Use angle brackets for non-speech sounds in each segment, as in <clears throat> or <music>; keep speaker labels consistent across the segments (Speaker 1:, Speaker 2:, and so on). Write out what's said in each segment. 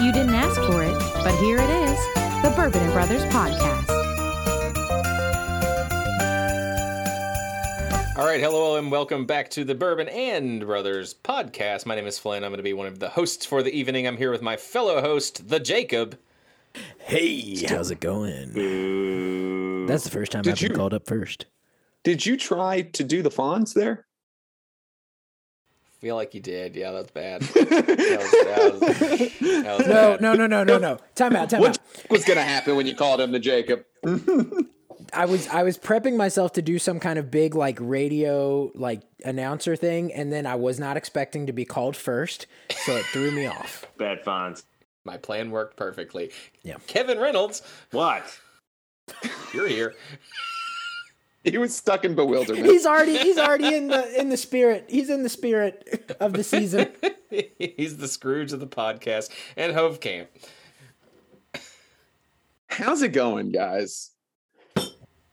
Speaker 1: You didn't ask for it, but here it is the Bourbon and Brothers Podcast.
Speaker 2: All right, hello and welcome back to the Bourbon and Brothers podcast. My name is Flynn. I'm going to be one of the hosts for the evening. I'm here with my fellow host, the Jacob.
Speaker 3: Hey, how's it going? That's the first time
Speaker 4: Did
Speaker 3: I've been
Speaker 4: you-
Speaker 3: called up first.
Speaker 4: Did you try to do the fawns there?
Speaker 2: Feel like you did. Yeah, that's bad.
Speaker 3: <laughs>
Speaker 2: that was, that was, that was
Speaker 3: No,
Speaker 2: bad.
Speaker 3: no, no, no, no, no. Time out, time
Speaker 4: What
Speaker 3: out.
Speaker 4: was going to happen when you called him the Jacob?
Speaker 3: I was I was prepping myself to do some kind of big like radio like announcer thing, and then I was not expecting to be called first, so it threw me off.
Speaker 5: Bad Fonz.
Speaker 2: My plan worked perfectly.
Speaker 3: Yeah.
Speaker 2: Kevin Reynolds,
Speaker 5: What?
Speaker 2: you're here. <laughs>
Speaker 4: He was stuck in bewilderment.
Speaker 3: He's already he's already in the in the spirit. He's in the spirit of the season.
Speaker 2: He's the Scrooge of the podcast and Hove Camp.
Speaker 4: How's it going, guys?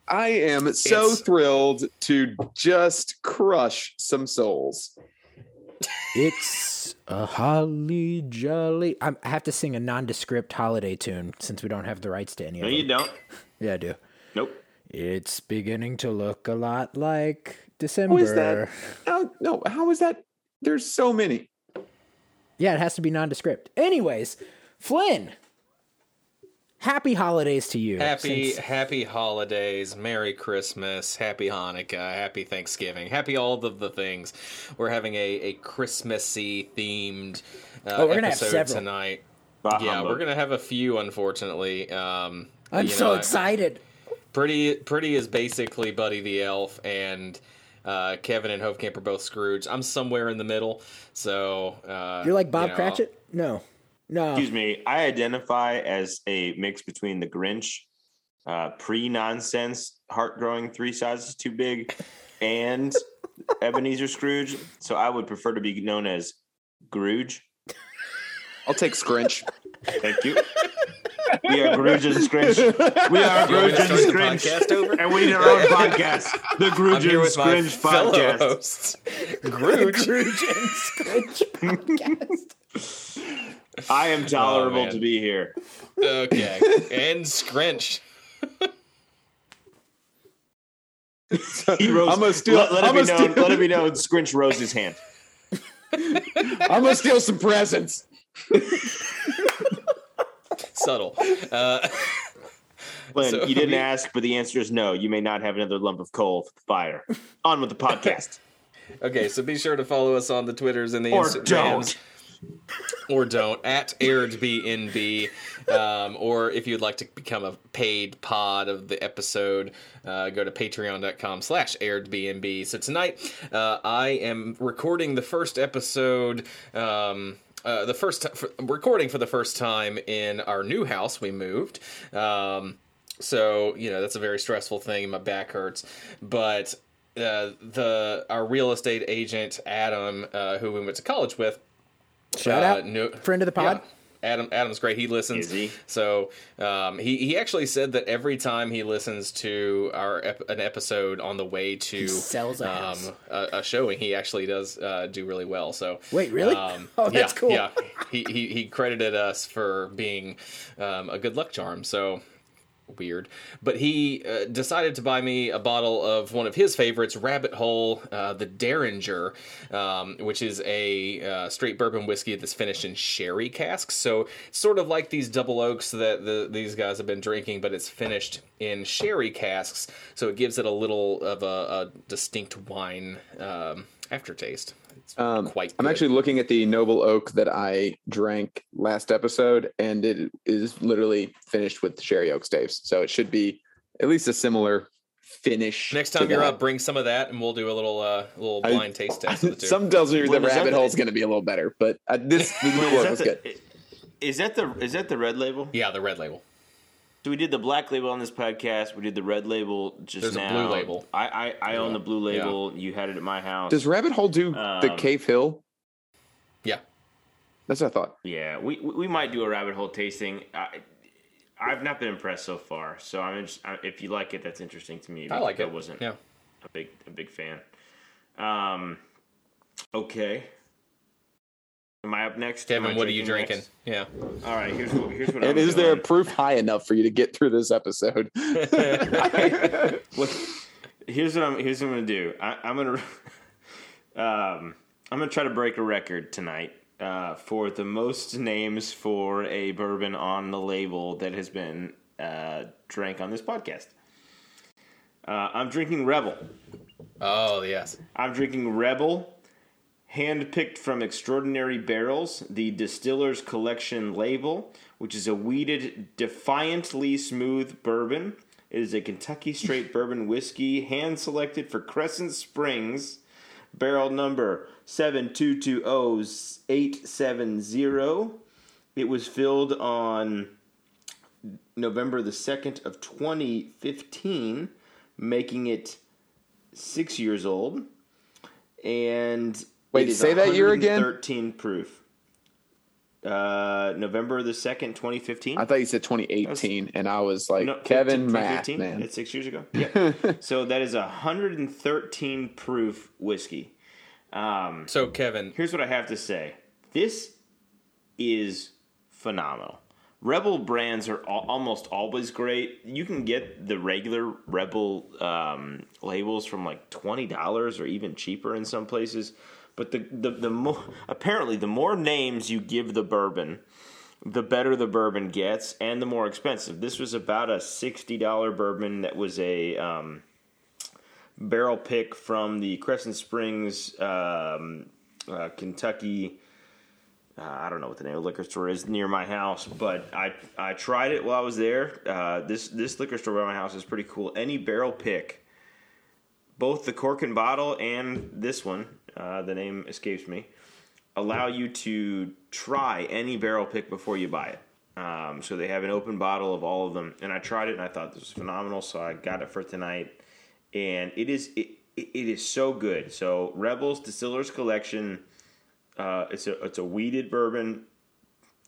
Speaker 4: I am so
Speaker 2: It's-
Speaker 4: thrilled to just crush some souls.
Speaker 3: It's a holly jolly. I'm, I have to sing a nondescript holiday tune since we don't have the rights to any
Speaker 5: No,
Speaker 3: of
Speaker 5: you
Speaker 3: them.
Speaker 5: don't.
Speaker 3: Yeah, I do.
Speaker 5: Nope.
Speaker 3: It's beginning to look a lot like December.
Speaker 4: How is that? How, no, how is that? There's so many.
Speaker 3: Yeah, it has to be nondescript. Anyways, Flynn, happy holidays to you.
Speaker 2: Happy,
Speaker 3: Since-
Speaker 2: happy holidays. Merry Christmas. Happy Hanukkah. Happy Thanksgiving. Happy all of the things. We're having a, a Christmassy themed uh,
Speaker 3: Oh, we're gonna have
Speaker 2: episode
Speaker 3: several.
Speaker 2: tonight.
Speaker 5: Bah
Speaker 2: yeah,
Speaker 5: humbug.
Speaker 2: we're gonna have a few, unfortunately. Um,
Speaker 3: I'm
Speaker 2: you
Speaker 3: so
Speaker 2: know, I-
Speaker 3: excited.
Speaker 2: Pretty, pretty is basically Buddy the Elf, and uh, Kevin and Hove Camp are both Scrooge. I'm somewhere in the middle, so uh,
Speaker 3: You're like Bob
Speaker 2: you know,
Speaker 3: Cratchit? No. No. <laughs>
Speaker 5: Excuse me. I identify as a mix between the Grinch, uh, pre nonsense, heart growing three sizes too big, and Ebenezer Scrooge. So I would prefer to be known as Grooge.
Speaker 4: I'll take <laughs> Scrinch.
Speaker 5: Thank you. we are Grooge and Scrooge. We are
Speaker 2: Do you want me
Speaker 5: Grooge
Speaker 2: to
Speaker 5: and
Speaker 2: start the
Speaker 5: Scrooge.
Speaker 2: podcast over?
Speaker 5: And we need our own podcast. The
Speaker 2: I'm
Speaker 5: Grooge
Speaker 2: here
Speaker 5: and
Speaker 2: with my
Speaker 5: Scrooge
Speaker 2: fellow
Speaker 5: podcast.
Speaker 2: hosts, <laughs>
Speaker 3: <laughs>
Speaker 2: Grooge.
Speaker 3: Scrooge and Scrooge podcast.
Speaker 5: I am tolerable
Speaker 2: Oh, man.
Speaker 5: to
Speaker 2: <laughs>
Speaker 5: be here.
Speaker 2: Okay. And Scrinch.
Speaker 5: He rose,
Speaker 4: I'm gonna steal-
Speaker 5: Let, let
Speaker 4: I'm
Speaker 5: it be
Speaker 4: gonna
Speaker 5: known.
Speaker 4: steal-
Speaker 5: Let it be known. Scrinch rose his hand.
Speaker 4: I'm going to steal some presents.
Speaker 2: Subtle. Uh,
Speaker 5: Glenn,
Speaker 2: So-
Speaker 5: you didn't ask, but the answer is no. You may not have another lump of coal for the fire. On with
Speaker 2: <laughs>
Speaker 5: the podcast,
Speaker 2: okay, so be sure to follow us on the Twitters and the
Speaker 5: or
Speaker 2: Instagrams.
Speaker 5: don't.
Speaker 2: or don't at airedbnb um, or if you'd like to become a paid pod of the episode uh, go to patreon.com slash airedbnb so tonight uh, i am recording the first episode um, uh, the first t- for, recording for the first time in our new house we moved um, so you know that's a very stressful thing my back hurts but uh, the our real estate agent adam uh, who we went to college with
Speaker 3: Shout
Speaker 2: uh,
Speaker 3: out.
Speaker 2: no-
Speaker 3: Friend of the pod.
Speaker 2: Yeah. Adam Adam's great. He listens.
Speaker 5: Is he?
Speaker 2: So um, he he actually said that every time he listens to our ep- an episode on the way to um,
Speaker 3: sells a house.
Speaker 2: a, a showing, he actually does uh, do really well. So
Speaker 3: Wait, really? <laughs> Oh, that's
Speaker 2: Um, yeah,
Speaker 3: cool.
Speaker 2: Yeah, he, he he credited us for being um, a good luck charm. So weird. But he uh, decided to buy me a bottle of one of his favorites, Rabbit Hole, uh, the Derringer, um, which is a uh, straight bourbon whiskey that's finished in sherry casks. So it's sort of like these double oaks that the, these guys have been drinking, but it's finished in sherry casks. So it gives it a little of a, a distinct wine um, aftertaste. It's
Speaker 4: Um,
Speaker 2: quite.
Speaker 4: I'm
Speaker 2: good.
Speaker 4: actually looking at the noble oak that I drank last episode, and it is literally finished with sherry oak staves. So it should be at least a similar finish.
Speaker 2: Next
Speaker 4: to
Speaker 2: time you're
Speaker 4: that.
Speaker 2: up, bring some of that, and we'll do a little uh, little
Speaker 4: I-
Speaker 2: blind taste
Speaker 4: <laughs>
Speaker 2: test. Of the two.
Speaker 4: Some tells me
Speaker 5: Well,
Speaker 4: the
Speaker 5: is that
Speaker 4: rabbit
Speaker 5: the-
Speaker 4: hole's going to be a little better, but uh,
Speaker 5: <laughs>
Speaker 4: this the
Speaker 5: Glenn,
Speaker 4: new one
Speaker 5: is, that
Speaker 4: was
Speaker 5: the,
Speaker 4: good.
Speaker 5: is that the is that the red label?
Speaker 2: yeah, the red label.
Speaker 5: So we did the black label on this podcast. We did the red label just
Speaker 2: There's a
Speaker 5: now.
Speaker 2: blue label.
Speaker 5: I I, I own the blue label. You had it at my house.
Speaker 4: Does rabbit hole do the
Speaker 5: Um,
Speaker 4: cave hill?
Speaker 2: Yeah.
Speaker 4: That's what I thought.
Speaker 5: yeah, we we we might do a rabbit hole tasting. I, I've not been impressed so far. So I'm just I, if you like it, that's interesting to me.
Speaker 2: I like it.
Speaker 5: I wasn't
Speaker 2: Yeah.
Speaker 5: a big a big fan. Um, okay. Am I up next? Am
Speaker 2: Kevin,
Speaker 5: I
Speaker 2: what are you drinking?
Speaker 5: next?
Speaker 2: Yeah.
Speaker 5: All right, here's what here's what.
Speaker 4: And
Speaker 5: I'm
Speaker 4: is there
Speaker 5: doing.
Speaker 4: proof high enough for you to get through this
Speaker 5: <laughs>
Speaker 4: episode?
Speaker 5: What- here's what I'm here's what I'm gonna do. I, I'm gonna <laughs> um, I'm gonna try to break a record tonight uh, for the most names for a bourbon on the label that has been uh, drank on this podcast. Uh, I'm drinking Rebel.
Speaker 2: Oh yes.
Speaker 5: I'm drinking Rebel, handpicked from Extraordinary Barrels, the Distiller's Collection label, which is a weeded, defiantly smooth bourbon. It is a Kentucky straight bourbon whiskey, hand selected for Crescent Springs, barrel number 7220870. It was filled on November the 2nd of 2015, making it 6 years old. And
Speaker 4: Wait,
Speaker 5: it is
Speaker 4: say that year again?
Speaker 5: 113 proof. Uh, November the 2nd, 2015.
Speaker 4: I thought you said 2018, and I was like,
Speaker 5: No,
Speaker 4: Kevin
Speaker 5: 15,
Speaker 4: Matt,
Speaker 5: 15,
Speaker 4: man.
Speaker 5: That's six years ago.
Speaker 4: <laughs>
Speaker 5: Yep. so that is a 113 proof whiskey. Um,
Speaker 2: So Kevin,
Speaker 5: here's what I have to say. This is phenomenal. Rebel brands are al- almost always great. You can get the regular Rebel um, labels from like twenty dollars or even cheaper in some places. But the the, the more apparently the more names you give the bourbon, the better the bourbon gets and the more expensive. This was about a sixty dollar bourbon that was a um, barrel pick from the Crescent Springs um, uh, Kentucky. Uh, I don't know what the name of the liquor store is near my house, but I I tried it while I was there. Uh, this this liquor store by my house is pretty cool. Any barrel pick, both the cork and bottle and this one, uh, the name escapes me, allow you to try any barrel pick before you buy it. Um, so they have an open bottle of all of them, and I tried it and I thought this was phenomenal. So I got it for tonight, and it is it, it it is so good. So Rebels Distillers Collection. Uh, it's a it's a weeded bourbon,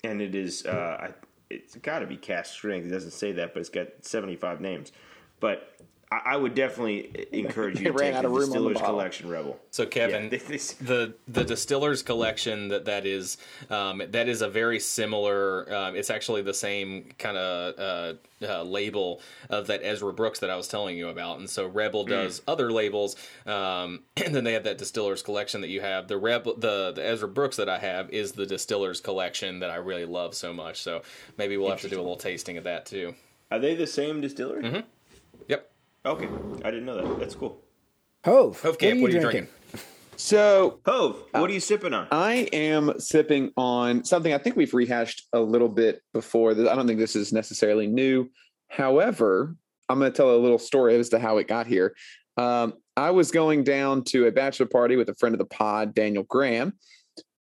Speaker 5: and it is uh, I, it's got to be cask strength. It doesn't say that, but it's got seventy five names. But I, I would
Speaker 4: <laughs>
Speaker 5: definitely encourage you
Speaker 4: They
Speaker 5: to
Speaker 4: ran
Speaker 5: take
Speaker 4: out
Speaker 5: the
Speaker 4: of room on the
Speaker 5: Distillers
Speaker 4: bottle.
Speaker 5: Collection Rebel.
Speaker 2: so Kevin,
Speaker 5: Yeah, <laughs> this-
Speaker 2: the the distillers collection that that is um, that is a very similar um, it's actually the same kind of uh, uh, label of that ezra brooks that i was telling you about and so rebel does other labels um, <clears throat> and then they have that distillers collection that you have the rebel the, the ezra brooks that i have is the distillers collection that i really love so much so maybe we'll have to do a little tasting of that too
Speaker 5: Are they the same distillery?
Speaker 2: Mm-hmm. yep
Speaker 5: Okay, I didn't know that. That's cool.
Speaker 3: Hove,
Speaker 2: Hove Camp, what are you drinking?
Speaker 4: So
Speaker 5: Hove, what are you sipping on?
Speaker 4: I am sipping on something I think we've rehashed a little bit before. I don't think this is necessarily new. However, I'm going to tell a little story as to how it got here. Um, I was going down to a bachelor party with a friend of the pod, Daniel Graham,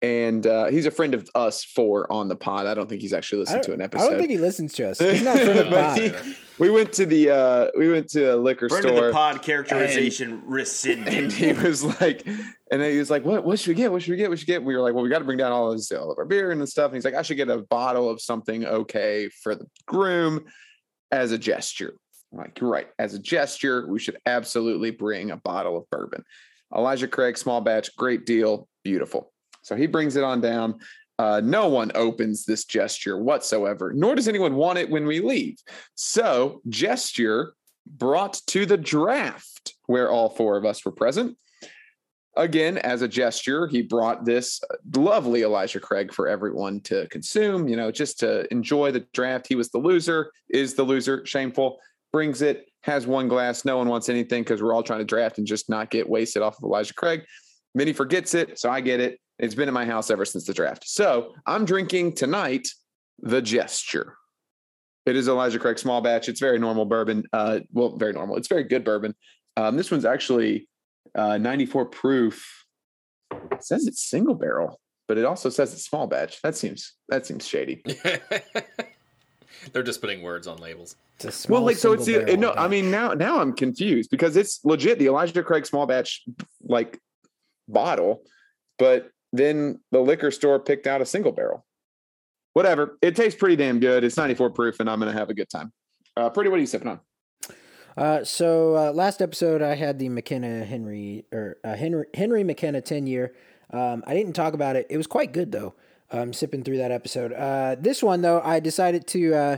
Speaker 4: and uh, he's a friend of us four on the pod. I don't think he's actually
Speaker 3: I
Speaker 4: listened to
Speaker 3: don't,
Speaker 4: an
Speaker 3: I
Speaker 4: episode.
Speaker 3: don't think he listens to us.
Speaker 4: <laughs>
Speaker 3: He's not from the
Speaker 4: But
Speaker 3: pod.
Speaker 2: <laughs>
Speaker 4: he- we went to the uh, we went to a liquor
Speaker 5: Friend
Speaker 4: store
Speaker 5: of the pod characterization rescinded.
Speaker 4: <laughs> and he was like, and then he was like, what, what should we get? What should we get? What should we get? We were like, well, we got to bring down all of, this, all of our beer and stuff. And he's like, I should get a bottle of something okay for the groom as a gesture. I'm like, you're right. As a gesture, we should absolutely bring a bottle of bourbon. Elijah Craig, small batch, great deal, beautiful. So he brings it on down. Uh, no one opens this gesture whatsoever, nor does anyone want it when we leave. So, gesture brought to the draft where all four of us were present. Again, as a gesture, he brought this lovely Elijah Craig for everyone to consume, you know, just to enjoy the draft. He was the loser, is the loser, shameful, brings it, has one glass. No one wants anything because we're all trying to draft and just not get wasted off of Elijah Craig. Minnie forgets it, so I get it. It's been in my house ever since the draft. So I'm drinking tonight the gesture. It is Elijah Craig small batch. It's very normal bourbon. Uh, well, very normal. It's very good bourbon. Um, this one's actually uh, 94 proof. It says it's single barrel, but it also says it's small batch. That seems that seems shady.
Speaker 2: <laughs> they're just putting words on labels
Speaker 3: It's a small
Speaker 4: well, like so, it's
Speaker 3: single
Speaker 4: the, no.
Speaker 3: barrel
Speaker 4: I mean, now now I'm confused because it's legit the Elijah Craig small batch like bottle, but then the liquor store picked out a single barrel. Whatever. It tastes pretty damn good. It's 94 proof, and I'm gonna have a good time. Uh, pretty. What are you sipping on?
Speaker 3: Uh, so uh, last episode I had the McKenna Henry or uh, Henry Henry McKenna ten year. Um, I didn't talk about it. It was quite good though. Um, sipping through that episode. Uh, this one though, I decided to uh,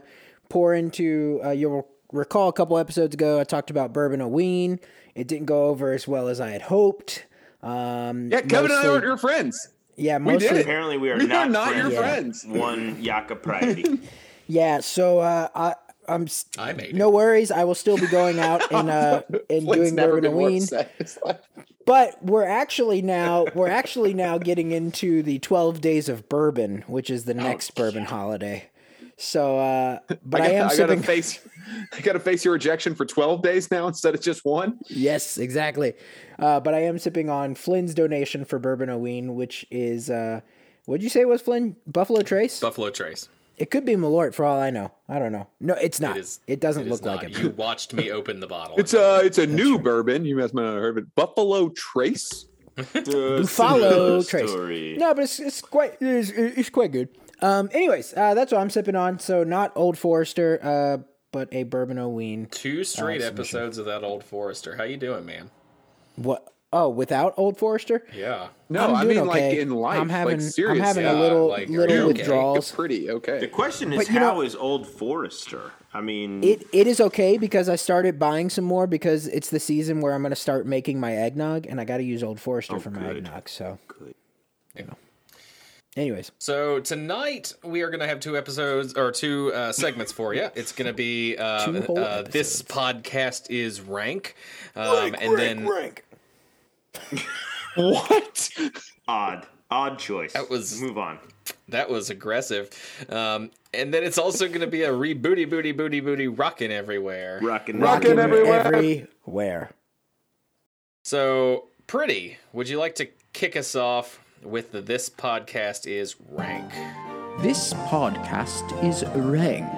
Speaker 3: pour into. Uh, you'll recall a couple episodes ago, I talked about bourbon a ween. It didn't go over as well as I had hoped. Um,
Speaker 4: Yeah, Kevin and I
Speaker 3: mostly-
Speaker 4: aren't your friends.
Speaker 3: Yeah,
Speaker 4: We did
Speaker 3: mostly.
Speaker 4: it.
Speaker 5: Apparently, we are
Speaker 4: We are
Speaker 5: not,
Speaker 4: not your friends.
Speaker 5: One Yaka Pride.
Speaker 3: Yeah, so uh, I, I'm. s-
Speaker 2: I made
Speaker 3: No worries. I will still be going out and
Speaker 4: <laughs>
Speaker 3: uh, and
Speaker 4: Flint's
Speaker 3: doing
Speaker 4: never
Speaker 3: bourbon
Speaker 4: been
Speaker 3: and
Speaker 4: more
Speaker 3: ween.
Speaker 4: upset. <laughs> It's like-
Speaker 3: But we're actually now we're actually now getting into the twelve days of bourbon, which is the next bourbon holiday. So, uh, but I,
Speaker 4: I,
Speaker 3: am
Speaker 4: gotta, I gotta
Speaker 3: sipping.
Speaker 4: face, <laughs> I gotta face your rejection for twelve days now instead of just one.
Speaker 3: <laughs> Yes, exactly. Uh, but I am sipping on Flynn's donation for bourbon Oween, which is uh, what'd you say it was Flynn Buffalo Trace?
Speaker 2: Buffalo Trace.
Speaker 3: it could be Malort for all I know. I don't know. No, it's not. It,
Speaker 2: is-
Speaker 3: doesn't
Speaker 2: It is
Speaker 3: look like
Speaker 2: not.
Speaker 3: it. <laughs>
Speaker 2: You watched me open the bottle.
Speaker 4: It's a, it's a new bourbon. You guys might not have heard of it. Buffalo Trace.
Speaker 3: Buffalo Trace.
Speaker 5: Story.
Speaker 3: No, but it's, it's quite it's, it's quite good. Um, anyways, uh, that's what I'm sipping on. So not Old Forester, uh, but a bourbon Oween.
Speaker 2: Two straight episodes of that Old Forester. How you doing, man?
Speaker 3: What? Oh, without Old Forester.
Speaker 2: Yeah.
Speaker 4: No, i
Speaker 3: doing
Speaker 4: mean like
Speaker 3: okay.
Speaker 4: in life.
Speaker 3: I'm having
Speaker 4: like seriously, uh,
Speaker 3: I'm having
Speaker 2: Yeah,
Speaker 3: a little
Speaker 2: like, are you
Speaker 3: little
Speaker 2: okay?
Speaker 3: withdrawals.
Speaker 4: pretty okay.
Speaker 5: The question is,
Speaker 3: But,
Speaker 5: how
Speaker 3: you
Speaker 5: is
Speaker 3: know-
Speaker 5: Old Forester? I mean,
Speaker 3: It it is okay because I started buying some more because it's the season where I'm gonna start making my eggnog and I gotta use Old Forester
Speaker 4: Oh,
Speaker 3: for my
Speaker 5: good.
Speaker 3: eggnog. So,
Speaker 5: Good.
Speaker 3: you know. Anyways,
Speaker 2: So tonight we are going to have two episodes or two uh, segments for you. It's going to be uh,
Speaker 3: <laughs> Two whole
Speaker 2: uh, this podcast is rank, um, and then
Speaker 5: <laughs>
Speaker 4: What?
Speaker 5: odd, odd choice. That
Speaker 2: was-
Speaker 5: move on.
Speaker 2: that was aggressive. Um, and then it's also going to be a rebooty booty booty booty rockin' everywhere.
Speaker 5: Rockin'
Speaker 4: Rockin'
Speaker 5: rockin'
Speaker 4: everywhere.
Speaker 3: everywhere.
Speaker 2: So pretty, would you like to kick us off with the this podcast is rank?
Speaker 6: This podcast is rank.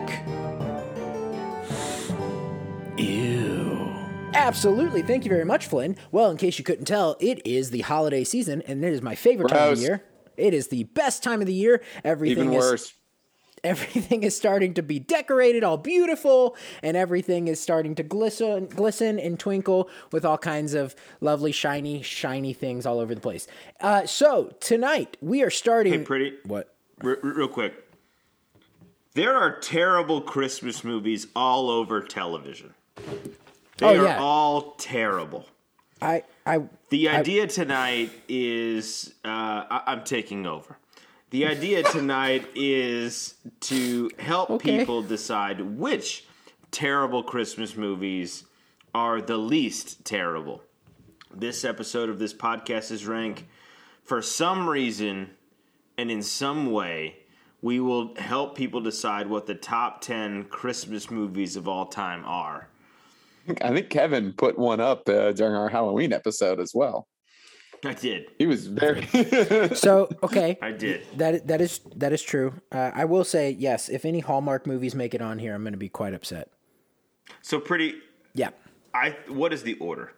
Speaker 6: Ew.
Speaker 3: Absolutely. Thank you very much, Flynn. Well, in case you couldn't tell, it is the holiday season, and it is my favorite time of
Speaker 4: Gross.
Speaker 3: the year. It is the best time of the year. Everything
Speaker 4: Even
Speaker 3: is
Speaker 4: worse.
Speaker 3: <laughs> everything is starting to be decorated, all beautiful, and everything is starting to glisten, glisten and twinkle with all kinds of lovely, shiny, shiny things all over the place. Uh, so tonight we are starting.
Speaker 5: Hey, pretty.
Speaker 3: What?
Speaker 5: Re- re- real quick. There are terrible Christmas movies all over television. They
Speaker 3: Oh,
Speaker 5: are
Speaker 3: yeah.
Speaker 5: all terrible.
Speaker 3: I I
Speaker 5: The idea tonight is uh, I- I'm taking over.
Speaker 3: <laughs>
Speaker 5: The idea tonight is to help
Speaker 3: Okay.
Speaker 5: people decide which terrible Christmas movies are the least terrible. This episode of this podcast is rank. For some reason and in some way, we will help people decide what the top 10 Christmas movies of all time are.
Speaker 4: I think Kevin put one up uh, during our Halloween episode as well.
Speaker 5: I did.
Speaker 4: He was very. <laughs> Uh,
Speaker 3: so okay. <laughs>
Speaker 5: I did.
Speaker 3: That that is that is true. Uh, I will say yes. If any Hallmark movies make it on here, I'm going to be quite upset.
Speaker 5: So pretty
Speaker 3: Yeah.
Speaker 5: I what is the order?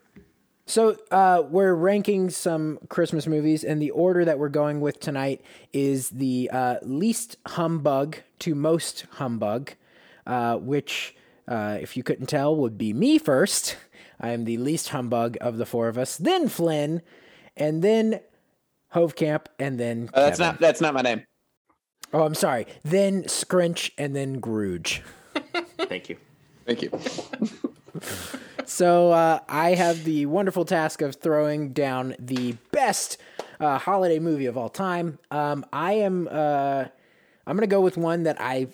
Speaker 3: So uh, we're ranking some Christmas movies, and the order that we're going with tonight is the uh, least humbug to most humbug, uh, which, uh, if you couldn't tell, would be me first. I am the least humbug of the four of us. Then Flynn, and then Hove Camp, and then
Speaker 4: that's
Speaker 3: Kevin.
Speaker 4: not. That's not my name.
Speaker 3: Oh, I'm sorry. Then Scrinch, and then Grooge.
Speaker 5: Thank you.
Speaker 4: Thank you.
Speaker 3: So uh, I have the wonderful task of throwing down the best uh, holiday movie of all time. Um, I am uh, I'm gonna go with one that I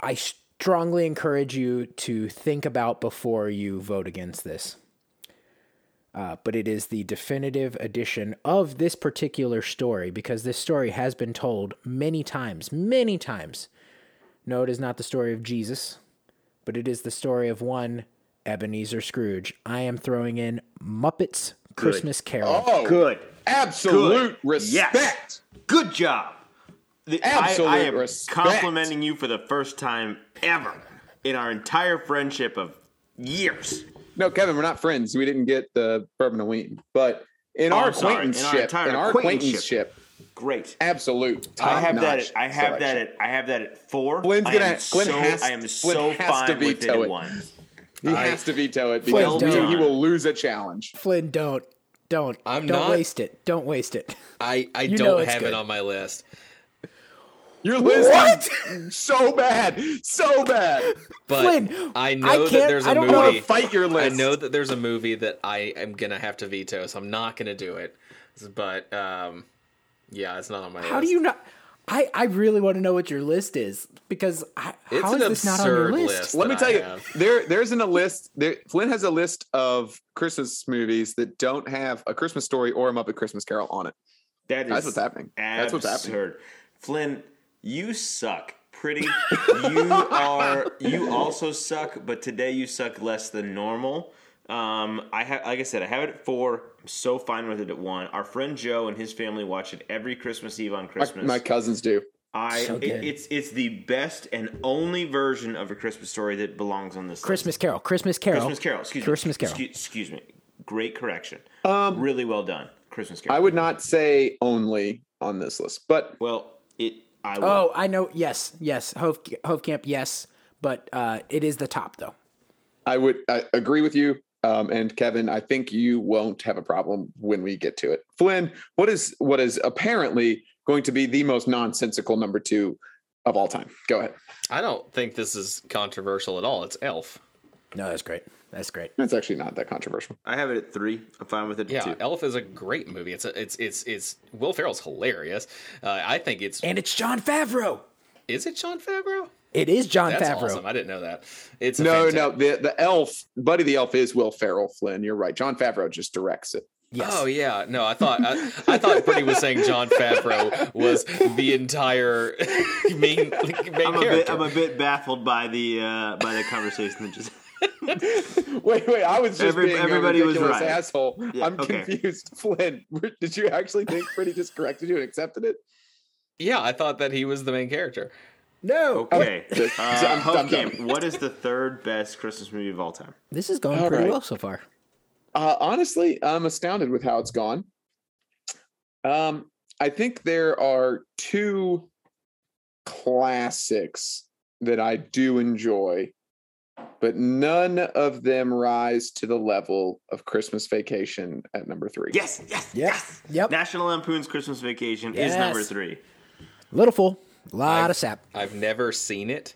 Speaker 3: I strongly encourage you to think about before you vote against this. Uh, but it is the definitive edition of this particular story because this story has been told many times, many times. No, it is not the story of Jesus but it is the story of one Ebenezer Scrooge. I am throwing in Muppets Christmas Carol.
Speaker 4: Oh,
Speaker 5: Good.
Speaker 4: absolute
Speaker 5: Good.
Speaker 4: respect.
Speaker 5: Yes. Good job. The- I- I,
Speaker 4: Absolute
Speaker 5: am
Speaker 4: respect.
Speaker 5: complimenting you for the first time ever in our entire friendship of years.
Speaker 4: No, Kevin, we're not friends. We didn't get the bourbon and ween, but in
Speaker 5: Oh,
Speaker 4: our
Speaker 5: I'm sorry. In our
Speaker 4: acquaintanceship,
Speaker 5: entire
Speaker 4: in our
Speaker 5: acquaintanceship.
Speaker 4: acquaintanceship,
Speaker 5: Great.
Speaker 4: absolute.
Speaker 5: I have that.
Speaker 4: top-notch
Speaker 5: At, I have that.
Speaker 4: selection.
Speaker 5: At, I have that at four.
Speaker 4: Glenn's
Speaker 5: I
Speaker 4: gonna-
Speaker 5: am
Speaker 4: Glenn
Speaker 5: so,
Speaker 4: has-
Speaker 5: I am
Speaker 4: Glenn
Speaker 5: so
Speaker 4: has
Speaker 5: fine
Speaker 4: to
Speaker 5: with
Speaker 4: veto it.
Speaker 5: anyone.
Speaker 4: He has to veto it
Speaker 3: Well
Speaker 4: because he
Speaker 3: done.
Speaker 4: he will lose a challenge.
Speaker 3: Flynn, don't. Don't.
Speaker 2: I'm
Speaker 3: don't
Speaker 2: not-
Speaker 3: waste it. Don't waste it. <laughs>
Speaker 2: I, I
Speaker 3: You know
Speaker 2: don't
Speaker 3: it's
Speaker 2: have
Speaker 3: good.
Speaker 2: it on my list.
Speaker 4: Your list
Speaker 3: What?
Speaker 4: is <laughs> so bad, so bad.
Speaker 2: But
Speaker 3: Flynn,
Speaker 2: I
Speaker 3: I
Speaker 2: know that
Speaker 3: can't-
Speaker 2: there's a
Speaker 3: I don't
Speaker 2: movie.
Speaker 3: wanna
Speaker 4: fight your
Speaker 2: I
Speaker 4: list.
Speaker 2: know that there's a movie that I am gonna have to veto, so I'm not gonna do it. But um, yeah, it's not on my list.
Speaker 3: How do you not? I, I really want to know what your list is because I,
Speaker 2: It's
Speaker 3: how
Speaker 2: an
Speaker 3: is this not on your
Speaker 2: absurd
Speaker 3: list?
Speaker 2: list.
Speaker 4: Let me
Speaker 2: that
Speaker 4: tell
Speaker 2: I
Speaker 4: you,
Speaker 2: have.
Speaker 4: there there's in a list. There, Flynn has a list of Christmas movies that don't have a Christmas story or a Muppet Christmas Carol on it.
Speaker 5: That is
Speaker 4: That's what's happening. That's what's happening.
Speaker 5: absurd. Flynn, you suck.
Speaker 4: <laughs>
Speaker 5: Pretty, you are. You also suck, but today you suck less than normal. Um, I ha- like I said, I have it at four. I'm so fine with it at one. Our friend Joe and his family watch it every Christmas Eve on
Speaker 4: My,
Speaker 5: Christmas.
Speaker 4: my cousins do.
Speaker 5: I
Speaker 3: So
Speaker 5: it-
Speaker 3: good.
Speaker 5: it's it's the best and only version of a Christmas story that belongs on this list.
Speaker 3: Christmas Carol. Christmas Carol.
Speaker 5: Christmas Carol. Excuse
Speaker 3: Christmas
Speaker 5: me.
Speaker 3: Carol.
Speaker 5: Excuse, excuse me. Great correction. Um, really well done. Christmas Carol.
Speaker 4: I would not say only on this list, but
Speaker 5: Well, it. I will.
Speaker 3: Oh, I know. Yes, yes. Hope Camp. Yes, but uh, it is the top though.
Speaker 4: I would I agree with you. Um, and Kevin, I think you won't have a problem when we get to it. Flynn, what is what is apparently going to be the most nonsensical number two of all time? Go ahead.
Speaker 2: I don't think this is controversial at all. It's Elf.
Speaker 3: No, that's great. That's great.
Speaker 4: That's actually not that controversial.
Speaker 5: I have it at three. I'm fine with it at
Speaker 2: Yeah,
Speaker 5: two.
Speaker 2: Elf is a great movie. It's a, it's it's it's Will Ferrell's hilarious. Uh, I think it's
Speaker 3: And it's John Favreau.
Speaker 2: is it Sean Favreau?
Speaker 3: It is John
Speaker 2: That's
Speaker 3: Favreau.
Speaker 2: awesome. I didn't know that. It's a
Speaker 4: No,
Speaker 2: fanta-
Speaker 4: no, the the elf, Buddy the Elf is Will Ferrell Flynn. You're right. John Favreau just directs it. <laughs>
Speaker 3: Yes.
Speaker 2: Oh yeah, no, I thought I, I thought Pretty was saying John Favreau was the entire <laughs> main like, main
Speaker 5: I'm a, bit,
Speaker 2: character.
Speaker 5: I'm a bit baffled by the uh, by the conversation that just.
Speaker 4: Wait, wait, I was just
Speaker 5: Every-
Speaker 4: being
Speaker 5: everybody
Speaker 4: a
Speaker 5: was
Speaker 4: ridiculous
Speaker 5: right.
Speaker 4: asshole.
Speaker 5: Yeah,
Speaker 4: I'm
Speaker 5: okay.
Speaker 4: confused. <laughs> Flynn, where- did you actually think Pretty just corrected you and accepted it?
Speaker 2: yeah, I thought that he was the main character.
Speaker 3: no.
Speaker 5: Okay.
Speaker 4: Oh.
Speaker 5: Uh,
Speaker 4: I'm-
Speaker 5: Hope
Speaker 4: I'm done.
Speaker 5: Camp, what is the third best Christmas movie of all time?
Speaker 3: This is going
Speaker 4: All
Speaker 3: pretty
Speaker 4: right.
Speaker 3: well so far.
Speaker 4: Uh, honestly, I'm astounded with how it's gone. Um, I think there are two classics that I do enjoy, but none of them rise to the level of Christmas Vacation at number three.
Speaker 5: Yes, yes,
Speaker 3: Yep.
Speaker 5: yes.
Speaker 3: Yep.
Speaker 5: National Lampoon's Christmas Vacation is
Speaker 3: Yes.
Speaker 5: number three.
Speaker 3: Little fool. Lot of sap.
Speaker 2: I've never seen it.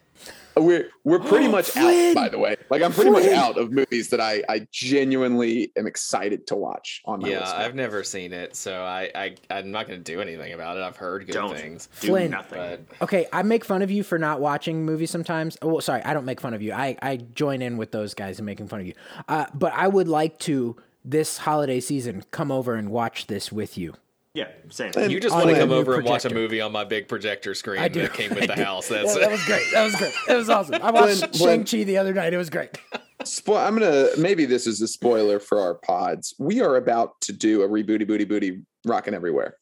Speaker 4: We're we're pretty much
Speaker 3: Oh, Flynn!
Speaker 4: out, by the way. Like I'm pretty much
Speaker 3: Flynn!
Speaker 4: out of movies that I I genuinely am excited to watch on my
Speaker 2: Yeah,
Speaker 4: list.
Speaker 2: I've never seen it, so I, I I'm not going to do anything about it. I've heard good
Speaker 5: Don't
Speaker 2: things,
Speaker 5: do
Speaker 3: Flynn.
Speaker 5: nothing.
Speaker 2: but
Speaker 3: Okay, I make fun of you for not watching movies sometimes. Oh, well, sorry, I don't make fun of you. I, I join in with those guys in making fun of you. Uh, but I would like to this holiday season come over and watch this with you.
Speaker 5: Yeah, same.
Speaker 2: you just
Speaker 3: on
Speaker 2: want to
Speaker 3: my
Speaker 2: come
Speaker 3: new
Speaker 2: over and watch a
Speaker 3: projector.
Speaker 2: movie on my big projector screen
Speaker 3: I do.
Speaker 2: that came
Speaker 3: <laughs>
Speaker 2: with the house. That's
Speaker 3: That, that was great. That was great. That was awesome. I
Speaker 4: When-
Speaker 3: watched Shang
Speaker 4: when-
Speaker 3: Chi the other night. It was great.
Speaker 4: Spo- I'm gonna maybe this is a spoiler for our pods. We are about to do a rebooty booty booty rocking everywhere.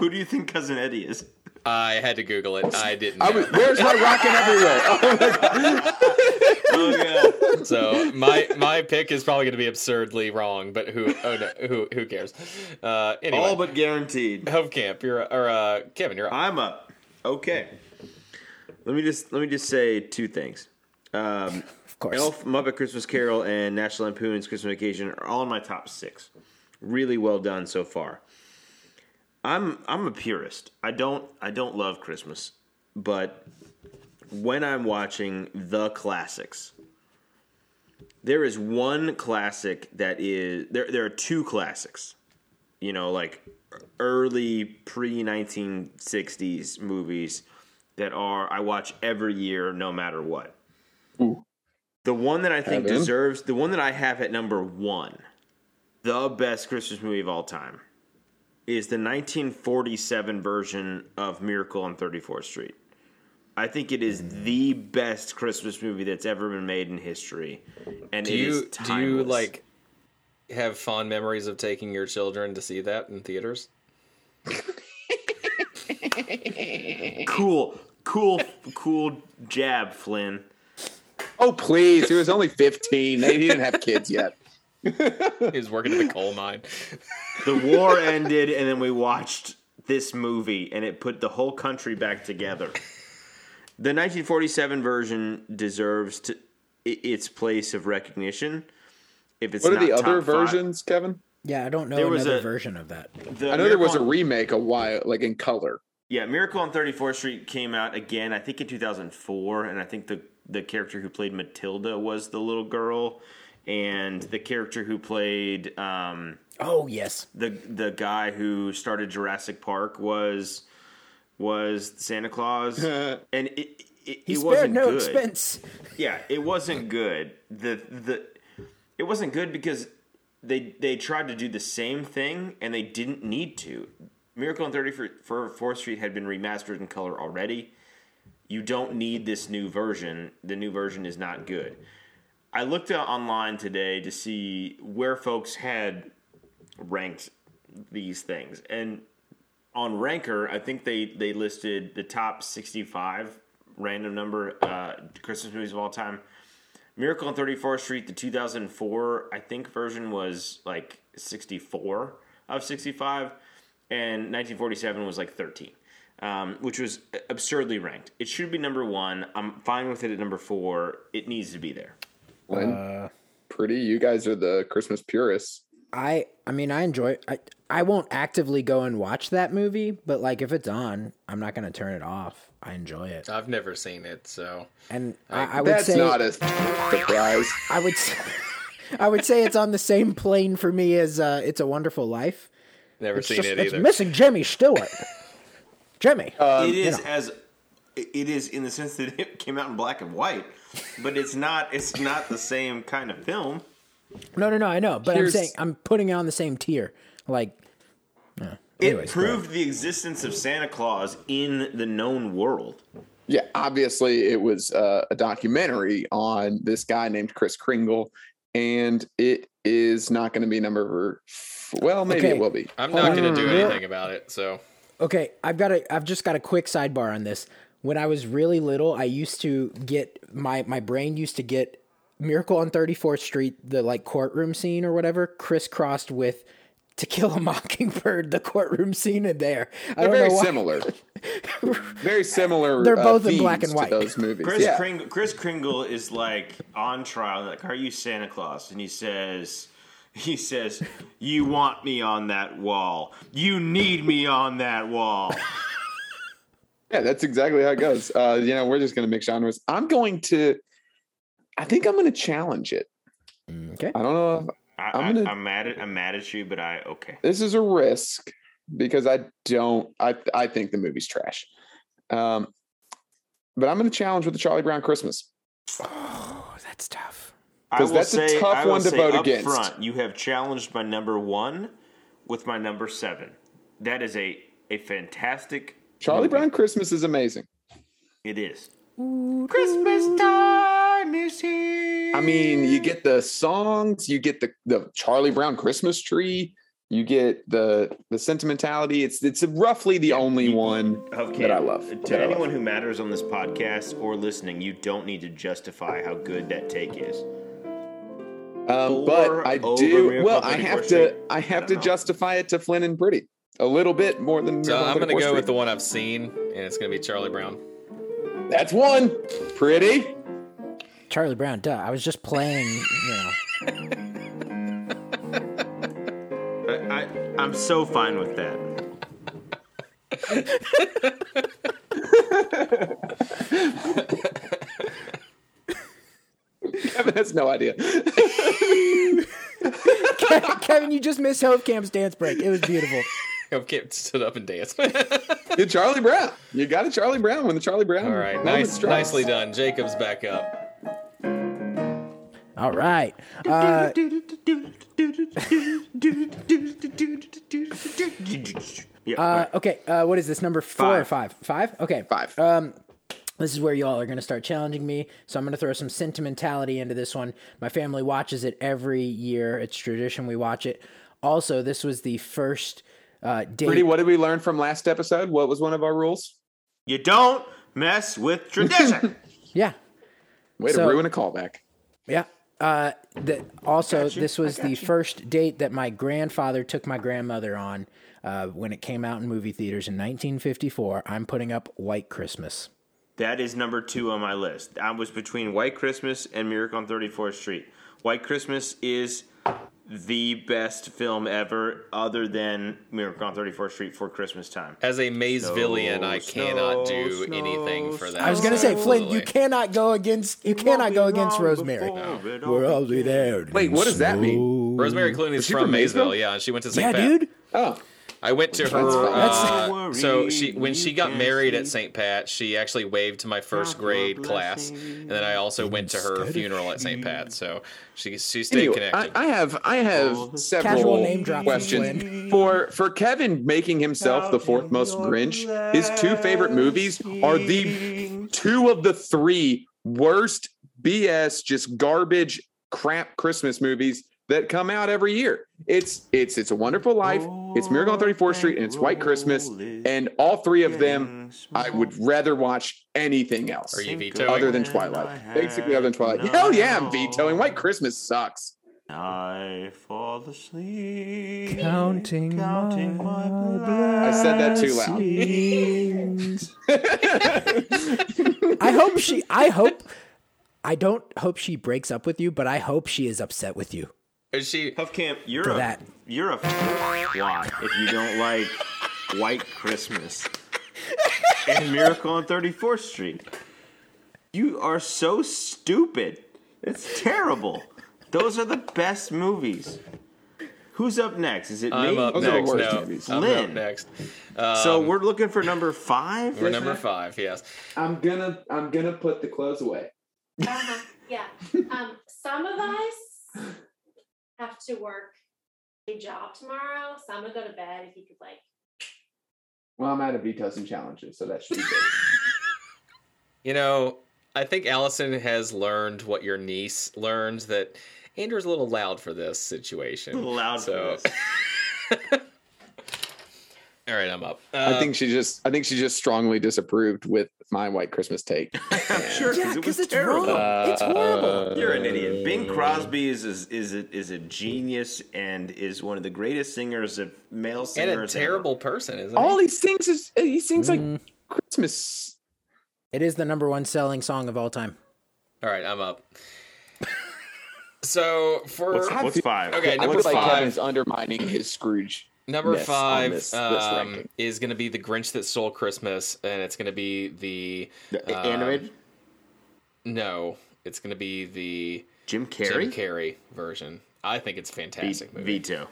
Speaker 5: Who do you think Cousin Eddie is?
Speaker 2: I had to Google it. I didn't.
Speaker 4: I
Speaker 2: know.
Speaker 4: was, where's my rocking everywhere? <laughs> Oh my God.
Speaker 5: Oh yeah.
Speaker 2: So my my pick is probably going to be absurdly wrong, but who oh no, who who cares? Uh, anyway,
Speaker 5: All but guaranteed.
Speaker 2: Hove Camp, you're or uh, Kevin, you're up.
Speaker 5: I'm up. Okay. Let me just let me just say two things. Um,
Speaker 3: Of course.
Speaker 5: Elf, Muppet Christmas Carol, and National Lampoon's Christmas Vacation are all in my top six. Really well done so far. I'm I'm a purist. I don't I don't love Christmas, but when I'm watching the classics, there is one classic that is there. There are two classics, you know, like early pre 1960s movies that are I watch every year, no matter what. The one that I think
Speaker 4: Evan?
Speaker 5: deserves the one that I have at number one, the best Christmas movie of all time, is the 1947 version of Miracle on 34th Street. I think it is the best Christmas movie that's ever been made in history, and
Speaker 2: Do
Speaker 5: it is
Speaker 2: you do you
Speaker 5: timeless.
Speaker 2: like have fond memories of taking your children to see that in theaters?
Speaker 5: cool, cool, cool jab, Flynn?
Speaker 4: Oh please, he was only 15. They- He didn't have kids
Speaker 5: <laughs>
Speaker 4: yet.
Speaker 2: He was working in the coal mine.
Speaker 4: <laughs>
Speaker 5: The war ended, and then we watched this movie, and it put the whole country back together. The 1947 version deserves to, i- its place of recognition. If it's
Speaker 4: What are
Speaker 5: not
Speaker 4: the
Speaker 5: top
Speaker 4: other
Speaker 5: five-
Speaker 4: versions, Kevin?
Speaker 3: Yeah, I don't know
Speaker 5: There was
Speaker 3: another
Speaker 5: a-
Speaker 3: version of that.
Speaker 5: The
Speaker 4: I know there
Speaker 5: Miracle
Speaker 4: was a
Speaker 5: on-
Speaker 4: remake a while, like in color.
Speaker 5: Yeah, Miracle on 34th Street came out again, I think in 2004, and I think the the character who played Matilda was the little girl, and the character who played um,
Speaker 3: Oh yes,
Speaker 5: the the guy who started Jurassic Park was was
Speaker 3: <laughs>
Speaker 5: Santa Claus, and it it,
Speaker 3: he
Speaker 5: it
Speaker 3: spared
Speaker 5: wasn't
Speaker 3: no
Speaker 5: good.
Speaker 3: expense.
Speaker 5: Yeah, it wasn't good. The the it wasn't good because they they tried to do the same thing and they didn't need to. Miracle on 34th Street had been remastered in color already. You don't need this new version. The new version is not good. I looked out online today to see where folks had ranked these things. And on Ranker, I think they they listed the top 65 random number uh, Christmas movies of all time. Miracle on 34th Street, the 2004 I think version was like 64 of 65, and 1947 was like 13, um, which was absurdly ranked. It should be number one. I'm fine with it at number four. It needs to be there.
Speaker 4: Glenn,
Speaker 5: Uh,
Speaker 4: pretty. You guys are the Christmas purists.
Speaker 3: I I mean I enjoy I I won't actively go and watch that movie, but like if it's on, I'm not gonna turn it off. I enjoy
Speaker 2: <laughs>
Speaker 3: it,
Speaker 2: I've never seen it, so
Speaker 3: and I, I would
Speaker 4: That's
Speaker 3: say
Speaker 4: not a surprise.
Speaker 3: I would s- <laughs> I would say it's on the same plane for me as uh, "It's a Wonderful Life."
Speaker 2: never
Speaker 3: It's
Speaker 2: seen
Speaker 3: just-
Speaker 2: it
Speaker 3: it's
Speaker 2: either.
Speaker 3: missing Jimmy Stewart. Jimmy,
Speaker 5: it is as it is in the sense that <laughs> it came out in black and white, but it's not it's not the same kind of film.
Speaker 3: no, no, no, I know, but I'm
Speaker 4: here's-
Speaker 3: saying I'm putting it on the same tier. Like, yeah.
Speaker 5: it
Speaker 3: Anyways, go ahead.
Speaker 5: proved the existence of Santa Claus in the known world.
Speaker 4: Yeah, obviously it was uh, a documentary on this guy named Chris Kringle, and it is not going to be number. f- Well, maybe
Speaker 3: Okay.
Speaker 4: it will be.
Speaker 2: I'm not going to do anything about it. So
Speaker 3: Okay, I've got a I've just got a quick sidebar on this. When I was really little, I used to get my my brain used to get Miracle on 34th Street, the like courtroom scene or whatever, crisscrossed with To Kill a Mockingbird, the courtroom scene in there. I
Speaker 4: They're
Speaker 3: don't
Speaker 4: very
Speaker 3: know why. <laughs>
Speaker 4: similar. very similar.
Speaker 3: They're
Speaker 4: uh,
Speaker 3: both in black
Speaker 4: themes
Speaker 3: and white.
Speaker 4: To those movies.
Speaker 5: Chris
Speaker 4: yeah.
Speaker 5: Kringle, Chris Kringle is like on trial. Like, are you Santa Claus? And he says, he says, you want me on that wall. You need me on that wall.
Speaker 4: Yeah, that's exactly how it goes. Uh, you know, we're just going to mix genres. I'm going to. I think I'm going to challenge it.
Speaker 3: Okay.
Speaker 4: I don't know. If,
Speaker 5: I,
Speaker 4: I'm
Speaker 5: I'm,
Speaker 4: gonna-
Speaker 5: I, am mad at I'm mad at you, but I okay.
Speaker 4: this is a risk because I don't. I I think the movie's trash. Um, but I'm going to challenge with the Charlie Brown Christmas.
Speaker 3: Oh, that's tough.
Speaker 5: I
Speaker 4: 'Cause
Speaker 5: will
Speaker 4: that's a
Speaker 5: say,
Speaker 4: tough
Speaker 5: I will
Speaker 4: one to
Speaker 5: say
Speaker 4: vote
Speaker 5: up
Speaker 4: against.
Speaker 5: Front, you have challenged my number one with my number seven. That is a a fantastic.
Speaker 4: Charlie Brown Christmas is amazing.
Speaker 5: It is. Christmas time is here.
Speaker 4: I mean, you get the songs, you get the the Charlie Brown Christmas tree, you get the the sentimentality. It's it's roughly the only one
Speaker 5: Okay.
Speaker 4: that I love.
Speaker 5: To
Speaker 4: that I love.
Speaker 5: anyone who matters on this podcast or listening, you don't need to justify how good that take is.
Speaker 4: Um, but
Speaker 5: Or
Speaker 4: I
Speaker 5: over
Speaker 4: do.
Speaker 5: Miracle
Speaker 4: Well,
Speaker 5: on
Speaker 4: I
Speaker 5: 34th
Speaker 4: have
Speaker 5: Street.
Speaker 4: to. I have
Speaker 5: I
Speaker 4: to
Speaker 5: don't know.
Speaker 4: justify it to Flynn and Pretty a little bit more than.
Speaker 2: so
Speaker 4: Miracle on
Speaker 2: I'm going to
Speaker 4: 34th
Speaker 2: go with the
Speaker 4: Street.
Speaker 2: one I've seen, and it's going to be Charlie Brown. <laughs>
Speaker 4: That's one. Pretty.
Speaker 3: Charlie Brown, duh. I was just playing, you know.
Speaker 5: I, I, I'm so fine with that.
Speaker 4: Kevin has no
Speaker 3: <laughs>
Speaker 4: idea.
Speaker 3: Kevin, you just missed Hovecamp's dance break. It was beautiful.
Speaker 2: I've kept stood up and <laughs> danced.
Speaker 4: you Charlie Brown. You got a Charlie Brown when the Charlie Brown.
Speaker 2: All right,
Speaker 4: moment
Speaker 2: nice,
Speaker 4: strikes.
Speaker 2: nicely done. Jacob's back up.
Speaker 3: <laughs> All right. Uh,
Speaker 5: Yeah.
Speaker 3: uh, okay, uh, what is this? Number four or
Speaker 5: Five.
Speaker 3: five? Five? Okay.
Speaker 4: Five.
Speaker 3: this is where y'all are going to start challenging me. So I'm going to throw some sentimentality into this one. My family watches it every year. It's tradition. We watch it. Also, this was the first uh, date.
Speaker 4: Pretty. What did we learn from last episode? What was one of our rules?
Speaker 5: you don't mess with tradition. <laughs>
Speaker 3: yeah.
Speaker 4: Way
Speaker 3: So-
Speaker 4: to ruin a callback.
Speaker 3: Yeah. Uh, the, also, this was the first date that my grandfather took my grandmother on uh, when it came out in movie theaters in 1954. I'm putting up White Christmas.
Speaker 5: That is number two on my list. I was between White Christmas and Miracle on 34th Street. White Christmas is the best film ever, other than Miracle on 34th Street for Christmas time.
Speaker 2: As a Maze villain, I
Speaker 5: snow,
Speaker 2: cannot do
Speaker 5: snow,
Speaker 2: anything for that.
Speaker 3: I was gonna
Speaker 2: so
Speaker 3: say, Flynn, you
Speaker 2: absolutely.
Speaker 3: cannot go against you cannot go against Rosemary.
Speaker 5: We're
Speaker 3: be there.
Speaker 4: Wait, what does that mean?
Speaker 2: Rosemary Clooney's
Speaker 4: she
Speaker 2: from,
Speaker 4: from
Speaker 2: Maysville,
Speaker 4: Maysville?
Speaker 2: yeah, and she went to St.
Speaker 3: Yeah,
Speaker 2: Pat.
Speaker 3: dude.
Speaker 4: Oh,
Speaker 2: I went to her.
Speaker 4: That's fine.
Speaker 2: uh,
Speaker 5: Don't
Speaker 2: so
Speaker 5: worry,
Speaker 2: she, when she
Speaker 5: you
Speaker 2: got
Speaker 5: can
Speaker 2: married at
Speaker 5: see
Speaker 2: St. Pat, she actually waved to my first
Speaker 5: God's
Speaker 2: grade
Speaker 5: blessing.
Speaker 2: class, and then I also went to her funeral at St. Pat. So she she stayed
Speaker 4: anyway, I,
Speaker 2: connected.
Speaker 4: I have I have several
Speaker 3: Casual name dropping,
Speaker 4: questions for for Kevin making himself the fourth most Grinch. His two favorite movies are the two of the three worst BS, just garbage, crap Christmas movies that come out every year. It's it's it's a Wonderful Life, it's Miracle on 34th Street, and it's White Christmas, and all three of them I would rather watch anything else
Speaker 2: Are you vetoing?
Speaker 4: other than Twilight. Basically, other than Twilight. Hell yeah, I'm vetoing. White Christmas sucks.
Speaker 5: I fall asleep.
Speaker 3: Counting
Speaker 5: counting my
Speaker 4: I
Speaker 5: blessings.
Speaker 4: said that too loud.
Speaker 3: I hope she. I hope. I don't hope she breaks up with you, but I hope she is upset with you.
Speaker 2: Is she
Speaker 5: Huff Camp, you're
Speaker 3: For
Speaker 5: a
Speaker 3: that.
Speaker 5: you're a why if you don't like White Christmas and Miracle on 34th Street. You are so stupid. It's terrible. Those are the best movies. Who's up next? Is it
Speaker 2: I'm
Speaker 5: me?
Speaker 2: up
Speaker 4: Those are the
Speaker 2: next.
Speaker 4: worst
Speaker 2: No,
Speaker 4: movies.
Speaker 2: I'm up
Speaker 5: Lynn.
Speaker 2: next. Um,
Speaker 5: so we're looking for number five.
Speaker 2: We're number five. Yes.
Speaker 4: <laughs> I'm gonna I'm gonna put the clothes away.
Speaker 7: Uh-huh. Yeah. Um, some of us have to work a job tomorrow. Some would go to bed if you could like.
Speaker 4: Well, I'm out of vetoes and challenges, so that should be good.
Speaker 2: You know, I think Allison has learned what your niece learned that Andrew's a little loud for this situation.
Speaker 5: A little loud
Speaker 2: So-
Speaker 5: for this.
Speaker 2: All right, I'm up. Uh,
Speaker 4: I think she just I think she just strongly disapproved with my White Christmas take.
Speaker 5: I'm sure because it was
Speaker 3: it's
Speaker 5: terrible.
Speaker 3: wrong. It's horrible.
Speaker 5: You're an idiot. Bing Crosby is is is a, is a genius and is one of the greatest singers of male
Speaker 2: and
Speaker 5: singers.
Speaker 2: a
Speaker 5: ever.
Speaker 2: terrible person, isn't
Speaker 4: <laughs> All
Speaker 2: he?
Speaker 4: he sings is uh, he sings like Christmas.
Speaker 3: It is the number one selling song of all time.
Speaker 2: All right, I'm up. So for
Speaker 5: What's, what's five?
Speaker 2: Okay,
Speaker 4: I
Speaker 2: number
Speaker 4: feel like
Speaker 2: five.
Speaker 4: Kevin's undermining his Scrooge.
Speaker 2: Number
Speaker 4: Yes, on
Speaker 2: five
Speaker 4: this- this
Speaker 2: um,
Speaker 4: ranking.
Speaker 2: is going to be the Grinch that stole Christmas, and it's going to be the
Speaker 5: The
Speaker 2: Um,
Speaker 5: animated
Speaker 2: no, it's going to be the
Speaker 5: Jim
Speaker 2: Jim
Speaker 5: Carrey.
Speaker 2: Carrey version. I think it's a fantastic
Speaker 5: Ve-
Speaker 2: movie. Oh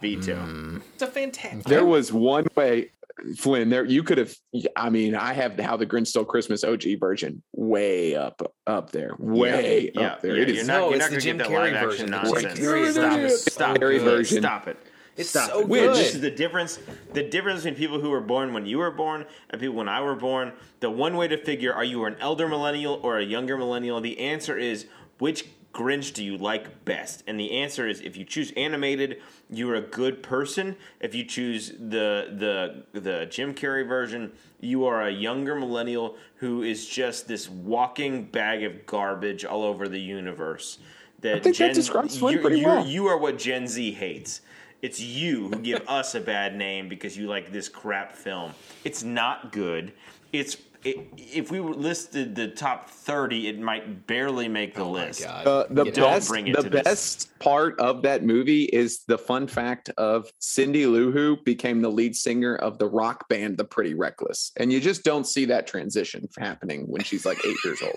Speaker 5: Veto. Veto.
Speaker 2: It's a fantastic.
Speaker 4: There was one way, Flynn. There you could have. I mean, I have the How the Grinch Stole Christmas OG version way up up there, way
Speaker 5: yeah,
Speaker 4: up there.
Speaker 5: yeah,
Speaker 4: it
Speaker 5: you're
Speaker 4: is
Speaker 5: not,
Speaker 2: No,
Speaker 5: you're
Speaker 2: it's
Speaker 5: not
Speaker 2: the
Speaker 5: going to
Speaker 2: Jim
Speaker 5: get that
Speaker 2: Carrey
Speaker 5: live
Speaker 2: version.
Speaker 5: action
Speaker 2: The Jim
Speaker 5: nonsense.
Speaker 2: Carrey
Speaker 5: Stop it.
Speaker 2: version.
Speaker 5: Stop
Speaker 4: Carrey
Speaker 5: it.
Speaker 4: version.
Speaker 5: Stop it.
Speaker 2: It's
Speaker 5: Stop
Speaker 2: so
Speaker 5: it.
Speaker 2: good.
Speaker 5: This is the difference. The difference between people who were born when you were born and people when I were born. The one way to figure are you an elder millennial or a younger millennial? The answer is which Grinch do you like best? And the answer is if you choose animated, you're a good person. If you choose the the the Jim Carrey version, you are a younger millennial who is just this walking bag of garbage all over the universe. That
Speaker 4: think that describes Flynn
Speaker 5: you're-
Speaker 4: pretty
Speaker 5: you're-
Speaker 4: well.
Speaker 5: you are what Gen Z hates. It's you who
Speaker 3: <laughs>
Speaker 5: give us a bad name because you like this crap film. It's not good. It's i if we listed the top 30, it might barely make
Speaker 3: Oh
Speaker 5: the list.
Speaker 2: God.
Speaker 4: Uh, the
Speaker 5: Don't
Speaker 4: best,
Speaker 5: bring it
Speaker 4: the
Speaker 5: to this.
Speaker 4: best part of that movie is the fun fact of Cindy Lou Who became the lead singer of the rock band The Pretty Reckless, and you just don't see that transition happening when she's like eight years old.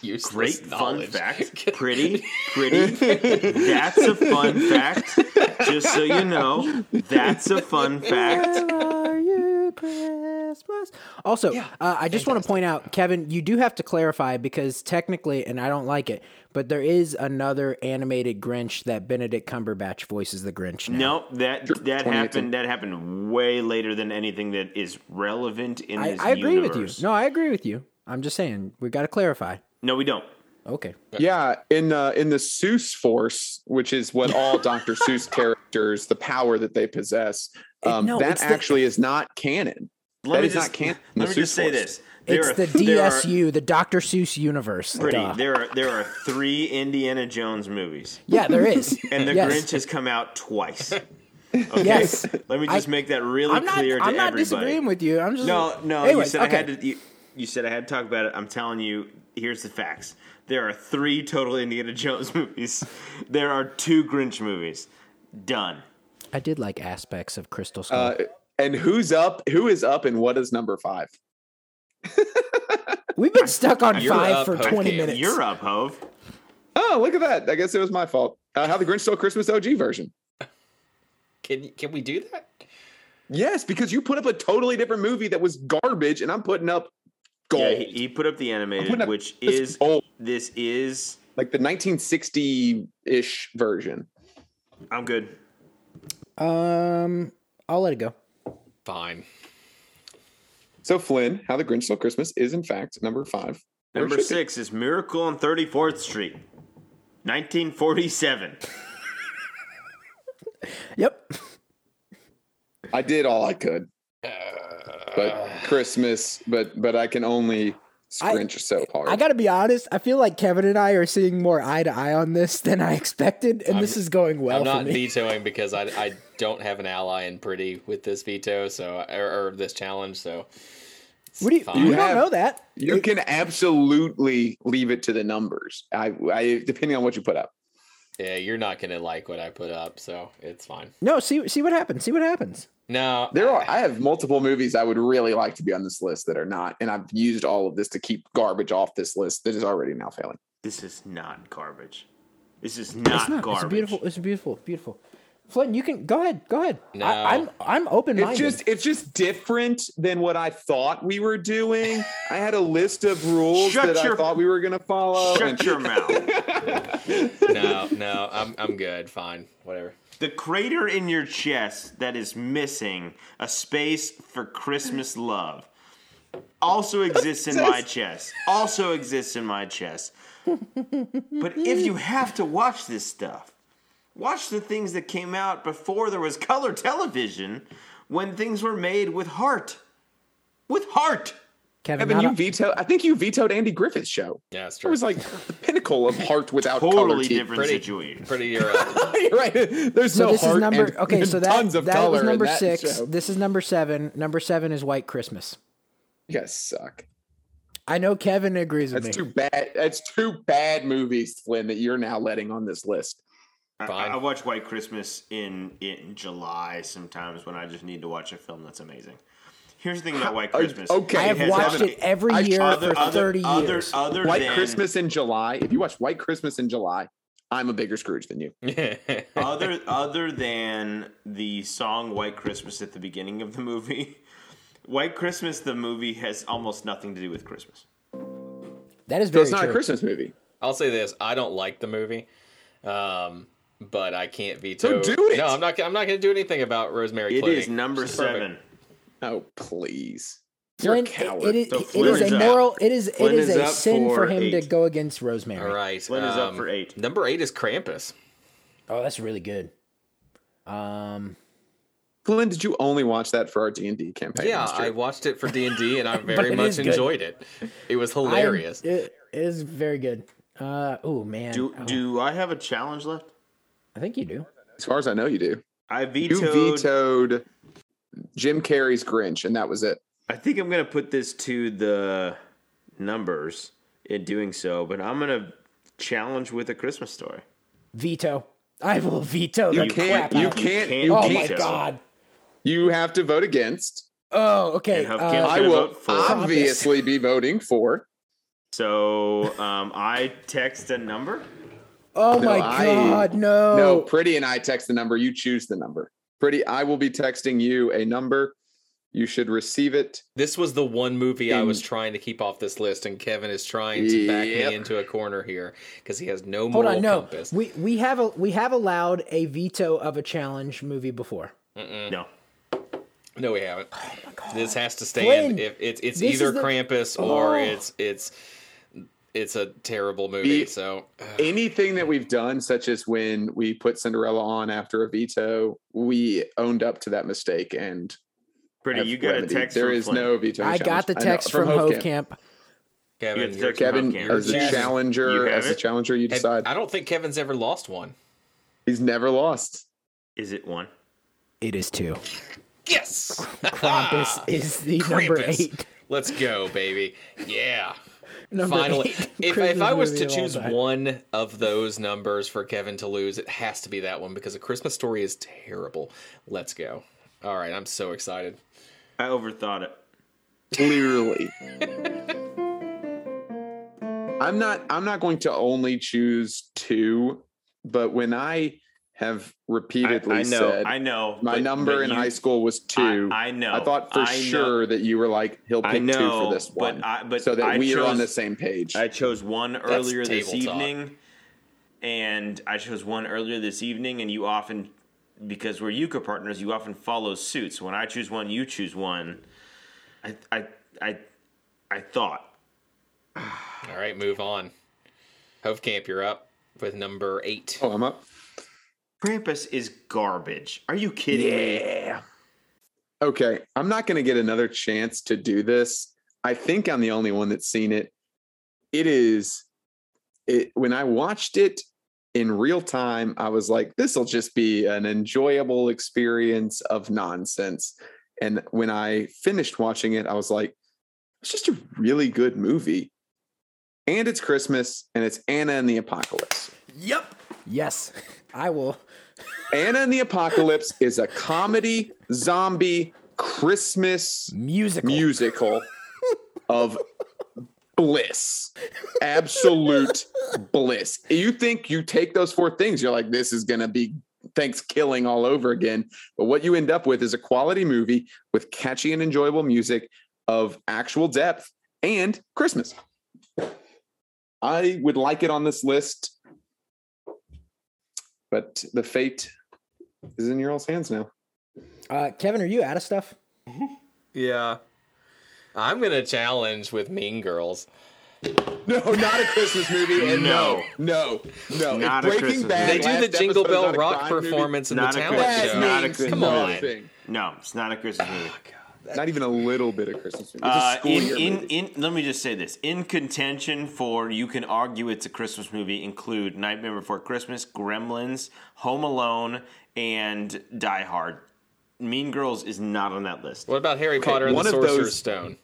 Speaker 2: Useless
Speaker 5: Great fun
Speaker 2: knowledge. <laughs>
Speaker 3: <laughs>
Speaker 5: fact. Pretty, pretty. That's a fun fact. Just so you know, that's a fun fact.
Speaker 3: Are you Christmas? Also, uh, I just want to point out, Kevin, you do have to clarify because technically, and I don't like it, but there is another animated Grinch that Benedict Cumberbatch voices the Grinch. Now.
Speaker 5: No, that that
Speaker 4: 2018.
Speaker 5: happened. That happened way later than anything that is relevant in
Speaker 3: I,
Speaker 5: this
Speaker 3: I agree
Speaker 5: universe.
Speaker 3: with you. No, I agree with you. I'm just saying we got to clarify.
Speaker 5: no, we don't.
Speaker 3: Okay.
Speaker 4: Yeah, in the in the Seuss Force, which is what all
Speaker 5: <laughs>
Speaker 4: Dr. Seuss characters, the power that they possess, um,
Speaker 3: no,
Speaker 4: that
Speaker 3: it's the-
Speaker 4: actually is not canon.
Speaker 5: Let
Speaker 4: That
Speaker 5: me
Speaker 4: is
Speaker 5: just,
Speaker 4: not
Speaker 5: <laughs>
Speaker 4: canon. in
Speaker 5: Let
Speaker 4: the
Speaker 5: me just
Speaker 4: Seuss
Speaker 5: say
Speaker 4: Force.
Speaker 5: this.
Speaker 3: it's
Speaker 5: There are-
Speaker 3: the
Speaker 5: <laughs> there are-
Speaker 3: DSU, the Dr. Seuss universe.
Speaker 5: pretty.
Speaker 3: Duh.
Speaker 5: There are there are three Indiana Jones movies,
Speaker 3: Yeah, there is.
Speaker 5: <laughs> and the
Speaker 3: Yes.
Speaker 5: Grinch has come
Speaker 3: <laughs>
Speaker 5: out twice.
Speaker 3: Yes.
Speaker 5: Let me just
Speaker 3: I-
Speaker 5: make that really
Speaker 3: I'm not.
Speaker 5: clear to
Speaker 3: I'm not
Speaker 5: everybody.
Speaker 3: disagreeing with you. I'm just
Speaker 5: No, no.
Speaker 3: Anyway,
Speaker 5: you said
Speaker 3: okay.
Speaker 5: I had to. You, you said I had to talk about it. I'm telling you, here's the facts. There are three total Indiana Jones <laughs> movies. There are two Grinch movies. Done.
Speaker 3: I did like aspects of Crystal Skull.
Speaker 4: Uh, and who's up? Who is up? And what is number five?
Speaker 3: We've been stuck on
Speaker 2: You're
Speaker 3: five
Speaker 2: up,
Speaker 3: for
Speaker 2: Hope
Speaker 3: 20
Speaker 2: Cam.
Speaker 3: minutes.
Speaker 5: You're up, Hove.
Speaker 4: Oh, look at that! I guess it was my fault. Uh, How the Grinch Stole Christmas OG version.
Speaker 2: Can can we do that?
Speaker 4: Yes, because you put up a totally different movie that was garbage, and I'm putting up gold,
Speaker 5: Yeah, he, he put up the
Speaker 4: I'm
Speaker 5: animated,
Speaker 4: putting up
Speaker 5: which
Speaker 4: this
Speaker 5: is
Speaker 4: gold,
Speaker 5: this is.
Speaker 4: like the 1960-ish version.
Speaker 5: I'm good.
Speaker 3: Um, I'll let it go.
Speaker 2: Fine.
Speaker 4: So Flynn, How the Grinch Stole Christmas is in fact number five. Or
Speaker 5: Number
Speaker 4: should be.
Speaker 5: six is Miracle on 34th Street, 1947.
Speaker 3: Yep.
Speaker 4: I did all I could,
Speaker 3: <sighs>
Speaker 4: but Christmas, but but I can only
Speaker 3: I-
Speaker 4: scrinch so hard.
Speaker 3: I got to be honest. I feel like Kevin and I are seeing more eye to eye on this than I expected, and this is going well
Speaker 2: I'm
Speaker 3: for
Speaker 2: not
Speaker 3: me.
Speaker 2: vetoing because I, I don't have an ally in pretty with this veto, so or, or this challenge. So
Speaker 3: what do you,
Speaker 2: fine.
Speaker 3: you,
Speaker 4: You
Speaker 3: don't
Speaker 4: have-
Speaker 3: know that.
Speaker 4: you
Speaker 3: It-
Speaker 4: can absolutely leave it to the numbers. I, I depending on what you put up.
Speaker 2: yeah, you're not gonna like what I put up, so it's fine.
Speaker 3: no, see see what happens. See what happens.
Speaker 2: No,
Speaker 4: There are I have multiple movies I would really like to be on this list that are not, and I've used all of this to keep garbage off this list that is already now failing.
Speaker 5: This is not garbage. This is not,
Speaker 3: It's not.
Speaker 5: garbage.
Speaker 3: It's a beautiful. It's a beautiful. Beautiful. Flynn, you can go ahead. Go ahead.
Speaker 2: No.
Speaker 3: I, I'm I'm open
Speaker 4: It's
Speaker 3: minded.
Speaker 4: just it's just different than what I thought we were doing. I had a list of rules
Speaker 5: Shut
Speaker 4: that
Speaker 5: your-
Speaker 4: I thought we were gonna follow.
Speaker 5: Shut your mouth. <laughs>
Speaker 2: no, no, I'm I'm good. Fine, whatever.
Speaker 5: The crater in your chest that is missing a space for Christmas love also exists in my chest. Also exists in my chest. But if you have to watch this stuff, watch the things that came out before there was color television when things were made with heart. With heart.
Speaker 3: Kevin,
Speaker 4: Evan,
Speaker 3: not
Speaker 4: you
Speaker 3: a-
Speaker 4: vetoed. I think you vetoed Andy Griffith's show.
Speaker 2: Yeah, that's
Speaker 4: It
Speaker 2: true.
Speaker 4: was like the pinnacle of heart without color.
Speaker 5: Totally
Speaker 4: TV.
Speaker 5: different
Speaker 2: Pretty-
Speaker 5: situation.
Speaker 2: Pretty, you're up. <laughs>
Speaker 4: You're <laughs> right. There's
Speaker 3: so
Speaker 4: no
Speaker 3: this is
Speaker 4: heart
Speaker 3: number
Speaker 4: and-
Speaker 3: okay.
Speaker 4: and
Speaker 3: So that
Speaker 4: tons of
Speaker 3: that
Speaker 4: color
Speaker 3: was
Speaker 4: in
Speaker 3: number
Speaker 4: that
Speaker 3: six.
Speaker 4: show.
Speaker 3: This is number seven. Number seven is White Christmas.
Speaker 4: You guys suck.
Speaker 3: I know Kevin agrees with
Speaker 4: That's
Speaker 3: me.
Speaker 4: too bad. That's two bad movies, Flynn, that you're now letting on this list.
Speaker 5: I-
Speaker 2: Fine.
Speaker 5: I, I watch White Christmas in in July sometimes when I just need to watch a film that's amazing. Here's the thing about White
Speaker 4: Are-
Speaker 5: Christmas.
Speaker 4: okay,
Speaker 3: I have
Speaker 5: has
Speaker 3: watched
Speaker 5: nothing-
Speaker 3: it every
Speaker 4: I-
Speaker 3: year
Speaker 5: other-
Speaker 3: for
Speaker 5: other-
Speaker 3: thirty
Speaker 5: other- uh,
Speaker 3: years.
Speaker 5: Other
Speaker 4: White
Speaker 5: than,
Speaker 4: Christmas in July. If you watch White Christmas in July, I'm a bigger Scrooge than you.
Speaker 5: other other than the song White Christmas at the beginning of the movie. <laughs> White Christmas, the movie, has almost nothing to do with Christmas.
Speaker 3: that is
Speaker 4: So
Speaker 3: very
Speaker 4: it's not
Speaker 3: true.
Speaker 4: a Christmas movie.
Speaker 2: I'll say this: I don't like the movie, um, but I can't veto.
Speaker 4: So do it!
Speaker 2: No, I'm not. I'm not going to do anything about Rosemary.
Speaker 5: It
Speaker 2: Clooney.
Speaker 5: is number
Speaker 2: She's perfect.
Speaker 5: seven.
Speaker 4: Oh, please. You're
Speaker 3: Flynn,
Speaker 4: a
Speaker 3: it-
Speaker 4: coward.
Speaker 3: it is,
Speaker 5: So
Speaker 3: it
Speaker 5: Flynn
Speaker 3: is
Speaker 5: is
Speaker 3: a
Speaker 5: up.
Speaker 3: moral. It is
Speaker 5: Flynn
Speaker 3: it is,
Speaker 5: is
Speaker 3: a
Speaker 5: up
Speaker 3: sin for
Speaker 5: for
Speaker 3: him to
Speaker 5: eight.
Speaker 3: go against Rosemary.
Speaker 2: All right, um,
Speaker 5: Flynn is up for eight.
Speaker 2: Number eight is Krampus.
Speaker 3: Oh, that's really good. Um,
Speaker 4: Glenn, did you only watch that for our D and D campaign?
Speaker 2: Yeah,
Speaker 4: last year?
Speaker 2: I watched it for D and D, and
Speaker 3: <laughs>
Speaker 2: I very
Speaker 3: it is
Speaker 2: much
Speaker 3: good.
Speaker 2: enjoyed it. It was
Speaker 3: I am-
Speaker 2: hilarious.
Speaker 3: it- it is very good. Uh, oh man,
Speaker 5: Do do I have a challenge left?
Speaker 3: I think you do.
Speaker 4: as far as I know, you do.
Speaker 5: I
Speaker 4: You
Speaker 5: vetoed.
Speaker 4: vetoed Jim Carrey's Grinch, and that was it.
Speaker 5: I think I'm gonna put this to the numbers in doing so, but I'm gonna challenge with a Christmas story.
Speaker 3: Veto. I will veto
Speaker 4: You
Speaker 3: the
Speaker 4: can't.
Speaker 3: crap
Speaker 4: You
Speaker 3: out.
Speaker 4: can't.
Speaker 5: can't
Speaker 4: You
Speaker 3: oh
Speaker 4: can't.
Speaker 3: my
Speaker 5: veto.
Speaker 3: god.
Speaker 4: You have to vote against.
Speaker 3: Oh, okay.
Speaker 5: And Huff
Speaker 3: uh,
Speaker 5: can't-
Speaker 4: I
Speaker 5: gonna
Speaker 4: will
Speaker 5: vote for.
Speaker 4: obviously be voting for.
Speaker 5: So um, I text a number.
Speaker 3: oh my
Speaker 4: No, I-
Speaker 3: god, no.
Speaker 4: No, Pretty and I text the number. You choose the number. Pretty, I will be texting you a number. You should receive it.
Speaker 2: This was the one movie I
Speaker 4: In-
Speaker 2: was trying to keep off this list, and Kevin is trying to back
Speaker 4: Yep.
Speaker 2: me into a corner here because he has no
Speaker 3: Hold
Speaker 2: moral
Speaker 3: on, no.
Speaker 2: compass.
Speaker 3: We we have a we have allowed a veto of a challenge movie before.
Speaker 4: Mm.
Speaker 5: No.
Speaker 2: No, we haven't.
Speaker 3: Oh
Speaker 2: This has to stand.
Speaker 3: Blaine,
Speaker 2: if it's it's
Speaker 3: this
Speaker 2: either
Speaker 3: is the-
Speaker 2: Krampus or
Speaker 3: Oh.
Speaker 2: it's it's it's a terrible movie.
Speaker 4: Be-
Speaker 2: so uh,
Speaker 4: Anything that we've done, such as when we put Cinderella on after a veto, we owned up to that mistake and
Speaker 5: Pretty,
Speaker 4: have
Speaker 5: you got
Speaker 4: remedied.
Speaker 5: a text.
Speaker 4: There
Speaker 5: from
Speaker 4: is
Speaker 5: Flynn.
Speaker 4: no veto.
Speaker 3: I
Speaker 4: challenge.
Speaker 3: got the
Speaker 4: know,
Speaker 3: text from, Hove Camp.
Speaker 5: You
Speaker 2: Kevin,
Speaker 5: have to
Speaker 2: you're-
Speaker 5: text
Speaker 4: Kevin
Speaker 5: Hove Camp.
Speaker 4: as the
Speaker 3: Yes.
Speaker 5: You
Speaker 4: challenger.
Speaker 5: have
Speaker 4: As the
Speaker 5: it?
Speaker 4: challenger, you
Speaker 2: and
Speaker 4: decide.
Speaker 2: I don't think Kevin's ever lost one.
Speaker 4: He's never lost.
Speaker 5: Is it one?
Speaker 3: It is two.
Speaker 2: Yes,
Speaker 3: <laughs>
Speaker 2: <laughs>
Speaker 3: Ah, Krampus is the number
Speaker 2: Krampus.
Speaker 3: eight.
Speaker 2: Let's go, baby. Yeah.
Speaker 3: Number <laughs>
Speaker 2: Finally,
Speaker 3: eight
Speaker 2: if, if
Speaker 3: Christmas
Speaker 2: I was
Speaker 3: movie
Speaker 2: to
Speaker 3: of all
Speaker 2: choose
Speaker 3: time.
Speaker 2: one of those numbers for Kevin to lose, it has to be that one because A Christmas Story is terrible. Let's go. All right, I'm so excited.
Speaker 5: I overthought it. <laughs>
Speaker 4: clearly. I'm not I'm not going to only choose two, but when I have
Speaker 5: I,
Speaker 4: repeatedly
Speaker 5: I know.
Speaker 4: said
Speaker 5: I know.
Speaker 4: my
Speaker 5: but-
Speaker 4: number
Speaker 5: but
Speaker 4: in
Speaker 5: you-
Speaker 4: high school was two.
Speaker 5: I know.
Speaker 4: thought for
Speaker 5: I know.
Speaker 4: sure that you were like, he'll
Speaker 5: I
Speaker 4: pick two
Speaker 5: know,
Speaker 4: for this
Speaker 5: but
Speaker 4: one.
Speaker 5: I- but
Speaker 4: so that
Speaker 5: I
Speaker 4: we are on
Speaker 5: chose-
Speaker 4: the same page.
Speaker 5: I chose one earlier this
Speaker 2: table talk.
Speaker 5: evening, and I chose one earlier this evening, and you often, because we're Yuka partners, you often follow suit. So when I choose one, you choose one. I I I, I thought
Speaker 2: All right, move on. Hovcamp, you're up with number eight.
Speaker 4: oh, I'm up.
Speaker 5: Krampus is garbage. Are you kidding me?
Speaker 4: Okay. I'm not going to get another chance to do this. I think I'm the only one that's seen it. It is it when I watched it in real time, I was like, this will just be an enjoyable experience of nonsense. And when I finished watching it, I was like, it's just a really good movie. And it's Christmas and it's Anna and the Apocalypse.
Speaker 3: Yes, I will.
Speaker 4: Anna and the Apocalypse is a comedy zombie Christmas
Speaker 3: Musical.
Speaker 4: musical of bliss absolute bliss you think you take those four things you're like this is going to be thanks killing all over again but what you end up with is a quality movie with catchy and enjoyable music of actual depth and christmas i would like it on this list but the fate is in your all's hands now
Speaker 3: Uh, Kevin, are you out of stuff?
Speaker 2: Yeah. I'm gonna challenge with Mean Girls.
Speaker 4: No, not a Christmas movie. And no, no, no.
Speaker 5: Not a
Speaker 4: If Breaking
Speaker 5: Christmas
Speaker 4: Bad.
Speaker 2: They
Speaker 5: movie.
Speaker 2: do
Speaker 4: last
Speaker 2: the Jingle
Speaker 4: episode's
Speaker 2: Bell
Speaker 4: not a
Speaker 2: Rock
Speaker 4: crime movie,
Speaker 2: performance in the
Speaker 5: Not a
Speaker 2: talent
Speaker 5: Christmas-
Speaker 4: That
Speaker 2: show.
Speaker 5: not a
Speaker 4: means
Speaker 5: Christmas
Speaker 2: Come on.
Speaker 4: nothing.
Speaker 5: No, it's not a Christmas movie.
Speaker 4: Not even a little bit of Christmas movie. It's
Speaker 5: Uh,
Speaker 4: a school year
Speaker 5: in,
Speaker 4: movie.
Speaker 5: in, in, let me just say this: in contention for you can argue it's a Christmas movie include Nightmare Before Christmas, Gremlins, Home Alone, and Die Hard. Mean Girls is not on that list.
Speaker 2: What about Harry Potter and
Speaker 4: one
Speaker 2: the
Speaker 4: of
Speaker 2: Sorcerer's
Speaker 4: those-
Speaker 2: Stone?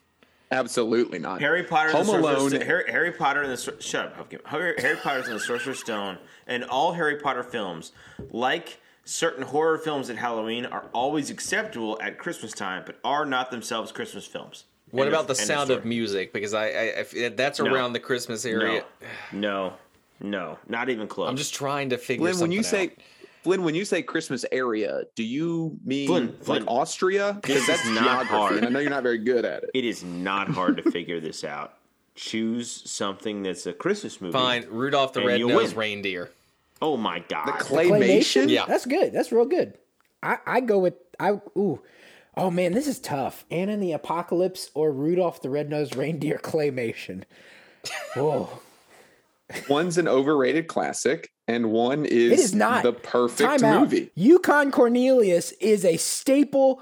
Speaker 4: Absolutely not.
Speaker 5: Harry Potter,
Speaker 4: Home
Speaker 5: and the Sorcerer's
Speaker 4: Alone.
Speaker 5: Sto- Harry, Harry Potter and the Sor- shut up. Hopkins. Harry, Harry Potter's and the Sorcerer's Stone, and all Harry Potter films, like certain horror films at Halloween, are always acceptable at Christmas time, but are not themselves Christmas films.
Speaker 2: What
Speaker 5: End
Speaker 2: about the
Speaker 5: end
Speaker 2: sound
Speaker 5: story.
Speaker 2: of music? Because I, I if that's
Speaker 5: No.
Speaker 2: around the Christmas area.
Speaker 5: <sighs> No, no, no, not even close.
Speaker 2: I'm just trying to figure
Speaker 4: Flynn,
Speaker 2: something
Speaker 4: when you say.
Speaker 2: out.
Speaker 4: Flynn, when you say Christmas area, do you mean
Speaker 5: Flynn, Flynn,
Speaker 4: like Austria?
Speaker 5: this
Speaker 4: Because that's
Speaker 5: is not
Speaker 4: geography,
Speaker 5: hard.
Speaker 4: and I know you're not very good at it.
Speaker 5: It is not hard to figure this out. Choose something that's a Christmas movie.
Speaker 2: Fine, Rudolph the
Speaker 5: And you'll
Speaker 2: Red-Nosed
Speaker 5: win.
Speaker 2: Reindeer.
Speaker 5: Oh my god.
Speaker 4: Claymation.
Speaker 2: Yeah.
Speaker 3: That's good. That's real good. I, I go with I ooh. Oh man, this is tough. Anna and the Apocalypse or Rudolph the Red-Nosed Reindeer claymation.
Speaker 2: <laughs>
Speaker 3: Whoa.
Speaker 4: One's an overrated classic, and one is,
Speaker 3: It is not
Speaker 4: the perfect
Speaker 3: Time out.
Speaker 4: movie.
Speaker 3: Yukon Cornelius is a staple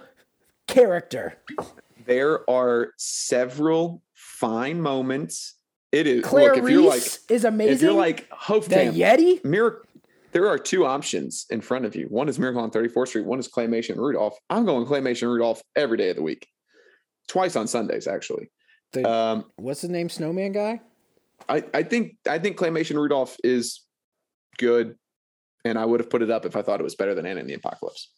Speaker 3: character.
Speaker 4: There are several fine moments. It is
Speaker 3: Claire
Speaker 4: look if you're like
Speaker 3: Reese is amazing.
Speaker 4: If you're like
Speaker 3: the
Speaker 4: Hofkamp,
Speaker 3: Yeti?
Speaker 4: Mir- there are two options in front of you. One is Miracle on 34th Street. One is Claymation Rudolph. I'm going Claymation Rudolph every day of the week, twice on Sundays actually.
Speaker 3: The-
Speaker 4: Um,
Speaker 3: Uh, What's his name? Snowman guy?
Speaker 4: I, I think I think Claymation Rudolph is good, and I would have put it up if I thought it was better than Anna and the Apocalypse.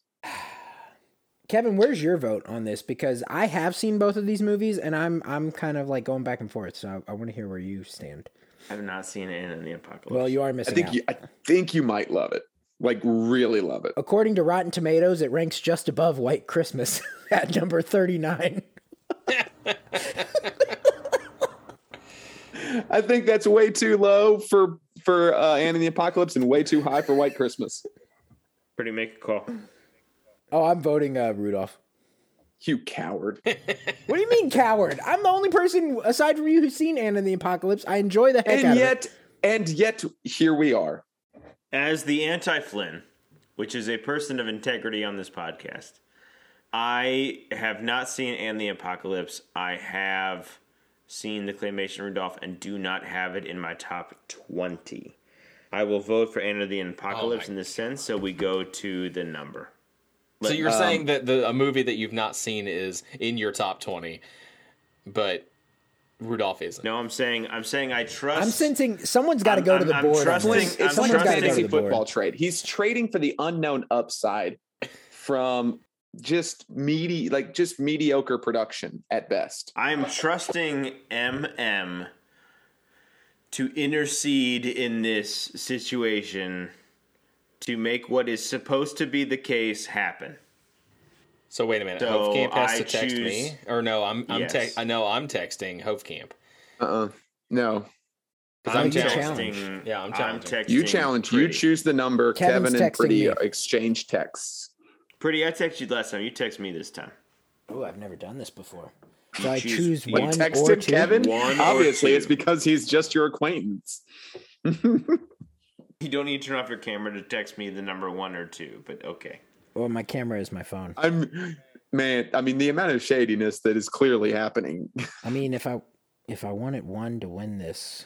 Speaker 3: Kevin, where's your vote on this? Because I have seen both of these movies and I'm I'm kind of like going back and forth, so I, I want to hear where you stand.
Speaker 5: I've not seen it in the apocalypse.
Speaker 3: Well, you are
Speaker 4: I
Speaker 3: missing
Speaker 4: think
Speaker 3: out.
Speaker 4: you, I think you might love it, like really love it.
Speaker 3: According to Rotten Tomatoes, it ranks just above White Christmas <laughs> at number 39.
Speaker 4: I think that's way too low for for uh, Anna and the Apocalypse, and way too high for White Christmas.
Speaker 5: pretty make a call.
Speaker 3: Oh, I'm voting uh, Rudolph.
Speaker 4: You
Speaker 3: <laughs>
Speaker 4: coward.
Speaker 3: What do you mean, coward? I'm the only person aside from you who's seen Anne and the Apocalypse. I enjoy the heck out
Speaker 4: and
Speaker 3: of
Speaker 4: yet, and yet, here we are.
Speaker 5: As the anti Flynn, which is a person of integrity on this podcast, I have not seen And the Apocalypse. I have seen the Claymation Rudolph and do not have it in my top 20. I will vote for Anna the Apocalypse in this sense, so we go to the number.
Speaker 2: So you're
Speaker 5: um,
Speaker 2: saying that the a movie that you've not seen is in your top 20, but Rudolph isn't.
Speaker 5: No, I'm saying I'm saying I trust.
Speaker 3: I'm sensing someone's got to
Speaker 5: I'm-
Speaker 3: go to the
Speaker 5: I'm- I'm
Speaker 3: board. on
Speaker 5: trusting-
Speaker 3: this.
Speaker 5: I'm
Speaker 4: It's
Speaker 3: Someone's
Speaker 4: a
Speaker 3: got to go
Speaker 5: trusting-
Speaker 4: fantasy
Speaker 3: to the
Speaker 4: football
Speaker 3: board.
Speaker 4: trade. He's trading for the unknown upside from just meaty, like just mediocre production at best.
Speaker 5: I'm trusting MM to intercede in this situation to make what is supposed to be the case happen.
Speaker 2: So wait a minute.
Speaker 5: So
Speaker 2: Hofkamp has
Speaker 5: I
Speaker 2: to text
Speaker 5: choose-
Speaker 2: me, or no? I'm I'm
Speaker 5: Yes.
Speaker 2: te- I know I'm texting Hofkamp
Speaker 4: Uh uh No.
Speaker 2: because I'm
Speaker 3: you
Speaker 2: challenging.
Speaker 3: challenge.
Speaker 5: texting-
Speaker 2: Yeah, I'm challenging.
Speaker 5: texting.
Speaker 4: You challenge, you
Speaker 5: Pretty.
Speaker 4: choose the number.
Speaker 3: Kevin's
Speaker 4: Kevin and
Speaker 3: texting
Speaker 4: Pretty
Speaker 3: me.
Speaker 4: exchange texts.
Speaker 5: Pretty, I texted you last time. You text me this time.
Speaker 3: Oh, I've never done this before. So I
Speaker 5: choose-
Speaker 3: choose
Speaker 5: you
Speaker 4: When
Speaker 3: one or
Speaker 4: texted
Speaker 3: two.
Speaker 4: Kevin,
Speaker 5: One or
Speaker 4: obviously
Speaker 5: two.
Speaker 4: it's because he's just your acquaintance.
Speaker 5: You don't need to turn off your camera to text me the number one or two, but okay.
Speaker 3: Well, my camera is my phone.
Speaker 4: I'm man, I mean the amount of shadiness that is clearly happening. <laughs>
Speaker 3: I mean, if I if I wanted one to win this,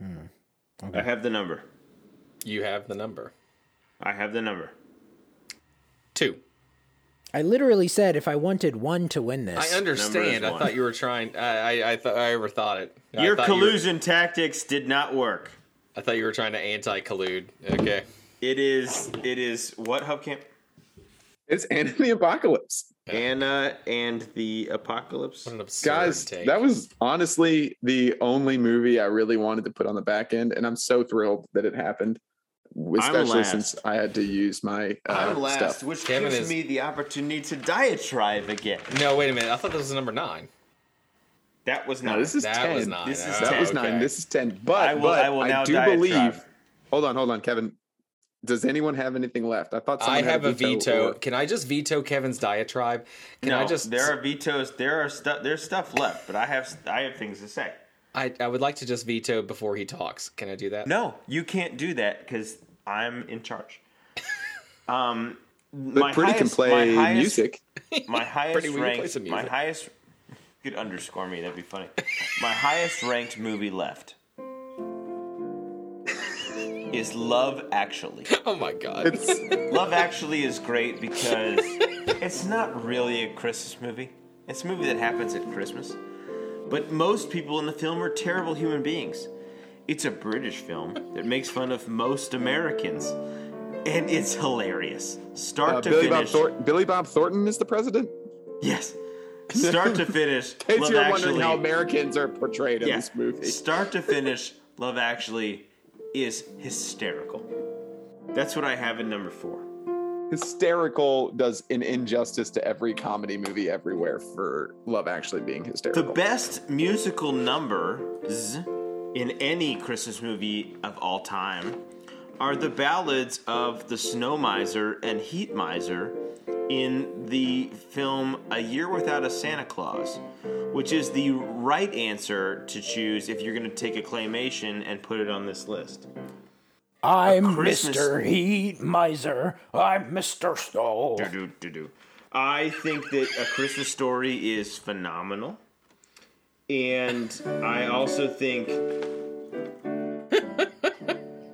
Speaker 5: I have the number.
Speaker 2: You have the number
Speaker 5: I have the number.
Speaker 2: two.
Speaker 3: I literally said if I wanted one to win
Speaker 2: I
Speaker 3: this.
Speaker 2: understand. I
Speaker 5: one.
Speaker 2: thought you were trying. I I I, thought I overthought it. I
Speaker 5: Your
Speaker 2: thought you were-
Speaker 5: collusion tactics did not work.
Speaker 2: I thought you were trying to anti collude. Okay.
Speaker 5: It is it is what Hubcamp?
Speaker 4: It's and the apocalypse.
Speaker 5: Anna and the Apocalypse.
Speaker 2: What an absurd
Speaker 4: Guys,
Speaker 2: take.
Speaker 4: that was honestly the only movie I really wanted to put on the back end, and I'm so thrilled that it happened. Especially
Speaker 5: last.
Speaker 4: since I had to use my uh,
Speaker 5: I'm last,
Speaker 4: stuff.
Speaker 5: which
Speaker 2: Kevin
Speaker 5: gives
Speaker 2: is-
Speaker 5: me the opportunity to diatribe again.
Speaker 2: no, wait a minute. I thought this was number nine.
Speaker 5: That was not.
Speaker 4: No, this is
Speaker 2: that
Speaker 4: ten.
Speaker 2: was nine.
Speaker 5: This is
Speaker 2: Oh,
Speaker 4: That was
Speaker 2: okay.
Speaker 4: nine. This is ten. But
Speaker 5: I
Speaker 4: I,
Speaker 5: will.
Speaker 4: but
Speaker 5: I will now
Speaker 4: I do
Speaker 5: diatribe.
Speaker 4: believe. Hold on, hold on, Kevin. Does anyone have anything left? I thought someone
Speaker 2: I have a veto.
Speaker 4: or-
Speaker 2: Can I just veto Kevin's diatribe? Can
Speaker 5: No,
Speaker 2: I just
Speaker 5: there are vetoes. There are stuff. There's stuff left, but I have. I have things to say.
Speaker 2: I, I would like to just veto before he talks. Can I do that?
Speaker 5: No, you can't do that because I'm in charge. Um,
Speaker 4: But
Speaker 5: my
Speaker 4: Pretty can
Speaker 5: highest-
Speaker 4: play
Speaker 5: my highest-
Speaker 4: music.
Speaker 5: My highest
Speaker 2: Pretty, will you play
Speaker 5: ranked.
Speaker 2: some
Speaker 5: My
Speaker 2: music?
Speaker 5: highest. You could underscore me. That'd be funny. my highest ranked movie left is Love Actually.
Speaker 2: Oh my god.
Speaker 4: It's <laughs>
Speaker 5: Love Actually is great because it's not really a Christmas movie. It's a movie that happens at Christmas. But most people in the film are terrible human beings. It's a British film that makes fun of most Americans. And it's hilarious. Start
Speaker 4: uh,
Speaker 5: to
Speaker 4: Billy, Bob
Speaker 5: finish.
Speaker 4: Thor- Billy Bob Thornton is the president.
Speaker 5: yes. Start to
Speaker 4: <laughs>
Speaker 5: finish.
Speaker 4: In case
Speaker 5: Love
Speaker 4: you're
Speaker 5: Actually.
Speaker 4: wondering how Americans are portrayed in
Speaker 5: yeah.
Speaker 4: this movie. <laughs>
Speaker 5: Start to finish, Love Actually is hysterical. That's what I have in number four.
Speaker 4: hysterical does an injustice to every comedy movie everywhere for love actually being
Speaker 5: The
Speaker 4: hysterical.
Speaker 5: best musical numbers in any Christmas movie of all time are the ballads of the Snow Miser and Heat Miser in the film A Year Without a Santa Claus, which is the right answer to choose if you're going to take a claymation and put it on this list.
Speaker 3: I'm
Speaker 5: Christmas-
Speaker 3: Mr. Heat Miser. I'm Mr. Snow.
Speaker 5: Do, do, do. I think that A Christmas Story is phenomenal. And I also think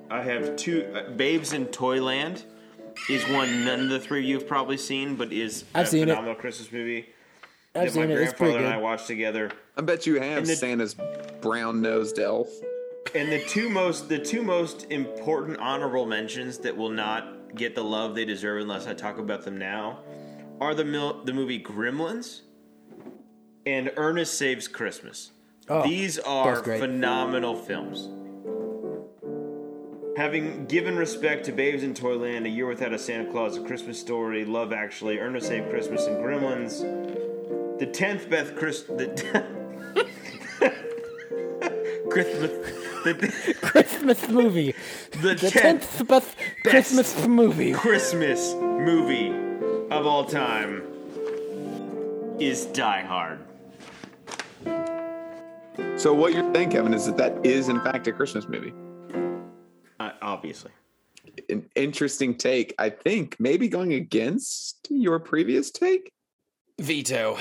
Speaker 5: I have two uh, Babes in Toyland is one none of the three of you have probably seen, but is
Speaker 3: I've
Speaker 5: a
Speaker 3: seen it.
Speaker 5: phenomenal Christmas movie
Speaker 3: I've
Speaker 5: that my
Speaker 3: seen it. It's
Speaker 5: grandfather
Speaker 3: pretty
Speaker 5: and I
Speaker 3: good.
Speaker 5: watched together.
Speaker 4: I bet you have
Speaker 5: And the-
Speaker 4: Santa's brown nosed elf.
Speaker 5: And the two most the two most important honorable mentions that will not get the love they deserve unless I talk about them now are the mil- the movie Gremlins and Ernest Saves Christmas.
Speaker 3: Oh,
Speaker 5: These are
Speaker 3: great.
Speaker 5: phenomenal films. Having given respect to Babes in Toyland, A Year Without a Santa Claus, A Christmas Story, Love Actually, Ernest Saved Christmas, and Gremlins, the tenth best Chris the <laughs> Christmas the,
Speaker 3: Christmas
Speaker 5: <laughs>
Speaker 3: movie.
Speaker 5: the
Speaker 3: The
Speaker 5: tenth
Speaker 3: tenth best Christmas
Speaker 5: <laughs>
Speaker 3: movie.
Speaker 5: Christmas movie of all time is Die Hard.
Speaker 4: So what you're saying, Kevin, is that that is in fact a Christmas movie.
Speaker 5: Uh, obviously.
Speaker 4: An interesting take, I think. Maybe going against your previous take.
Speaker 2: veto.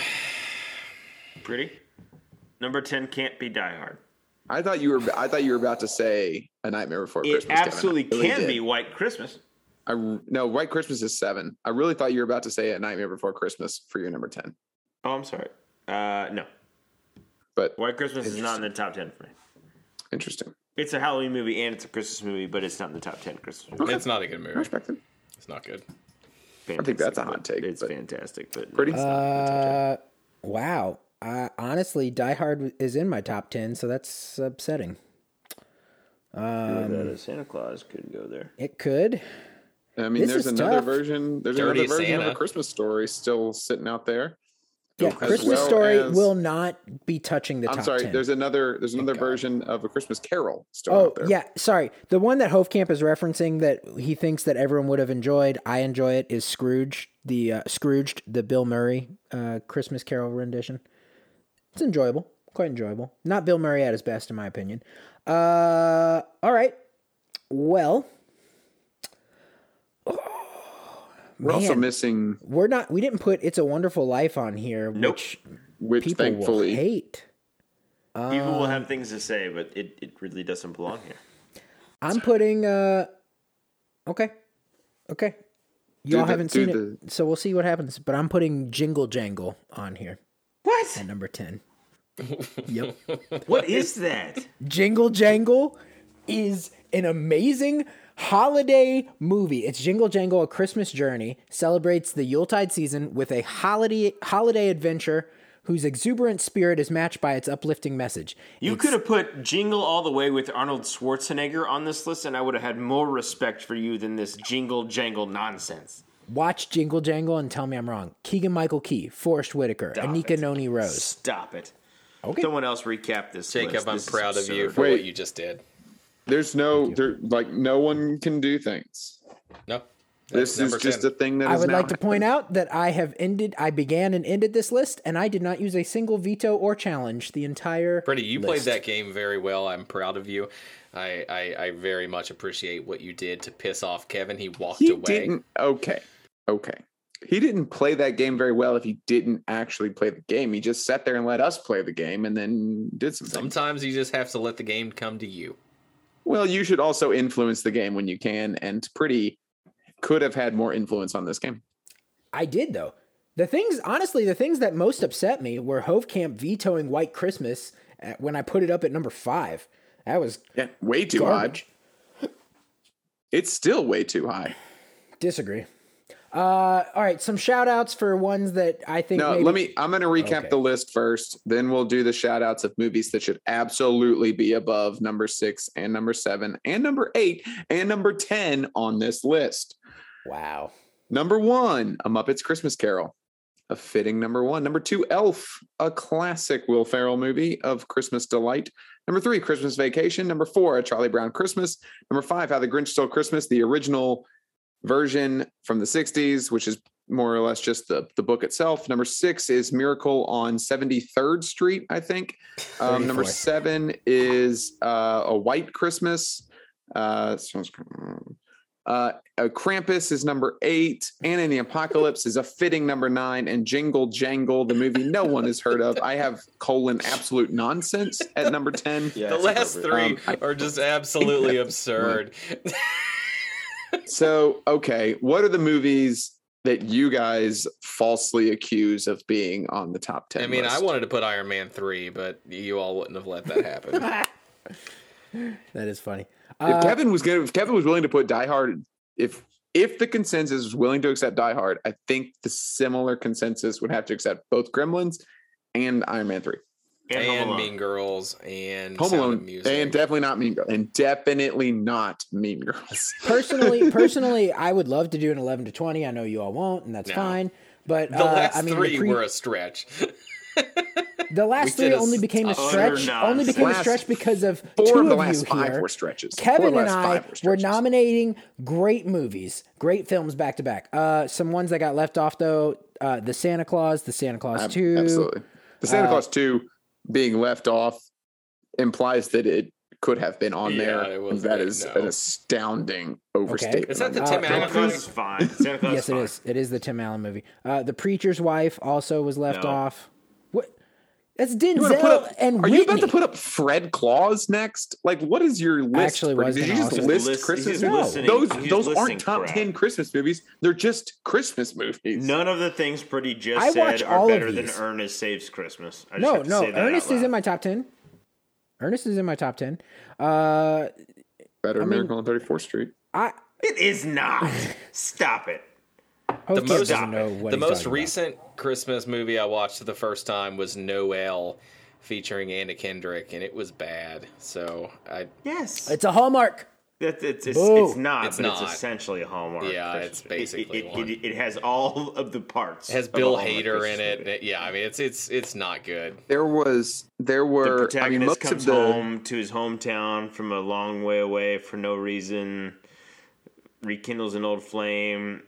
Speaker 5: Pretty? Number 10 can't be Die Hard.
Speaker 4: I thought you were. I thought you were about to say a Nightmare Before
Speaker 5: It
Speaker 4: Christmas. Kevin. I
Speaker 5: absolutely
Speaker 4: really
Speaker 5: can
Speaker 4: did.
Speaker 5: be White Christmas.
Speaker 4: I no. White Christmas is seven. I really thought you were about to say a Nightmare Before Christmas for your number ten.
Speaker 5: Oh, I'm sorry. Uh, no.
Speaker 4: but
Speaker 5: White Christmas is not in the top ten for me.
Speaker 4: interesting.
Speaker 5: It's a Halloween movie and it's a Christmas movie, but it's not in the top ten Christmas. Movies.
Speaker 2: It's not a good
Speaker 4: I
Speaker 2: movie.
Speaker 4: respect it.
Speaker 2: It's not good.
Speaker 4: I think that's a
Speaker 5: Fantastic,
Speaker 4: hot
Speaker 5: but
Speaker 4: take,
Speaker 5: It's
Speaker 4: but-
Speaker 5: fantastic, but
Speaker 4: Pretty.
Speaker 3: Uh, wow. Uh, honestly, Die Hard is in my top ten, so that's upsetting.
Speaker 5: um, Santa Claus could go there.
Speaker 3: It could.
Speaker 4: I mean,
Speaker 3: this
Speaker 4: there's
Speaker 3: is
Speaker 4: another
Speaker 3: tough.
Speaker 4: version. There's
Speaker 2: Dirty
Speaker 4: another version of
Speaker 2: Santa.
Speaker 4: a Christmas story still sitting out there.
Speaker 3: Yeah,
Speaker 4: As
Speaker 3: Christmas
Speaker 4: well
Speaker 3: Story
Speaker 4: as-
Speaker 3: will not be touching the
Speaker 4: I'm
Speaker 3: top
Speaker 4: sorry.
Speaker 3: 10.
Speaker 4: There's another. There's another version of a Christmas Carol still
Speaker 3: oh,
Speaker 4: out there.
Speaker 3: yeah, sorry. The one that Hofkamp is referencing that he thinks that everyone would have enjoyed, I enjoy it, is Scrooge, the uh, Scrooged, the Bill Murray uh, Christmas Carol rendition. It's enjoyable, quite enjoyable. Not Bill Murray at his best, in my opinion. Uh, all right. Well,
Speaker 4: We're also
Speaker 3: Man.
Speaker 4: missing,
Speaker 3: we're not. We didn't put "It's a Wonderful Life" on here,
Speaker 5: Nope.
Speaker 3: which
Speaker 4: which
Speaker 3: people will
Speaker 4: thankfully
Speaker 3: hate.
Speaker 5: People will have things to say, but it, it really doesn't belong here.
Speaker 3: I'm putting uh okay. Okay. Y'all
Speaker 4: the-
Speaker 3: haven't
Speaker 4: do
Speaker 3: seen it. So we'll see what happens, but I'm putting Jingle Jangle on here
Speaker 5: What?
Speaker 3: at number 10.
Speaker 5: <laughs>
Speaker 3: <laughs>
Speaker 5: What is that?
Speaker 3: Jingle Jangle is an amazing holiday movie. It's Jingle Jangle: A Christmas Journey celebrates the Yuletide season with a holiday holiday adventure whose exuberant spirit is matched by its uplifting message.
Speaker 5: You could have put Jingle All the Way with Arnold Schwarzenegger on this list, and I would have had more respect for you than this jingle jangle nonsense.
Speaker 3: Watch Jingle Jangle and tell me I'm wrong. Keegan Michael Key, Forrest Whitaker, Anika
Speaker 5: it.
Speaker 3: Noni Rose.
Speaker 5: Stop it.
Speaker 3: Okay.
Speaker 5: Someone else recap this.
Speaker 2: Jacob,
Speaker 5: list.
Speaker 2: I'm
Speaker 5: This is
Speaker 2: proud of you
Speaker 5: absurd.
Speaker 2: for what
Speaker 4: Wait.
Speaker 2: you just did.
Speaker 4: there's no there like no one can do things.
Speaker 2: No. That's
Speaker 4: This is
Speaker 2: number
Speaker 4: just
Speaker 2: 10.
Speaker 4: a thing that
Speaker 3: I
Speaker 4: is
Speaker 3: would
Speaker 4: now
Speaker 3: like to point out that I have ended, I began and ended this list, and I did not use a single veto or challenge the entire.
Speaker 2: Pretty, you
Speaker 3: list.
Speaker 2: played that game very well. I'm proud of you. I, I, I very much appreciate what you did to piss off Kevin. He walked
Speaker 4: he
Speaker 2: away.
Speaker 4: didn't okay okay he didn't play that game very well if he didn't actually play the game he just sat there and let us play the game and then did something
Speaker 2: Sometimes you just have to let the game come to you.
Speaker 4: well you should also influence the game when you can and pretty could have had more influence on this game
Speaker 3: I did though. The things, honestly, the things that most upset me were Hove Camp vetoing White Christmas at, when I put it up at number five. That was
Speaker 4: yeah way too
Speaker 3: garbage.
Speaker 4: high it's still way too high
Speaker 3: Disagree. Uh, all right, some shout outs for ones that I think.
Speaker 4: no
Speaker 3: maybe-
Speaker 4: let me i'm going to recap
Speaker 3: Okay.
Speaker 4: the list first then we'll do the shout outs of movies that should absolutely be above number six and number seven and number eight and number 10 on this list
Speaker 3: Wow.
Speaker 4: Number one, A Muppet's Christmas Carol, a fitting number one. Number two, Elf, a classic Will Ferrell movie of Christmas delight. Number three, Christmas Vacation. Number four, A Charlie Brown Christmas. Number five, How the Grinch Stole Christmas, the original version from the 60s, which is more or less just the, the book itself. Number six is Miracle on 73rd Street, I think. Um, number
Speaker 3: 34th.
Speaker 4: seven is uh, A White Christmas. Uh, sounds- uh, uh, Krampus is number eight. Anna and the Apocalypse is a fitting number nine. And Jingle Jangle, the movie no one has heard of. I have colon absolute nonsense at number 10.
Speaker 5: Yeah,
Speaker 2: The
Speaker 5: it's
Speaker 2: last
Speaker 5: appropriate.
Speaker 2: three
Speaker 4: Um,
Speaker 2: are just
Speaker 4: <laughs>
Speaker 2: absolutely absurd.
Speaker 4: So, okay, what are the movies that you guys falsely accuse of being on the top 10?
Speaker 2: I mean, I
Speaker 4: list?
Speaker 2: wanted to put Iron Man 3, but you all wouldn't have let that
Speaker 4: <laughs>
Speaker 2: happen.
Speaker 3: That is funny. Uh,
Speaker 4: If Kevin was good, if Kevin was willing to put Die Hard, if if the consensus was willing to accept Die Hard, I think the similar consensus would have to accept both Gremlins and Iron Man Three,
Speaker 5: And Home
Speaker 2: and
Speaker 5: Alone.
Speaker 2: Mean Girls and
Speaker 4: Home
Speaker 2: Sound of
Speaker 4: Alone,
Speaker 2: Music.
Speaker 4: and definitely not Mean Girls, and definitely not
Speaker 3: <laughs>
Speaker 4: Mean Girls.
Speaker 3: personally,
Speaker 4: <laughs>
Speaker 3: personally, I would love to do an 11 to 20. I know you all won't, and that's
Speaker 2: No.
Speaker 3: fine. But
Speaker 2: the
Speaker 3: uh,
Speaker 2: last
Speaker 3: I mean,
Speaker 2: three
Speaker 3: the, pre-
Speaker 2: were a stretch.
Speaker 3: the last
Speaker 2: we did
Speaker 3: three
Speaker 2: a
Speaker 3: only became a
Speaker 2: utter
Speaker 3: stretch. Only
Speaker 5: nonsense.
Speaker 3: became a
Speaker 4: Last
Speaker 3: stretch because of two
Speaker 4: Four of the
Speaker 3: of
Speaker 4: last
Speaker 3: you
Speaker 4: five
Speaker 3: here.
Speaker 4: were stretches. Four of the
Speaker 3: Kevin and
Speaker 4: last
Speaker 3: I
Speaker 4: five
Speaker 3: were,
Speaker 4: stretches.
Speaker 3: nominating great movies, great films back to back. Uh, some ones that got left off though: uh, the Santa Claus, the Santa Claus
Speaker 4: Ab-
Speaker 3: Two,
Speaker 4: Absolutely. The Santa Claus 2 being left off implies that it could have been on
Speaker 2: Yeah,
Speaker 4: there.
Speaker 2: it
Speaker 4: and
Speaker 2: wasn't
Speaker 4: that
Speaker 2: it,
Speaker 4: is
Speaker 2: no.
Speaker 4: an astounding overstatement.
Speaker 2: Is
Speaker 3: Oh
Speaker 2: that the
Speaker 4: on
Speaker 2: Tim
Speaker 5: Santa
Speaker 2: Allen
Speaker 5: Claus
Speaker 2: movie?
Speaker 5: is fine. Santa Claus
Speaker 3: Yes,
Speaker 5: is
Speaker 3: it
Speaker 5: fine.
Speaker 3: is. It is the Tim Allen movie. Uh, the Preacher's Wife also was left
Speaker 5: No.
Speaker 3: off. What? That's
Speaker 4: You want to put
Speaker 3: Denzel
Speaker 4: up?
Speaker 3: and
Speaker 4: are
Speaker 3: Whitney.
Speaker 4: you about to put up Fred Claus next? Like, what is your list?
Speaker 3: actually
Speaker 4: for-
Speaker 3: was
Speaker 4: Did you
Speaker 3: gonna
Speaker 4: just
Speaker 3: also-
Speaker 4: list
Speaker 5: List-
Speaker 4: Christmas?
Speaker 5: he's
Speaker 4: movies?
Speaker 5: listening-
Speaker 4: Those
Speaker 5: he's
Speaker 4: those
Speaker 5: listing
Speaker 4: aren't top
Speaker 5: crap.
Speaker 4: ten Christmas movies. They're just Christmas movies.
Speaker 5: None of the things Pretty just
Speaker 3: I watch
Speaker 5: said
Speaker 3: all
Speaker 5: are
Speaker 3: of
Speaker 5: better than
Speaker 3: these.
Speaker 5: Ernest Saves Christmas. I just
Speaker 3: no,
Speaker 5: have to
Speaker 3: no.
Speaker 5: say that out
Speaker 3: Ernest is
Speaker 5: loud.
Speaker 3: in my top ten. Ernest is in my top ten. Uh,
Speaker 4: Better
Speaker 3: mean-
Speaker 4: Miracle on Thirty Fourth Street.
Speaker 3: I
Speaker 5: It
Speaker 3: <laughs>
Speaker 5: is not. Stop it.
Speaker 3: Hope
Speaker 2: most-
Speaker 3: doesn't know what
Speaker 2: the
Speaker 3: he's
Speaker 2: most
Speaker 3: talking about.
Speaker 2: recent Christmas movie I watched for the first time was Noel, featuring Anna Kendrick, and it was bad. So I,
Speaker 5: Yes.
Speaker 3: It's a hallmark.
Speaker 5: That- it's, it's,
Speaker 3: Boo.
Speaker 5: it's not,
Speaker 2: It's
Speaker 5: but
Speaker 2: not.
Speaker 5: it's essentially a Hallmark.
Speaker 2: Yeah,
Speaker 5: Christmas-
Speaker 2: it's basically
Speaker 5: it,
Speaker 2: one.
Speaker 5: it, it, it has all of the
Speaker 4: <laughs>
Speaker 5: parts.
Speaker 2: it has
Speaker 5: of a
Speaker 2: Bill
Speaker 5: Hallmark
Speaker 2: Hader
Speaker 5: Christmas
Speaker 2: in it. and
Speaker 5: movie.
Speaker 2: it- Yeah, I mean it's it's it's not good.
Speaker 4: There was there
Speaker 5: The
Speaker 4: were I
Speaker 5: protagonist
Speaker 4: mean most
Speaker 5: comes
Speaker 4: of the
Speaker 5: home to his hometown from a long way away for no reason. Rekindles an old flame.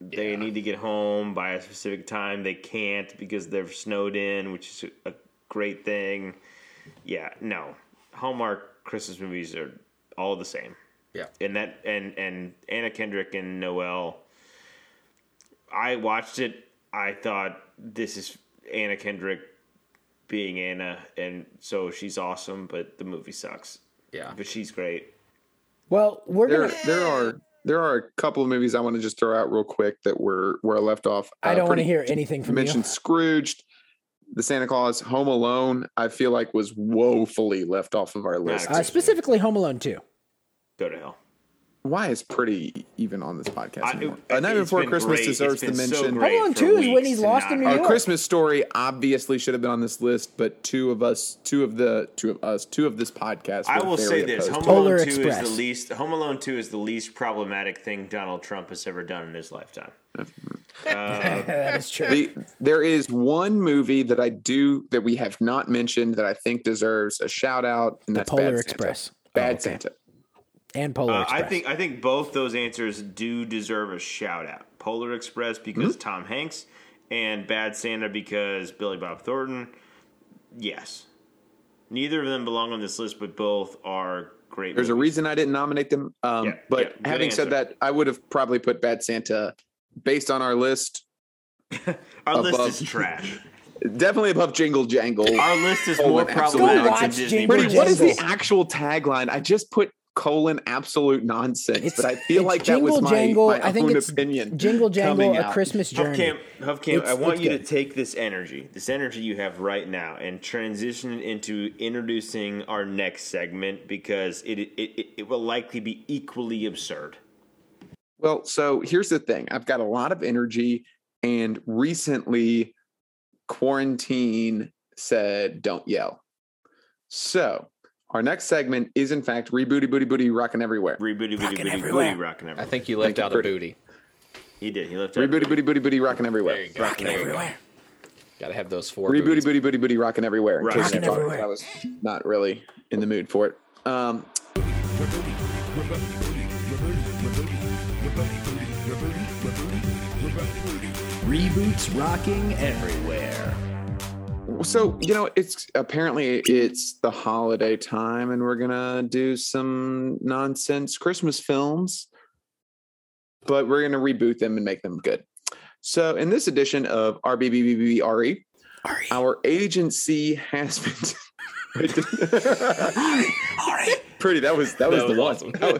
Speaker 5: They need to get home by a specific time. They can't because they're snowed in, which is a great thing. Yeah, no. Hallmark Christmas movies are all the same.
Speaker 2: Yeah.
Speaker 5: and that and and Anna Kendrick and Noel. I watched it. I thought this is Anna Kendrick being Anna, and so she's awesome. But the movie sucks.
Speaker 2: Yeah.
Speaker 5: but she's great.
Speaker 3: Well, we're
Speaker 4: there
Speaker 3: gonna.
Speaker 4: there are there are a couple of movies I want to just throw out real quick that were where I left off.
Speaker 3: I
Speaker 4: Uh,
Speaker 3: don't want
Speaker 4: pretty-
Speaker 3: to hear anything
Speaker 4: You
Speaker 3: from you.
Speaker 4: mentioned Scrooged, the Santa Claus, Home Alone. I feel like was woefully left off of our list.
Speaker 3: Uh, specifically, Home Alone Two. <laughs>
Speaker 5: Go to hell.
Speaker 4: Why is Pretty even on this podcast
Speaker 5: I-
Speaker 4: anymore?
Speaker 5: it-
Speaker 4: A Night
Speaker 5: it's
Speaker 4: Before
Speaker 5: been
Speaker 4: Christmas
Speaker 5: great.
Speaker 4: deserves to
Speaker 5: It's been so
Speaker 4: mention.
Speaker 5: great
Speaker 3: Home Alone
Speaker 5: for
Speaker 3: 2 is when
Speaker 5: weeks
Speaker 3: he's
Speaker 5: to
Speaker 3: lost in
Speaker 5: not-
Speaker 3: New
Speaker 4: Our
Speaker 3: York.
Speaker 4: Christmas story obviously should have been on this list, but two of us, two of the, two of us, two of this podcast.
Speaker 5: I
Speaker 4: were
Speaker 5: will
Speaker 4: very
Speaker 5: say this:
Speaker 4: opposed
Speaker 5: Home
Speaker 4: to it.
Speaker 3: Polar
Speaker 5: Alone Two
Speaker 3: Express.
Speaker 5: is the least. Home Alone Two is the least problematic thing Donald Trump has ever done in his lifetime.
Speaker 4: Uh,
Speaker 3: That is
Speaker 4: <laughs>
Speaker 3: true.
Speaker 4: The, there is one movie that I do that we have not mentioned that I think deserves a shout out, and that's
Speaker 3: Polar
Speaker 4: Bad
Speaker 3: Express.
Speaker 4: Santa. Bad
Speaker 3: Oh, okay.
Speaker 4: Santa.
Speaker 3: and Polar
Speaker 5: Uh, I
Speaker 3: Express.
Speaker 5: think I think both those answers do deserve a shout out. Polar Express because
Speaker 3: Mm-hmm.
Speaker 5: Tom Hanks, and Bad Santa because Billy Bob Thornton. Yes, neither of them belong on this list, but both are great.
Speaker 4: There's a
Speaker 5: movies.
Speaker 4: reason I didn't nominate them. Um,
Speaker 5: Yeah, yeah,
Speaker 4: but
Speaker 5: good
Speaker 4: having
Speaker 5: answer.
Speaker 4: said that, I would have probably put Bad Santa based on our list,
Speaker 5: Our
Speaker 4: above-
Speaker 5: list is trash.
Speaker 4: definitely above Jingle Jangle.
Speaker 5: Our
Speaker 4: <laughs>
Speaker 5: list is
Speaker 4: Oh,
Speaker 5: more
Speaker 4: and absolutely.
Speaker 5: problematic
Speaker 3: Go
Speaker 5: than
Speaker 3: watch
Speaker 5: Disney.
Speaker 3: Jingle
Speaker 5: Plus.
Speaker 4: Pretty, what is the
Speaker 3: Jangle.
Speaker 4: actual tagline? I just put colon absolute nonsense,
Speaker 3: It's-
Speaker 4: but I feel
Speaker 3: it's
Speaker 4: like that was
Speaker 3: Jingle
Speaker 4: my,
Speaker 3: Jangle.
Speaker 4: my
Speaker 3: I think
Speaker 4: own
Speaker 3: it's
Speaker 4: opinion.
Speaker 3: Jingle Jangle,
Speaker 4: coming
Speaker 3: A
Speaker 4: out. Oh,
Speaker 3: Christmas Journey.
Speaker 5: Huffcamp, Huffcamp,
Speaker 3: It's-
Speaker 5: I want
Speaker 3: it's
Speaker 5: you
Speaker 3: good.
Speaker 5: to take this energy, this energy you have right now, and transition it into introducing our next segment because it it, it, it will likely be equally absurd.
Speaker 4: Well, so here's the thing. I've got a lot of energy, and recently, quarantine said, "Don't yell." So our next segment is, in fact, rebooty booty booty rocking everywhere.
Speaker 5: Rebooty, booty, booty,
Speaker 3: everywhere.
Speaker 5: booty, rocking
Speaker 2: I
Speaker 5: everywhere.
Speaker 2: think you left
Speaker 4: you,
Speaker 2: out a
Speaker 4: Pretty.
Speaker 2: booty.
Speaker 5: He did. He left. out-
Speaker 4: Rebooty booty booty booty rocking everywhere.
Speaker 2: There you go. Rocking everywhere. Got to have those four.
Speaker 4: Rebooty,
Speaker 2: booties.
Speaker 4: booty, booty, booty, rocking everywhere. In
Speaker 5: Rockin'
Speaker 4: case you thought
Speaker 3: everywhere.
Speaker 4: I was not really in the mood for it. Um,
Speaker 6: Reboots rocking everywhere.
Speaker 4: so you know, it's apparently it's the holiday time, and we're gonna do some nonsense Christmas films, but we're gonna reboot them and make them good. So, in this edition of RBBBBRE, our agency has <laughs> been. Pretty. That was that was
Speaker 2: That
Speaker 4: the
Speaker 2: was
Speaker 4: one.
Speaker 2: awesome.
Speaker 4: That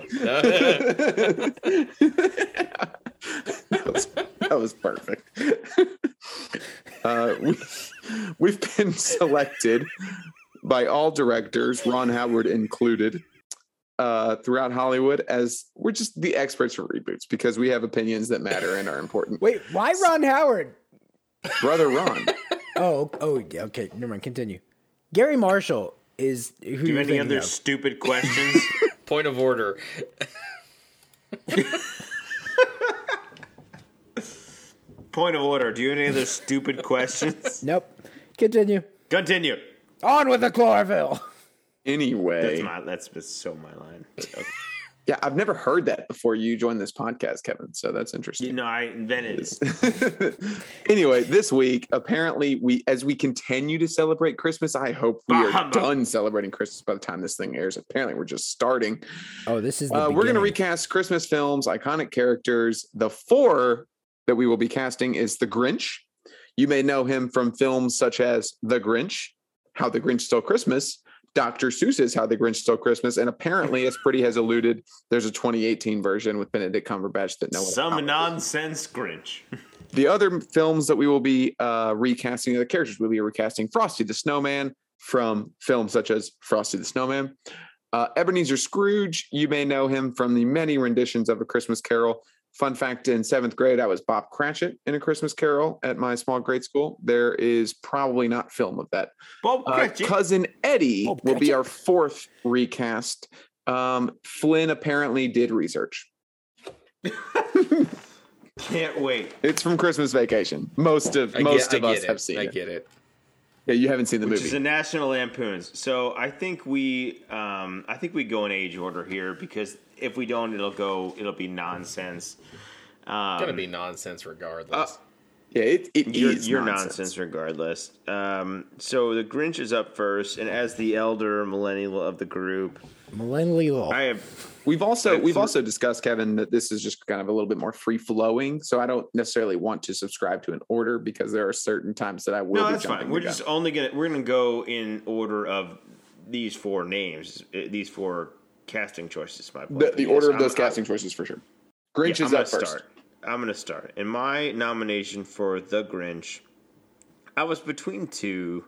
Speaker 4: was- that, was, that was perfect. Uh, we, we've been selected by all directors, Ron Howard included, uh, throughout Hollywood as we're just the experts for reboots because we have opinions that matter and are important.
Speaker 3: Wait, why Ron Howard?
Speaker 4: Brother Ron,
Speaker 3: Oh, oh, yeah, okay. Never mind. Continue. Gary Marshall is who
Speaker 5: Do you
Speaker 3: you're
Speaker 5: have any
Speaker 3: thinking
Speaker 5: other
Speaker 3: of.
Speaker 4: <laughs>
Speaker 5: stupid questions?
Speaker 2: Point of order.
Speaker 5: Point of order. Do you have any other stupid questions?
Speaker 3: Nope. Continue.
Speaker 5: Continue.
Speaker 3: On with the chlorophyll.
Speaker 4: anyway.
Speaker 5: That's my. That's, that's so my line. But okay.
Speaker 4: yeah, I've never heard that before you joined this podcast, Kevin. So that's interesting.
Speaker 5: You
Speaker 4: <laughs>
Speaker 5: know, I invented it.
Speaker 4: anyway, this week, apparently, we as we continue to celebrate Christmas, I hope we are
Speaker 5: Bahama.
Speaker 4: done celebrating Christmas by the time this thing airs. Apparently, we're just starting.
Speaker 3: Oh, this is. The
Speaker 4: Uh, we're going to
Speaker 3: beginning.
Speaker 4: recast Christmas films, iconic characters. The four that we will be casting is The Grinch. You may know him from films such as The Grinch, How the Grinch Stole Christmas. Dr. Seuss's How the Grinch Stole Christmas. And apparently, as Pretty has alluded, there's a 2018 version with Benedict Cumberbatch that no one
Speaker 5: Some nonsense Grinch.
Speaker 4: the other films that we will be uh, recasting the characters, we'll be recasting Frosty the Snowman from films such as Frosty the Snowman. Uh, Ebenezer Scrooge, you may know him from the many renditions of A Christmas Carol. Fun fact in seventh grade, I was Bob Cratchit in A Christmas Carol at my small grade school. There is probably not film of that.
Speaker 5: Bob
Speaker 4: Uh,
Speaker 5: Cratchit.
Speaker 4: Cousin Eddie
Speaker 3: Bob
Speaker 4: will be
Speaker 3: Cratchit.
Speaker 4: our fourth recast. Um, Flynn apparently did research.
Speaker 5: Can't wait.
Speaker 4: It's from Christmas Vacation. Most of
Speaker 2: I
Speaker 4: most
Speaker 2: get,
Speaker 4: of
Speaker 2: I
Speaker 4: us
Speaker 2: get it.
Speaker 4: have seen
Speaker 2: I
Speaker 4: it.
Speaker 2: get it.
Speaker 4: Yeah, you haven't seen the
Speaker 5: Which
Speaker 4: movie.
Speaker 5: is a National Lampoon's. So I think we, um, I think we go in age order here because if we don't, it'll go, it'll be nonsense. Um,
Speaker 2: Gonna be nonsense regardless.
Speaker 4: Yeah, it, it
Speaker 5: You're,
Speaker 4: is
Speaker 5: you're nonsense.
Speaker 4: nonsense.
Speaker 5: regardless. Um, so the Grinch is up first, and as the elder millennial of the group,
Speaker 3: Millennial.
Speaker 5: I have
Speaker 4: We've also we've also discussed, Kevin, that this is just kind of a little bit more free flowing. So I don't necessarily want to subscribe to an order because there are certain times that I will
Speaker 5: no,
Speaker 4: be
Speaker 5: that's
Speaker 4: jumping.
Speaker 5: fine.
Speaker 4: the
Speaker 5: We're
Speaker 4: gun.
Speaker 5: just only gonna we're gonna go in order of these four names, uh, these four casting choices. My point.
Speaker 4: the, the order of
Speaker 5: I'm-
Speaker 4: those
Speaker 5: I'm-
Speaker 4: casting choices for sure. Grinch
Speaker 5: yeah,
Speaker 4: is
Speaker 5: I'm
Speaker 4: up
Speaker 5: gonna
Speaker 4: first.
Speaker 5: Start. I'm gonna start. And my nomination for the Grinch, I was between two,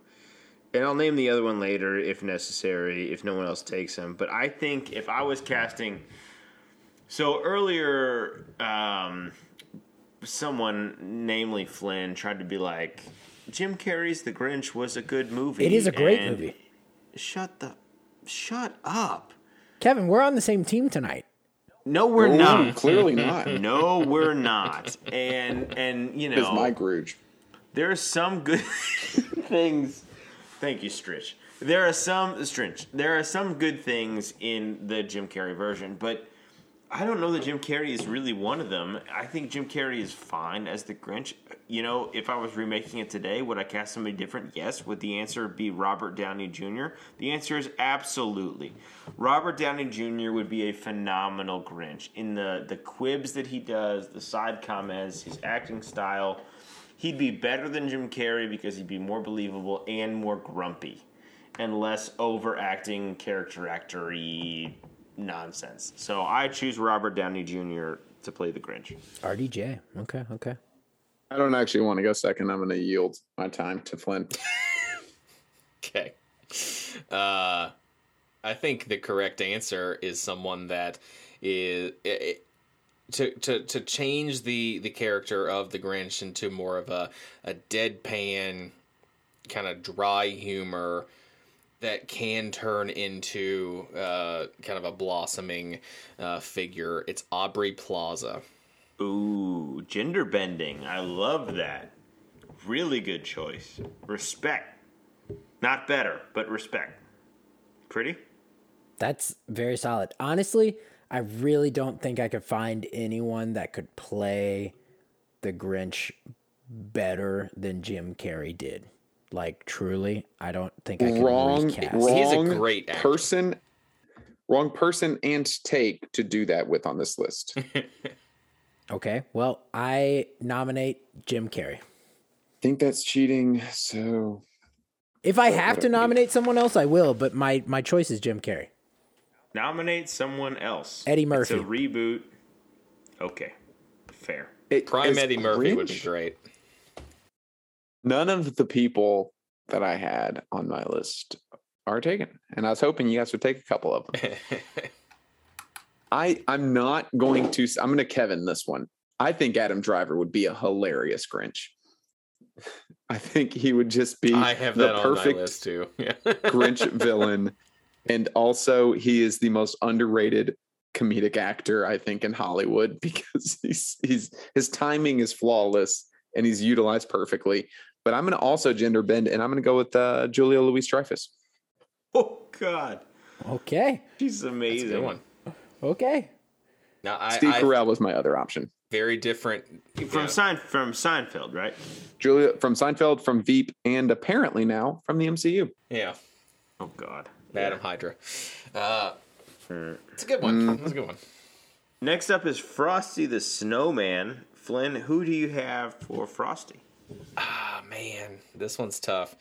Speaker 5: and I'll name the other one later if necessary, if no one else takes him. But I think if I was casting, so earlier, um, someone, namely Flynn, tried to be like, Jim Carrey's The Grinch was a good movie.
Speaker 3: it is a great
Speaker 5: and-
Speaker 3: movie.
Speaker 5: Shut the, shut up.
Speaker 3: Kevin, we're on the same team tonight.
Speaker 5: No, we're
Speaker 4: Ooh,
Speaker 2: <laughs>
Speaker 5: not.
Speaker 4: clearly not. It's
Speaker 5: No, we're not. And and you know
Speaker 4: my Grooge.
Speaker 5: there are some good <laughs> things. Thank you, Stritch. There are some Stritch. There are some good things in the Jim Carrey version, but I don't know that Jim Carrey is really one of them. I think Jim Carrey is fine as the Grinch. You know, if I was remaking it today, would I cast somebody different? Yes. Would the answer be Robert Downey Jr.? The answer is absolutely. Robert Downey Jr. would be a phenomenal Grinch in the the quibs that he does, the side comments, his acting style he'd be better than Jim Carrey because he'd be more believable and more grumpy and less overacting character actory nonsense. So I choose Robert Downey Jr. to play the Grinch.
Speaker 3: RDJ. Okay, okay.
Speaker 4: I don't actually want to go second. I'm going to yield my time to Flynn.
Speaker 2: Okay. Uh, I think the correct answer is someone that is i- i- to to to change the the character of the Grinch into more of a a deadpan kind of dry humor that can turn into uh, kind of a blossoming uh, figure. It's Aubrey Plaza.
Speaker 5: Ooh, gender bending. I love that. Really good choice. Respect. Not better, but respect. Pretty?
Speaker 3: That's very solid. Honestly, I really don't think I could find anyone that could play the Grinch better than Jim Carrey did. Like truly, I don't think I can
Speaker 4: Wrong,
Speaker 3: recast.
Speaker 4: wrong
Speaker 2: He's a great actor.
Speaker 4: person, wrong person and take to do that with on this list.
Speaker 3: Okay, well, I nominate Jim Carrey.
Speaker 4: think that's cheating. So
Speaker 3: If I have to nominate someone else, I will. But my my choice is Jim Carrey.
Speaker 5: Nominate someone else.
Speaker 3: Eddie
Speaker 5: It's
Speaker 3: Murphy.
Speaker 5: a reboot. Okay. Fair.
Speaker 4: it,
Speaker 2: Prime
Speaker 4: as
Speaker 2: Eddie Murphy would be
Speaker 4: Grinch,
Speaker 2: great.
Speaker 4: None of the people that I had on my list are taken, and I was hoping you guys would take a couple of <laughs> them. I I'm not going to. I'm going to Kevin this one. I think Adam Driver would be a hilarious Grinch. <laughs> I think he would just be
Speaker 2: I have that on my list too. <laughs>
Speaker 4: Grinch villain. And also, he is the most underrated comedic actor, I think, in Hollywood <laughs> because he's, he's his timing is flawless and he's utilized perfectly. But I'm going to also gender bend and I'm going to go with uh, Julia Louis Dreyfus.
Speaker 5: Oh, God.
Speaker 3: Okay,
Speaker 5: She's
Speaker 2: That's a
Speaker 5: amazing.
Speaker 2: good one.
Speaker 3: okay.
Speaker 2: Now, I,
Speaker 4: Steve
Speaker 2: I-
Speaker 4: Carell was my other option.
Speaker 2: very different
Speaker 5: From
Speaker 2: yeah.
Speaker 5: Sein from Seinfeld, right?
Speaker 4: Julia from Seinfeld, from Veep, and apparently now from the MCU.
Speaker 2: Yeah,
Speaker 5: Oh God.
Speaker 2: Madam Hydra. Uh, it's a good
Speaker 4: Mm.
Speaker 2: one. It's a good one.
Speaker 5: Next up is Frosty the Snowman. Flynn, who do you have for Frosty?
Speaker 2: Ah man, this one's tough.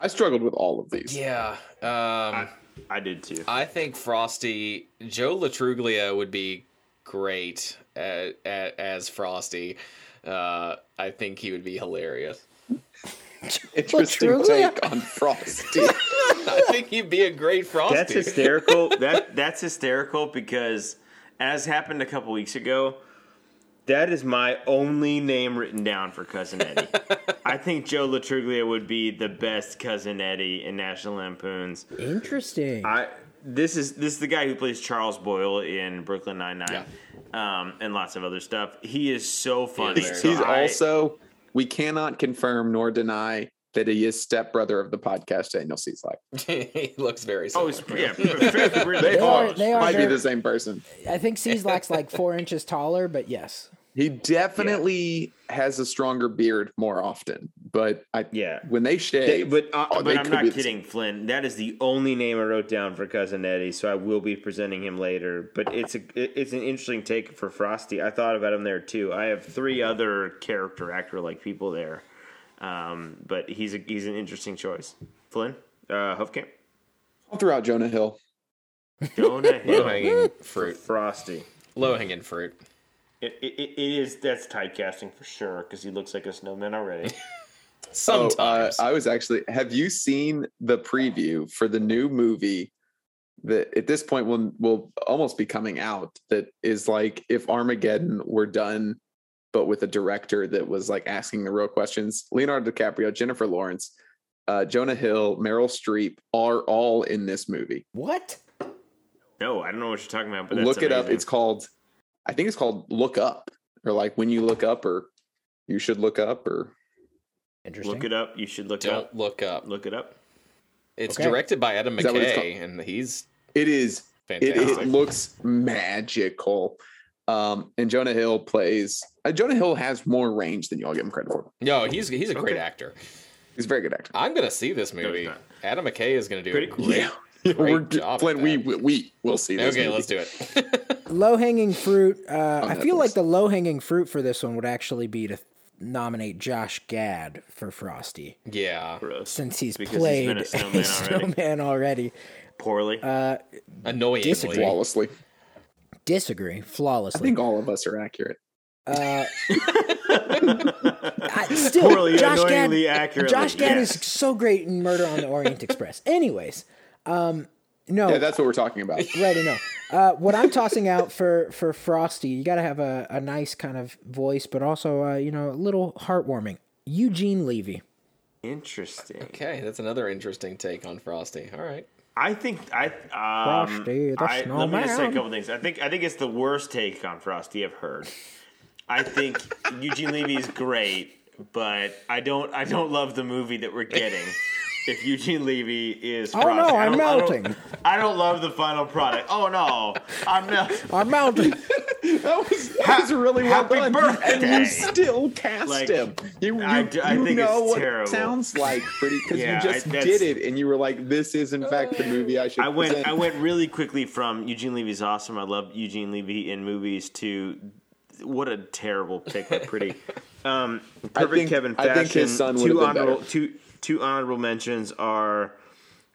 Speaker 4: I struggled with all of these.
Speaker 2: Yeah. Um,
Speaker 5: I did too.
Speaker 2: I think Frosty Joe Latruglia would be great at, at, as Frosty. Uh, I think he would be hilarious.
Speaker 4: Interesting
Speaker 3: Latruglia?
Speaker 4: take on Frosty.
Speaker 2: I think he'd be a
Speaker 4: <laughs>
Speaker 2: great Frosty.
Speaker 5: That's hysterical. that that's hysterical because, as happened a couple weeks ago, that is my only name written down for cousin Eddie. I think Joe Latruglia would be the best cousin Eddie in National Lampoon's.
Speaker 3: Interesting.
Speaker 5: I this is this is the guy who plays Charles Boyle in Brooklyn Nine Nine, um, and lots of other stuff. He is so funny.
Speaker 2: He's-
Speaker 5: So
Speaker 4: He's
Speaker 5: I-
Speaker 4: also, we cannot confirm nor deny that he is stepbrother of the podcast Daniel C's
Speaker 2: <laughs>
Speaker 4: Life.
Speaker 2: he looks very
Speaker 5: oh
Speaker 2: similar.
Speaker 5: he's- yeah, very- really
Speaker 4: They
Speaker 5: close.
Speaker 4: are,
Speaker 3: are- they are
Speaker 4: might
Speaker 3: very-
Speaker 4: be the same person.
Speaker 3: I think Cieslak's like four inches taller, but yes.
Speaker 4: He definitely has a stronger beard more often, but I
Speaker 5: Yeah.
Speaker 4: when they
Speaker 5: They-
Speaker 4: shave,
Speaker 5: but uh,
Speaker 4: oh,
Speaker 5: but
Speaker 4: they
Speaker 5: I'm
Speaker 4: could
Speaker 5: not
Speaker 4: be the
Speaker 5: kidding, Flynn. That is the only name I wrote down for cousin Eddie, so I will be presenting him later. But it's a it- it's an interesting take for Frosty. I thought about him there too. I have three other character actor like people there, um, but he's a, he's an interesting choice. Flynn, uh, <laughs> Huffcamp,
Speaker 4: all throughout Jonah Hill.
Speaker 5: Jonah
Speaker 2: Low
Speaker 4: <laughs>
Speaker 5: Hill,
Speaker 2: hanging fruit.
Speaker 5: Frosty.
Speaker 2: Low hanging fruit.
Speaker 5: It, it, it it is that's typecasting for sure because he looks like a
Speaker 4: <laughs>
Speaker 5: snowman already.
Speaker 4: Oh, uh,
Speaker 2: Sometimes.
Speaker 4: I was actually. Have you seen the preview for the new movie that at this point will will almost be coming out? That is like if Armageddon were done, but with a director that was like asking the real questions. Leonardo DiCaprio, Jennifer Lawrence, uh, Jonah Hill, Meryl Streep are all in this movie.
Speaker 3: What?
Speaker 5: no, I don't know what you're talking about. But that's
Speaker 4: look it up.
Speaker 5: amazing.
Speaker 4: It's called. I think it's called Look Up, or like when you look up, or you should look up, or
Speaker 3: Interesting.
Speaker 5: look it up. You should look it
Speaker 2: Don't
Speaker 5: up.
Speaker 2: look up.
Speaker 5: Look it up.
Speaker 2: It's
Speaker 3: Okay.
Speaker 2: directed by Adam
Speaker 4: Is that what it's
Speaker 2: McKay, and he's
Speaker 4: it is it,
Speaker 2: fantastic.
Speaker 4: it looks magical. Um, and Jonah Hill plays. Uh, Jonah Hill has more range than y'all give him credit for.
Speaker 2: no, he's he's a great actor.
Speaker 4: He's a very good actor.
Speaker 2: I'm gonna see this movie.
Speaker 5: not.
Speaker 2: Adam McKay is gonna do
Speaker 5: Pretty-
Speaker 2: a great.
Speaker 4: <laughs> We're
Speaker 2: Great
Speaker 4: d-
Speaker 2: job
Speaker 4: Flynn,
Speaker 2: at
Speaker 4: we
Speaker 2: that.
Speaker 4: we- we will see. This
Speaker 2: Okay,
Speaker 4: movie.
Speaker 2: let's do it. <laughs>
Speaker 3: Low hanging fruit. Uh, I feel
Speaker 4: Netflix.
Speaker 3: like the low hanging fruit for this one would actually be to nominate Josh Gad for Frosty,
Speaker 2: yeah,
Speaker 5: Gross.
Speaker 3: since he's
Speaker 5: Because he's
Speaker 3: played <laughs>
Speaker 5: been a
Speaker 3: a snowman
Speaker 5: snowman
Speaker 3: already.
Speaker 5: already. Poorly.
Speaker 2: annoyingly.
Speaker 4: flawlessly.
Speaker 3: Disagree
Speaker 4: I
Speaker 3: flawlessly.
Speaker 4: think all of us are accurate.
Speaker 5: <laughs>
Speaker 3: uh, I, still,
Speaker 5: Poorly,
Speaker 3: Josh Gad,
Speaker 5: annoyingly accurately,
Speaker 3: Josh Gad
Speaker 5: yeah.
Speaker 3: is so great in Murder on the Orient Express. Anyways, um, no,
Speaker 4: Yeah, that's what we're talking
Speaker 5: <laughs>
Speaker 4: about.
Speaker 3: right or no. Uh, what I'm tossing out for for Frosty, you got to have a, a nice kind of voice, but also uh, you know a little heartwarming. Eugene Levy.
Speaker 5: Interesting.
Speaker 2: Okay, that's another interesting take on Frosty. All right.
Speaker 5: I think I. Um,
Speaker 3: Frosty the
Speaker 5: I let me just say a
Speaker 3: Snowman.
Speaker 5: couple things. I think I think it's the worst take on Frosty I've heard. I think <laughs> Eugene Levy is great, but I don't I don't love the movie that
Speaker 3: <laughs>
Speaker 5: we're getting. If Eugene Levy is
Speaker 3: Oh, no,
Speaker 5: Frosty. I
Speaker 3: I'm
Speaker 5: don't- I don't-
Speaker 3: melting.
Speaker 5: I don't love the final product. Oh no, I'm not.
Speaker 3: Our mountain.
Speaker 4: That was that was really well
Speaker 5: happy
Speaker 4: done. And
Speaker 5: birthday.
Speaker 4: you still cast
Speaker 5: Like,
Speaker 4: him. You, you,
Speaker 5: I d- I
Speaker 4: you
Speaker 5: think
Speaker 4: know
Speaker 5: it's
Speaker 4: what
Speaker 5: terrible.
Speaker 4: it sounds like pretty because
Speaker 5: Yeah, I-
Speaker 4: you just
Speaker 5: that's-
Speaker 4: did it, and you were like, "This is in fact the movie I should."
Speaker 5: I went
Speaker 4: present."
Speaker 5: I went really quickly from Eugene Levy's awesome. I love Eugene Levy in movies to what a terrible pick,
Speaker 4: <laughs>
Speaker 5: but pretty. Um, perfect
Speaker 4: think-
Speaker 5: Kevin
Speaker 4: I
Speaker 5: fashion.
Speaker 4: think his son would've
Speaker 5: two
Speaker 4: been
Speaker 5: honorable
Speaker 4: better.
Speaker 5: two two honorable mentions are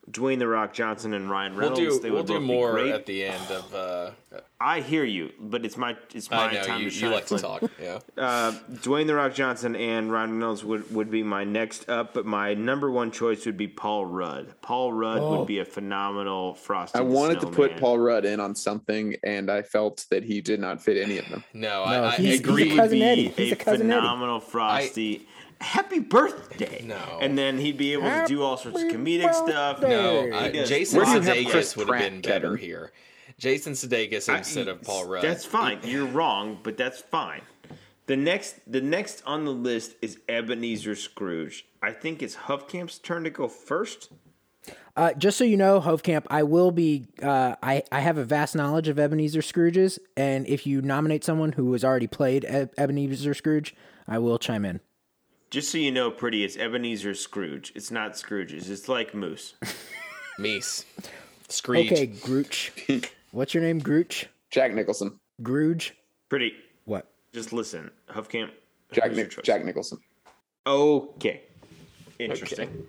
Speaker 5: Dwayne the Rock Johnson and Ryan
Speaker 2: We'll
Speaker 5: Reynolds.
Speaker 2: do
Speaker 5: they
Speaker 2: we'll
Speaker 5: would
Speaker 2: do
Speaker 5: both
Speaker 2: more
Speaker 5: Be great.
Speaker 2: at the end of.
Speaker 5: <sighs>
Speaker 2: Uh,
Speaker 5: I hear you, but it's my it's my
Speaker 2: I know
Speaker 5: time
Speaker 2: you,
Speaker 5: to
Speaker 2: you
Speaker 5: shine.
Speaker 2: like to
Speaker 5: Flynn.
Speaker 2: talk. Yeah.
Speaker 5: Uh, Dwayne the Rock Johnson and Ryan Reynolds would, would be my next up, but my number one choice would be Paul Rudd. Paul Rudd would be a phenomenal Frosty.
Speaker 4: Oh. I
Speaker 5: the
Speaker 4: wanted to put
Speaker 5: Snowman.
Speaker 4: Paul Rudd in on something, and I felt that he did not fit any of them.
Speaker 2: No, I, I
Speaker 3: he's- he's a
Speaker 2: agree.
Speaker 3: cousin
Speaker 5: be
Speaker 3: Eddie. He's
Speaker 5: a
Speaker 3: a cousin Eddie.
Speaker 5: phenomenal Frosty. Happy birthday!
Speaker 2: No.
Speaker 5: and then he'd be able to do all sorts of
Speaker 3: Happy
Speaker 5: comedic stuff.
Speaker 3: birthday.
Speaker 2: no,
Speaker 5: He
Speaker 2: I,
Speaker 5: does
Speaker 2: Jason
Speaker 4: Where do you
Speaker 5: lots
Speaker 4: have
Speaker 5: of-
Speaker 2: Sudeikis
Speaker 4: Chris
Speaker 2: would have
Speaker 4: Pratt,
Speaker 2: been better
Speaker 4: Kevin?
Speaker 2: here. Jason Sudeikis
Speaker 5: I-
Speaker 2: instead of Paul Rudd.
Speaker 5: That's fine. You're wrong, but that's fine. The next, the next on the list is Ebenezer Scrooge. I think it's Huffcamp's turn to go first.
Speaker 3: Uh, just so you know, Hovcamp, I will be. Uh, I I have a vast knowledge of Ebenezer Scrooges, and if you nominate someone who has already played E- Ebenezer Scrooge, I will chime in.
Speaker 5: Just so you know, pretty, it's Ebenezer Scrooge. It's not Scrooge's. It's like Moose.
Speaker 2: Meese. Screech.
Speaker 3: Okay, Grooch. What's your name, Grooch?
Speaker 4: Jack Nicholson.
Speaker 3: Grooge.
Speaker 5: Pretty.
Speaker 3: What?
Speaker 5: Just listen, Huffcamp.
Speaker 4: Jack,
Speaker 5: who's your
Speaker 4: Nic-
Speaker 5: choice?
Speaker 4: Jack Nicholson.
Speaker 5: Okay. Interesting.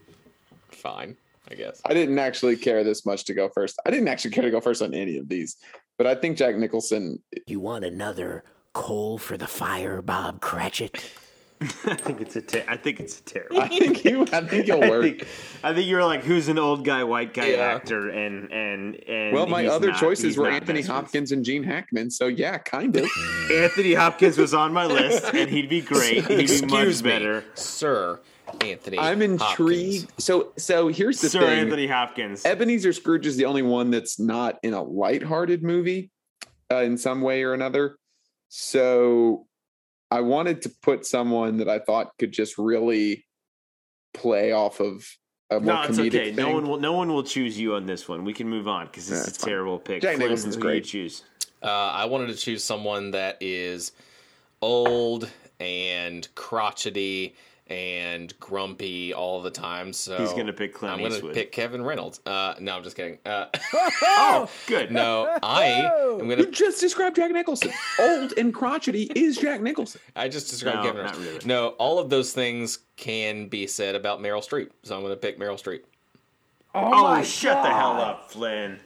Speaker 2: fine, I guess.
Speaker 4: I didn't actually care this much to go first. I didn't actually care to go first on any of these, but I think Jack Nicholson.
Speaker 3: You want another coal for the fire, Bob Cratchit?
Speaker 5: I think it's a. Ter- I think it's a terrible.
Speaker 4: I think he. I think he'll
Speaker 5: <laughs> I
Speaker 4: work.
Speaker 5: think, I think you were like, who's an old guy, white guy
Speaker 2: Yeah.
Speaker 5: actor, and and and.
Speaker 4: well, my
Speaker 5: he's
Speaker 4: other
Speaker 5: not-
Speaker 4: choices
Speaker 5: he's
Speaker 4: were
Speaker 5: not
Speaker 4: Anthony
Speaker 5: next week.
Speaker 4: Hopkins and Gene Hackman. So yeah, kind of.
Speaker 5: Anthony Hopkins was on my list, and
Speaker 4: <laughs>
Speaker 5: he'd be great. He'd be much
Speaker 2: Excuse me,
Speaker 5: better.
Speaker 2: sir Anthony.
Speaker 4: I'm
Speaker 2: Hopkins.
Speaker 4: intrigued. So so here's the
Speaker 5: Sir
Speaker 4: thing.
Speaker 5: Anthony Hopkins.
Speaker 4: Ebenezer Scrooge is the only one that's not in a lighthearted movie uh, in some way or another. So I wanted to put someone that I thought could just really play off of a more
Speaker 5: No, it's
Speaker 4: comedic
Speaker 5: okay.
Speaker 4: thing.
Speaker 5: No one will. No one will choose you on this one. We can move on because
Speaker 4: Yeah,
Speaker 5: this is
Speaker 4: it's
Speaker 5: a
Speaker 4: fine.
Speaker 5: terrible pick.
Speaker 4: Jack
Speaker 5: Flynn,
Speaker 4: Nicholson's
Speaker 5: who
Speaker 4: great.
Speaker 5: Do you choose.
Speaker 2: Uh, I wanted to choose someone that is old and crotchety and grumpy all the time. So
Speaker 5: He's gonna pick Clint
Speaker 2: I'm gonna
Speaker 5: Eastwood.
Speaker 2: pick Kevin Reynolds. Uh, no, I'm just kidding.
Speaker 5: <laughs>
Speaker 2: Uh,
Speaker 5: Oh, good.
Speaker 2: no, I am gonna.
Speaker 4: You just described Jack Nicholson. Old and crotchety is Jack Nicholson.
Speaker 2: I just described
Speaker 5: No,
Speaker 2: Kevin
Speaker 5: not
Speaker 2: Reynolds.
Speaker 5: really.
Speaker 2: No, all of those things can be said about Meryl Streep. So I'm gonna pick Meryl Streep.
Speaker 5: Oh, shut the hell up, Flynn.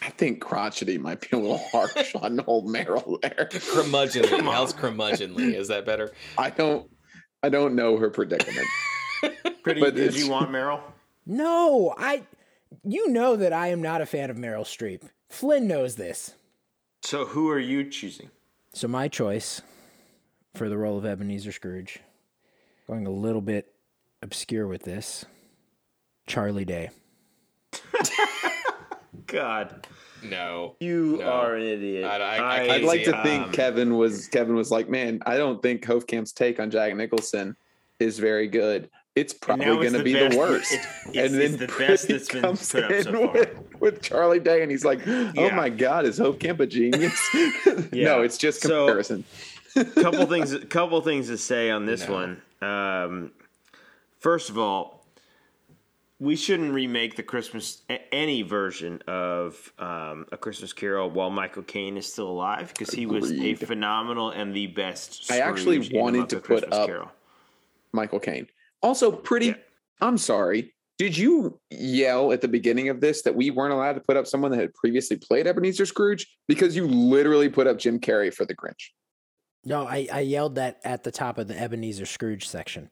Speaker 4: I think crotchety might be a little
Speaker 5: <laughs>
Speaker 4: harsh on old Meryl there.
Speaker 2: Curmudgeonly. How's
Speaker 5: <laughs>
Speaker 2: curmudgeonly? Is that better?
Speaker 4: I don't I don't know her predicament.
Speaker 5: Pretty.
Speaker 4: But
Speaker 5: did
Speaker 4: it's-
Speaker 5: you want Meryl?
Speaker 3: No, I. You know that I am not a fan of Meryl Streep. Flynn knows this.
Speaker 5: So who are you choosing?
Speaker 3: So my choice for the role of Ebenezer Scrooge, going a little bit obscure with this, Charlie Day.
Speaker 5: God,
Speaker 2: No.
Speaker 5: you
Speaker 2: No.
Speaker 5: are an idiot.
Speaker 2: I- I- I
Speaker 4: I'd like to
Speaker 2: Um,
Speaker 4: think Kevin was Kevin was like, man, I don't think Hofkamp's take on Jack Nicholson is very good. It's probably
Speaker 5: now it's
Speaker 4: going to
Speaker 5: the
Speaker 4: be
Speaker 5: best-
Speaker 4: the worst.
Speaker 5: it's- it's- it's the
Speaker 4: Pretty
Speaker 5: best that's been
Speaker 4: comes
Speaker 5: put up so
Speaker 4: in
Speaker 5: far.
Speaker 4: With, with Charlie Day, and he's like, "Oh
Speaker 5: Yeah.
Speaker 4: my God, is Hofkamp a genius?" <laughs>
Speaker 5: Yeah.
Speaker 4: No, it's just
Speaker 5: So-
Speaker 4: comparison.
Speaker 5: couple things. Couple things to say on this
Speaker 2: No.
Speaker 5: one. Um, first of all, we shouldn't remake the Christmas a- any version of um, a Christmas Carol while Michael Caine is still alive because he was a
Speaker 4: Agreed.
Speaker 5: phenomenal and the best.
Speaker 4: I actually
Speaker 5: Scrooge in
Speaker 4: wanted
Speaker 5: Muppet
Speaker 4: to put
Speaker 5: Christmas
Speaker 4: up-
Speaker 5: Carol.
Speaker 4: Michael Caine. Also, pretty.
Speaker 5: Yeah.
Speaker 4: I'm sorry. Did you yell at the beginning of this that we weren't allowed to put up someone that had previously played Ebenezer Scrooge because you literally put up Jim Carrey for the Grinch?
Speaker 3: No, I, I yelled that at the top of the Ebenezer Scrooge section.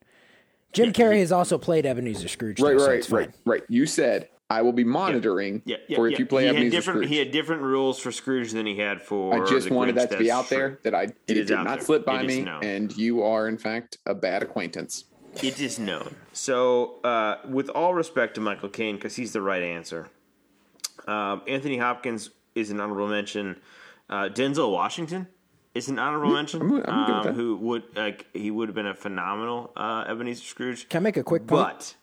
Speaker 3: Jim Carrey has also played Ebenezer Scrooge.
Speaker 4: right,
Speaker 3: though, so
Speaker 4: right,
Speaker 3: it's
Speaker 4: right,
Speaker 3: fine.
Speaker 4: right. You said I will be monitoring
Speaker 5: Yeah, yeah,
Speaker 4: for if
Speaker 5: yeah.
Speaker 4: you play
Speaker 5: he had
Speaker 4: Ebenezer
Speaker 5: different.
Speaker 4: Scrooge.
Speaker 5: He had different rules for Scrooge than he had for.
Speaker 4: I just
Speaker 5: the
Speaker 4: wanted
Speaker 5: Grinch,
Speaker 4: that to be
Speaker 5: that's
Speaker 4: out there
Speaker 5: true.
Speaker 4: that I it,
Speaker 5: is
Speaker 4: did
Speaker 5: out
Speaker 4: not
Speaker 5: there.
Speaker 4: slip by
Speaker 5: It is
Speaker 4: me,
Speaker 5: known.
Speaker 4: and you are in fact a bad acquaintance.
Speaker 5: It is known. So, uh, with all respect to Michael Caine, because he's the right answer, um, Anthony Hopkins is an honorable mention. Uh, Denzel Washington is an honorable mention.
Speaker 4: Mm, I'm good- I'm good with
Speaker 5: um,
Speaker 4: that.
Speaker 5: who would like he would have been a phenomenal uh, Ebenezer Scrooge.
Speaker 3: Can I make a quick point?
Speaker 5: But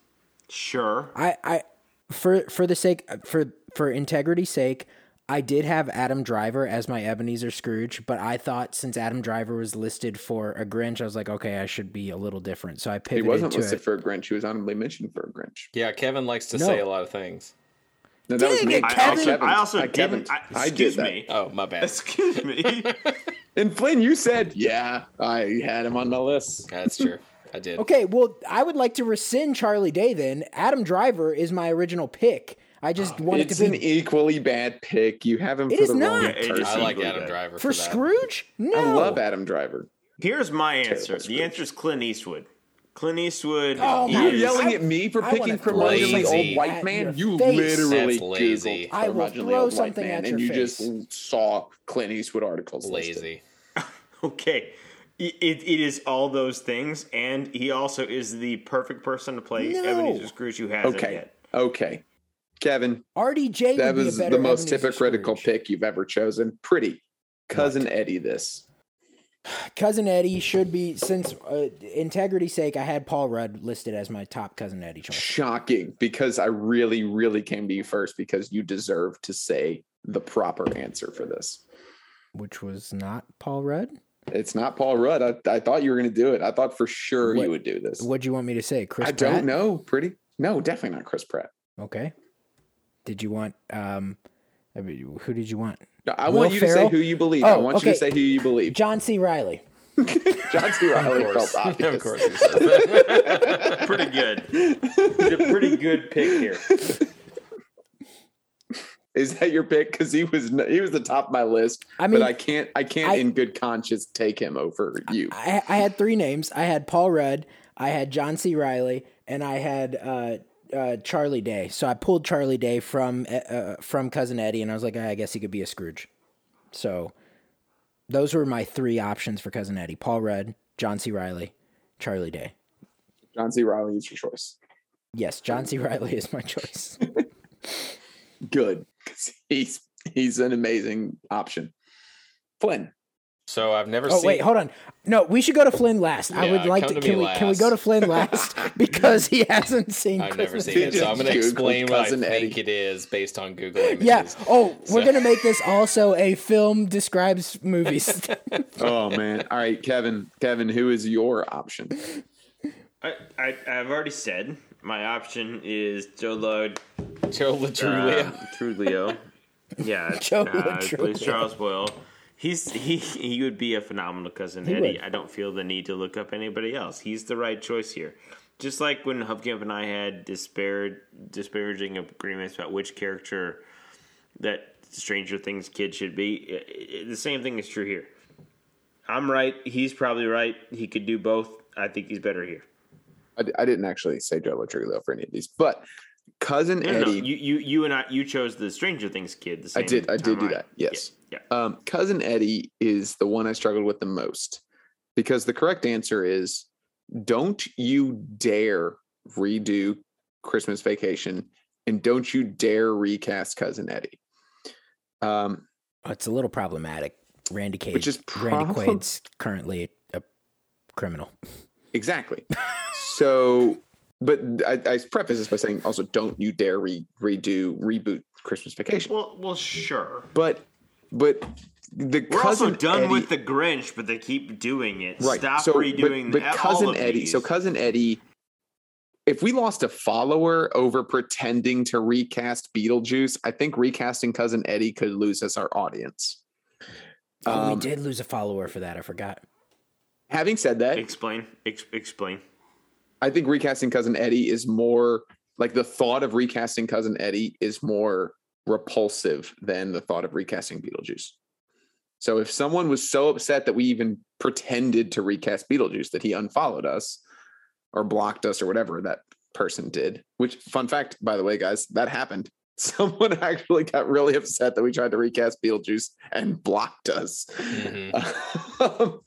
Speaker 5: sure,
Speaker 3: I, I for for the sake for for integrity's sake, I did have Adam Driver as my Ebenezer Scrooge, but I thought since Adam Driver was listed for a Grinch, I was like, okay, I should be a little different. So I
Speaker 4: He
Speaker 3: pivoted
Speaker 4: wasn't
Speaker 3: to
Speaker 4: listed
Speaker 3: it.
Speaker 4: for a Grinch. He was honorably mentioned for a Grinch.
Speaker 2: Yeah, Kevin likes to
Speaker 3: No.
Speaker 2: say a lot of things.
Speaker 4: No, that was
Speaker 3: Dang
Speaker 4: me.
Speaker 3: it,
Speaker 5: I also,
Speaker 4: Kevin's.
Speaker 5: I also
Speaker 4: Kevin's.
Speaker 5: didn't. I,
Speaker 4: Uh, I did
Speaker 5: excuse
Speaker 4: that.
Speaker 5: me. <laughs>
Speaker 2: Oh, my bad.
Speaker 4: <laughs>
Speaker 5: Excuse me.
Speaker 4: And Flynn, you said, "Yeah, I had him on my list."
Speaker 2: That's true. I did.
Speaker 3: Okay, well, I would like to rescind Charlie Day then. Adam Driver is my original pick. I just wanted
Speaker 4: Ah, It's
Speaker 3: to
Speaker 4: an
Speaker 3: be
Speaker 4: equally bad pick. You have him for
Speaker 3: is
Speaker 4: the wrong
Speaker 3: not.
Speaker 5: It is
Speaker 2: I
Speaker 4: person.
Speaker 2: like
Speaker 5: equally
Speaker 2: Adam
Speaker 5: bad.
Speaker 2: Driver for,
Speaker 3: for
Speaker 2: that.
Speaker 3: Scrooge. No,
Speaker 4: I love Adam Driver.
Speaker 5: Here's my answer. The
Speaker 4: Scrooge.
Speaker 5: answer is Clint Eastwood. Clint Eastwood.
Speaker 3: Oh,
Speaker 5: is-
Speaker 3: my
Speaker 4: You're yelling
Speaker 3: I-
Speaker 4: at me for
Speaker 3: I
Speaker 4: picking
Speaker 3: wanna
Speaker 4: from
Speaker 3: throw
Speaker 4: an
Speaker 2: something
Speaker 4: old
Speaker 3: at
Speaker 4: white man?
Speaker 3: your
Speaker 4: You
Speaker 3: face.
Speaker 4: literally
Speaker 2: That's lazy.
Speaker 4: Googled
Speaker 3: I will
Speaker 4: curmudgeonly
Speaker 3: throw
Speaker 4: old white
Speaker 3: something
Speaker 4: man,
Speaker 3: at
Speaker 4: and
Speaker 3: your
Speaker 4: you
Speaker 3: face.
Speaker 4: just saw Clint Eastwood articles. listed.
Speaker 2: Lazy.
Speaker 5: <laughs> Okay. It, it, it is all those things, and he also is the perfect person to play
Speaker 3: No.
Speaker 5: Ebenezer Scrooge who hasn't
Speaker 4: Okay,
Speaker 5: yet.
Speaker 4: okay, Kevin,
Speaker 3: RDJ.
Speaker 4: that
Speaker 3: would be a
Speaker 4: was
Speaker 3: better
Speaker 4: the most
Speaker 3: Ebenezer
Speaker 4: hypocritical
Speaker 3: Scrooge.
Speaker 4: pick you've ever chosen. Pretty cousin Eddie, this.
Speaker 3: Cousin Eddie should be, since uh, integrity's sake, I had Paul Rudd listed as my top Cousin Eddie choice.
Speaker 4: Shocking, because I really, really came to you first because you deserve to say the proper answer for this.
Speaker 3: which was not Paul Rudd.
Speaker 4: It's not Paul Rudd. I, I thought you were going to do it. I thought for sure
Speaker 3: What-
Speaker 4: you would do this.
Speaker 3: What do you want me to say, Chris?
Speaker 4: I don't
Speaker 3: Pratt?
Speaker 4: know. Pretty. No, definitely not Chris Pratt.
Speaker 3: Okay. Did you want? Um, I mean, who did you want?
Speaker 4: No, I
Speaker 3: Will
Speaker 4: want you to
Speaker 3: Ferrell?
Speaker 4: say who you believe. I
Speaker 3: Oh,
Speaker 4: want you to
Speaker 3: okay.
Speaker 4: say who you believe.
Speaker 3: John C. Riley.
Speaker 4: John <laughs> C. Riley
Speaker 2: Of
Speaker 4: felt
Speaker 2: course. <laughs>
Speaker 3: <laughs>
Speaker 4: obvious.
Speaker 2: of course he says that.
Speaker 5: Pretty good. He's a pretty good good pick here.
Speaker 4: Is that your pick? Because he was n- he was the top of my list.
Speaker 3: I mean,
Speaker 4: but I can't I can't
Speaker 3: I-
Speaker 4: in good conscience take him over you.
Speaker 3: I, I had three names. I had Paul Rudd, I had John C. Riley, and I had uh, uh, Charlie Day. So I pulled Charlie Day from uh, uh, from Cousin Eddie, and I was like, "Ah, I guess he could be a Scrooge. So those were my three options for Cousin Eddie: Paul Rudd, John C. Riley, Charlie Day.
Speaker 4: John C. Riley is your choice.
Speaker 3: Yes, John C. Riley is my <laughs> choice.
Speaker 4: Good. 'Cause He's he's an amazing option. Flynn.
Speaker 2: So I've never
Speaker 3: Oh
Speaker 2: seen.
Speaker 3: wait, hold on. No, we should go to Flynn last. I
Speaker 2: Yeah,
Speaker 3: would like
Speaker 2: come
Speaker 3: to.
Speaker 2: to me
Speaker 3: can we can we
Speaker 2: last.
Speaker 3: go to Flynn
Speaker 2: <laughs>
Speaker 3: last because he hasn't seen.
Speaker 2: I've never
Speaker 3: Christmas
Speaker 2: seen it,
Speaker 3: Vacation.
Speaker 2: so I'm going to
Speaker 4: Google
Speaker 2: explain what I
Speaker 4: Cousin
Speaker 2: think
Speaker 4: Eddie.
Speaker 2: it is based on Google Images.
Speaker 3: <laughs> Yeah. Oh, we're
Speaker 2: So-
Speaker 3: gonna make this also a film describes
Speaker 2: <laughs>
Speaker 3: movies.
Speaker 4: Oh man. All right, Kevin. Kevin, who is your
Speaker 3: <laughs>
Speaker 4: option?
Speaker 5: I, I I've already said my option is Joe Lud,
Speaker 2: Joe LaTrue
Speaker 5: um,
Speaker 2: Leo.
Speaker 5: <laughs> True Leo. Yeah,
Speaker 3: Joe
Speaker 5: uh,
Speaker 3: Lud, True
Speaker 5: plays
Speaker 3: Leo.
Speaker 5: Charles Boyle. He's he he would be a phenomenal cousin
Speaker 3: He
Speaker 5: Eddie.
Speaker 3: would.
Speaker 5: I don't feel the need to look up anybody else. He's the right choice here. Just like when Hubcamp and I had disparag- disparaging agreements about which character that Stranger Things kid should be, i- i- the same thing is true here. I'm right. He's probably right. He could do both. I think he's better here.
Speaker 4: I, d- I didn't actually say Joe Latrullo for any of these, but cousin
Speaker 5: No, no, no.
Speaker 4: Eddie.
Speaker 5: You, you, you and I, you chose the Stranger Things kid. The
Speaker 4: I
Speaker 5: same
Speaker 4: did. I did
Speaker 5: time
Speaker 4: do that. Yes.
Speaker 5: Yeah.
Speaker 4: Um, cousin Eddie is the one I struggled with the most because the correct answer is don't you dare redo Christmas Vacation and don't you dare recast Cousin Eddie. Um,
Speaker 3: Oh, it's a little problematic. Randy Quaid.
Speaker 4: Which is
Speaker 3: Randy
Speaker 4: problem-
Speaker 3: Quaid's currently a criminal.
Speaker 4: exactly. so, but I, I preface this by saying also don't you dare re- redo reboot Christmas Vacation.
Speaker 5: Well, well, sure.
Speaker 4: But, but the
Speaker 5: We're
Speaker 4: cousin
Speaker 5: also done
Speaker 4: Eddie-
Speaker 5: with the Grinch, but they keep doing it. Stop
Speaker 4: but-
Speaker 5: redoing
Speaker 4: but,
Speaker 5: the- all
Speaker 4: cousin
Speaker 5: of
Speaker 4: eddie so
Speaker 5: these.
Speaker 4: cousin eddie if we lost a follower over pretending to recast beetlejuice i think recasting cousin eddie could lose us our audience
Speaker 3: oh,
Speaker 4: Um,
Speaker 3: we did lose a follower for that. I forgot.
Speaker 4: having said that
Speaker 5: explain. Ex- explain.
Speaker 4: i think recasting cousin eddie is more like the thought of recasting cousin eddie is more repulsive than the thought of recasting beetlejuice so if someone was so upset that we even pretended to recast beetlejuice that he unfollowed us or blocked us or whatever that person did. Which, fun fact, by the way, guys, that happened. <laughs> Someone actually got really upset that we tried to recast Beetlejuice and blocked us. <laughs> Um,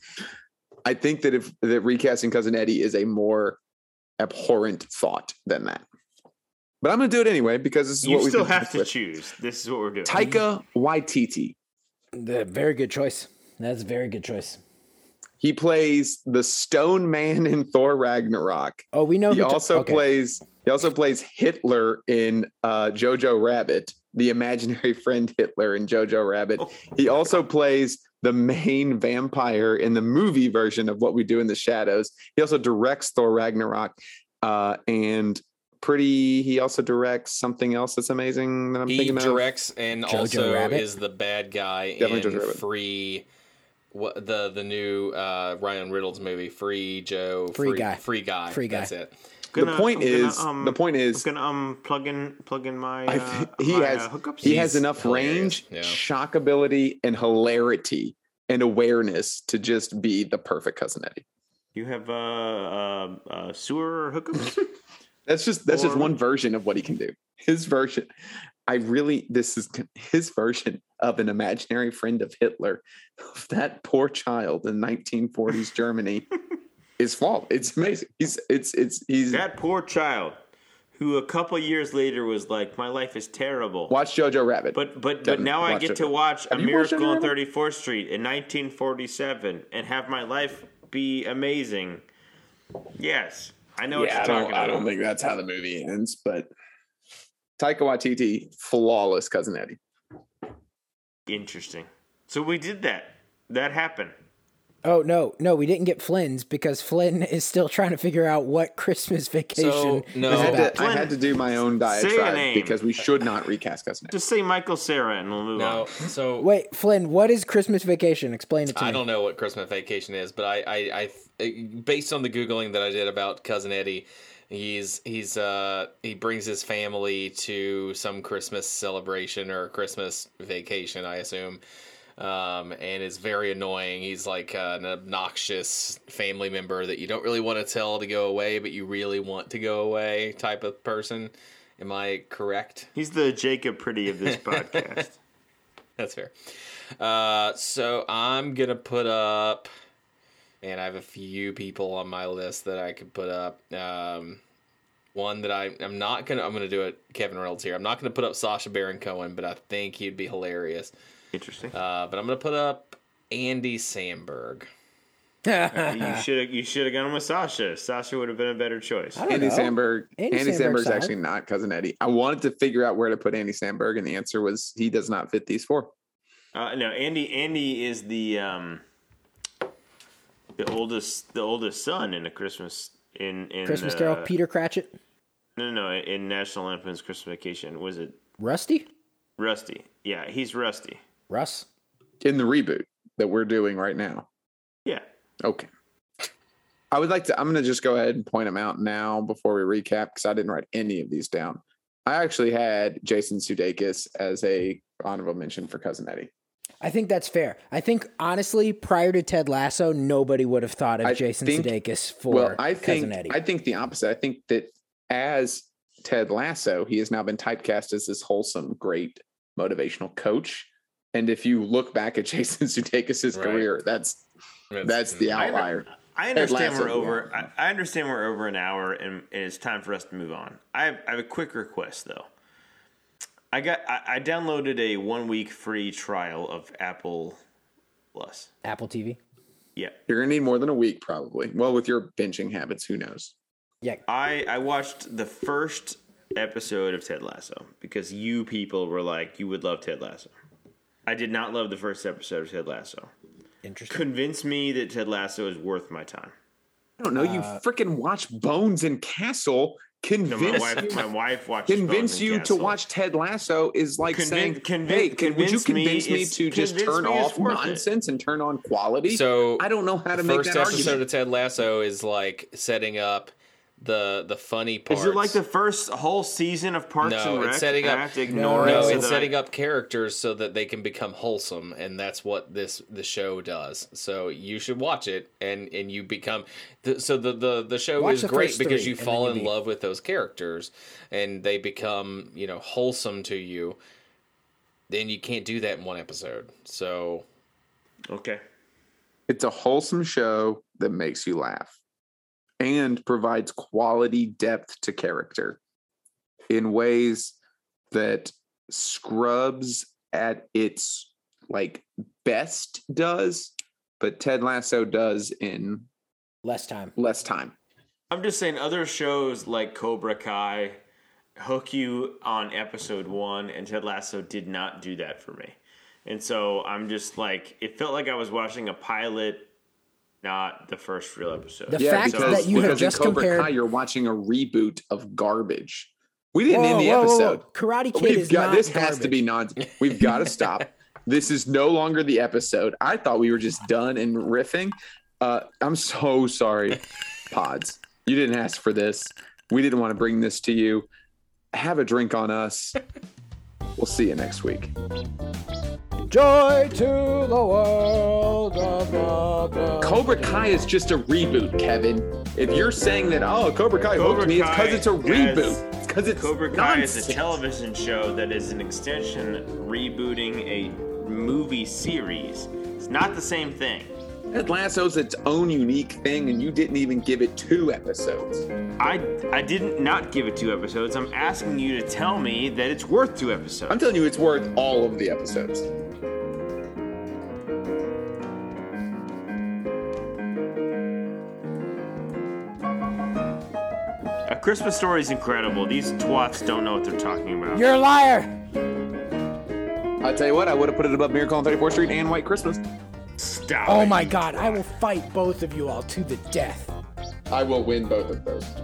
Speaker 4: I think that if that recasting Cousin Eddie is a more abhorrent thought than that. But I'm going to do it anyway because this is
Speaker 5: You
Speaker 4: what we
Speaker 5: still have to choose. This is what we're doing.
Speaker 4: Taika Waititi.
Speaker 3: The very good choice. That's a very good choice.
Speaker 4: He plays the Stone Man in <laughs> Thor Ragnarok.
Speaker 3: Oh, we know.
Speaker 4: he
Speaker 3: who to-
Speaker 4: also
Speaker 3: okay.
Speaker 4: plays he also plays Hitler in uh, Jojo Rabbit, the imaginary <laughs> friend Hitler in Jojo Rabbit.
Speaker 5: Oh.
Speaker 4: He also plays the main vampire in the movie version of What We Do in the Shadows. He also directs Thor Ragnarok, uh, and pretty. He also directs something else that's amazing that I'm
Speaker 2: He
Speaker 4: thinking of.
Speaker 2: directs and
Speaker 3: Jojo
Speaker 2: also
Speaker 3: Rabbit?
Speaker 2: is the bad guy
Speaker 4: Definitely Jojo
Speaker 2: in
Speaker 4: Rabbit.
Speaker 2: Free. What the the new uh, Ryan Riddles movie? Free Joe.
Speaker 3: Free Guy.
Speaker 2: Free guy.
Speaker 3: Free Guy.
Speaker 2: That's it.
Speaker 4: The
Speaker 5: Gonna-
Speaker 4: point
Speaker 5: I'm gonna,
Speaker 4: is,
Speaker 5: um,
Speaker 4: the point
Speaker 5: I'm
Speaker 4: is,
Speaker 5: gonna um plug in plug in my.
Speaker 4: I
Speaker 5: Uh,
Speaker 4: think <laughs> he
Speaker 5: my,
Speaker 4: has-
Speaker 5: uh, hookups.
Speaker 4: he has
Speaker 2: he's
Speaker 4: enough
Speaker 2: hilarious,
Speaker 4: range,
Speaker 2: yeah.
Speaker 4: shock ability, and hilarity and awareness to just be the perfect cousin Eddie.
Speaker 5: You have uh, uh, uh sewer
Speaker 4: <laughs>
Speaker 5: hookups.
Speaker 4: That's just that's just
Speaker 5: Or-
Speaker 4: one version of what he can do. His version. I really this is his version of an imaginary friend of Hitler, of that poor child in 1940s
Speaker 5: <laughs>
Speaker 4: Germany. is flawed. It's amazing. He's it's it's he's
Speaker 5: that poor child, who a couple years later was like, "My life is terrible."
Speaker 4: watch Jojo Rabbit.
Speaker 5: But but but
Speaker 4: Devin,
Speaker 5: now I
Speaker 4: watch
Speaker 5: get
Speaker 4: it.
Speaker 5: to watch
Speaker 4: Have
Speaker 5: A
Speaker 4: you watched
Speaker 5: Miracle on
Speaker 4: it already?
Speaker 5: 34th Street in 1947 and have my life be amazing. Yes, I know
Speaker 4: yeah, I
Speaker 5: what you're
Speaker 4: don't,
Speaker 5: talking
Speaker 4: I
Speaker 5: about.
Speaker 4: don't think that's how the movie ends. But Taika Waititi, flawless cousin Eddie.
Speaker 5: Interesting. So we did that. That happened.
Speaker 3: Oh no, no, we didn't get Flynn's because Flynn is still trying to figure out what Christmas vacation.
Speaker 2: So no,
Speaker 4: I,
Speaker 3: Is
Speaker 4: had
Speaker 3: that-
Speaker 4: to, I had to do my own diatribe
Speaker 5: name.
Speaker 4: because we should not recast cousin Eddie.
Speaker 5: Just say Michael Sarah and we'll move
Speaker 2: no.
Speaker 5: on.
Speaker 2: So
Speaker 3: Wait, Flynn, what is Christmas vacation? Explain it to me.
Speaker 2: I don't know what Christmas vacation is, but I, I, I, based on the googling that I did about Cousin Eddie, He's he's uh he brings his family to some Christmas celebration or Christmas vacation, I assume. Um, and is very annoying. He's like uh, an obnoxious family member that you don't really want to tell to go away, but you really want to go away type of person. Am I correct?
Speaker 5: He's the Jacob Pretty of this podcast.
Speaker 4: <laughs>
Speaker 2: That's fair. Uh, so I'm gonna put up, and I have a few people on my list that I could put up. Um, one that I I'm not gonna I'm gonna do it. Kevin Reynolds here. I'm not gonna put up Sasha Baron Cohen, but I think he'd be hilarious.
Speaker 5: Interesting.
Speaker 2: Uh, but I'm gonna put up Andy Samberg.
Speaker 5: you should you should have gone with Sasha. Sasha would have been a better choice.
Speaker 3: I don't
Speaker 4: Andy
Speaker 3: know.
Speaker 4: Sandberg.
Speaker 3: Andy
Speaker 4: Andy,
Speaker 3: Samberg's
Speaker 4: Sandberg's
Speaker 3: solid.
Speaker 4: actually not cousin Eddie. I wanted to figure out where to put Andy Sandberg, and the answer was he does not fit these four.
Speaker 5: Uh, no, Andy. Andy is the um, the oldest the oldest son in a Christmas in
Speaker 3: <laughs>
Speaker 5: in
Speaker 3: Christmas
Speaker 5: uh,
Speaker 3: Carol, Peter Cratchit,
Speaker 5: No, no, no, in National Lampoon's Christmas Vacation was it
Speaker 3: Rusty,
Speaker 5: Rusty? Yeah, he's Rusty.
Speaker 3: Russ.
Speaker 4: in the reboot that we're doing right now.
Speaker 5: Yeah,
Speaker 4: Okay. I would like to, I'm going to just go ahead and point them out now before we recap because I didn't write any of these down. I actually had Jason Sudeikis as a honorable mention for Cousin Eddie.
Speaker 3: I think that's fair. I think honestly, prior to Ted Lasso, nobody would have thought of
Speaker 4: I
Speaker 3: Jason
Speaker 4: think-
Speaker 3: Sudeikis for
Speaker 4: well, I think
Speaker 3: Cousin Eddie.
Speaker 4: I think the opposite. I think that as Ted Lasso, he has now been typecast as this wholesome, great motivational coach. And if you look back at <laughs> Jason Sudeikis'
Speaker 2: Right.
Speaker 4: career, that's that's the outlier.
Speaker 5: I
Speaker 4: Ted
Speaker 5: understand
Speaker 4: Lasso,
Speaker 5: we're over.
Speaker 4: yeah.
Speaker 5: I, I understand we're over an hour, and, and it's time for us to move on. I have, I have a quick request though. I got I, I downloaded a one week free trial of Apple Plus.
Speaker 3: Apple TV.
Speaker 5: Yeah,
Speaker 4: You're gonna need more than a week, probably. Well, with your benching habits, who knows?
Speaker 3: Yeah,
Speaker 5: I I watched the first episode of Ted Lasso because you people were like you would love Ted Lasso. I did not love the first episode of Ted Lasso.
Speaker 3: interesting.
Speaker 5: Convince me that Ted Lasso is worth my time.
Speaker 4: I don't know. you freaking watch Bones and Castle.
Speaker 5: Uh, No,
Speaker 4: Convince
Speaker 5: my
Speaker 4: you,
Speaker 5: wife, my wife watched. Bones
Speaker 4: convince
Speaker 5: and
Speaker 4: you
Speaker 5: Castle.
Speaker 4: to watch Ted Lasso is like
Speaker 5: Convin-
Speaker 4: saying,
Speaker 5: convin-
Speaker 4: "Hey, can, would you
Speaker 5: convince me
Speaker 4: convince me,
Speaker 5: it's-
Speaker 4: to just
Speaker 5: convince
Speaker 4: turn
Speaker 5: me it's
Speaker 4: off
Speaker 5: worth it."
Speaker 4: nonsense and turn on quality?"
Speaker 2: So
Speaker 4: I don't know how to
Speaker 2: the
Speaker 4: make
Speaker 2: first
Speaker 4: that
Speaker 2: episode
Speaker 4: argument.
Speaker 2: of Ted Lasso is like setting up the the funny parts.
Speaker 5: Is it like the first whole season of Parks
Speaker 2: No,
Speaker 5: and
Speaker 2: it's
Speaker 5: Rec?
Speaker 2: setting
Speaker 5: and
Speaker 2: up-
Speaker 5: I have to ignore
Speaker 2: no,
Speaker 5: it. so
Speaker 2: it's
Speaker 5: that
Speaker 2: setting
Speaker 5: I,
Speaker 2: up characters so that they can become wholesome, and that's what this the show does. So you should watch it, and and you become. The, so the the the show
Speaker 3: Watch
Speaker 2: is
Speaker 3: the
Speaker 2: great
Speaker 3: first
Speaker 2: because
Speaker 3: three,
Speaker 2: you
Speaker 3: and
Speaker 2: fall
Speaker 3: then
Speaker 2: in
Speaker 3: you leave.
Speaker 2: love with those characters, and they become you know wholesome to you. Then you can't do that in one episode. So
Speaker 5: Okay.
Speaker 4: It's a wholesome show that makes you laugh and provides quality depth to character in ways that Scrubs at its like best does, but Ted Lasso does in
Speaker 3: Less time.
Speaker 4: less time.
Speaker 5: I'm just saying, other shows like Cobra Kai hook you on episode one, and Ted Lasso did not do that for me. And so I'm just like, it felt like I was watching a pilot, not the first real episode.
Speaker 3: The fact
Speaker 5: so-
Speaker 3: that you have
Speaker 4: in
Speaker 3: just
Speaker 4: Cobra
Speaker 3: compared-
Speaker 4: Kai, you're watching a reboot of garbage. We didn't end the episode.
Speaker 3: Karate Kid is
Speaker 4: We've got
Speaker 3: not
Speaker 4: this has to
Speaker 3: garbage.
Speaker 4: be non.
Speaker 3: <laughs>
Speaker 4: We've got to stop. This is no longer the episode. I thought we were just done and riffing. Uh, I'm so sorry, Pods. You didn't ask for this. We didn't want to bring this to you. Have a drink on us. We'll see you next week.
Speaker 3: Joy to the world. Blah, blah, blah.
Speaker 4: Cobra Kai is just a reboot, Kevin. If you're saying that, oh, Cobra Kai
Speaker 5: Cobra
Speaker 4: hooked me, it's
Speaker 5: Kai
Speaker 4: because it's a
Speaker 5: has-
Speaker 4: reboot. It's because it's
Speaker 5: Cobra Kai
Speaker 4: nonsense.
Speaker 5: is a television show that is an extension rebooting a movie series. It's not the same thing.
Speaker 4: Ted Lasso's its own unique thing, and you didn't even give it two episodes.
Speaker 5: I I didn't not give it two episodes. I'm asking you to tell me that it's worth two episodes.
Speaker 4: I'm telling you, it's worth all of the episodes.
Speaker 5: A Christmas story is incredible. These twats don't know what they're talking about.
Speaker 3: You're a liar.
Speaker 4: I tell you what, I would have put it above Miracle on 34th Street and White Christmas.
Speaker 5: Stop.
Speaker 3: Oh
Speaker 5: it.
Speaker 3: my god, I will fight both of you all to the death.
Speaker 4: I will win both of those.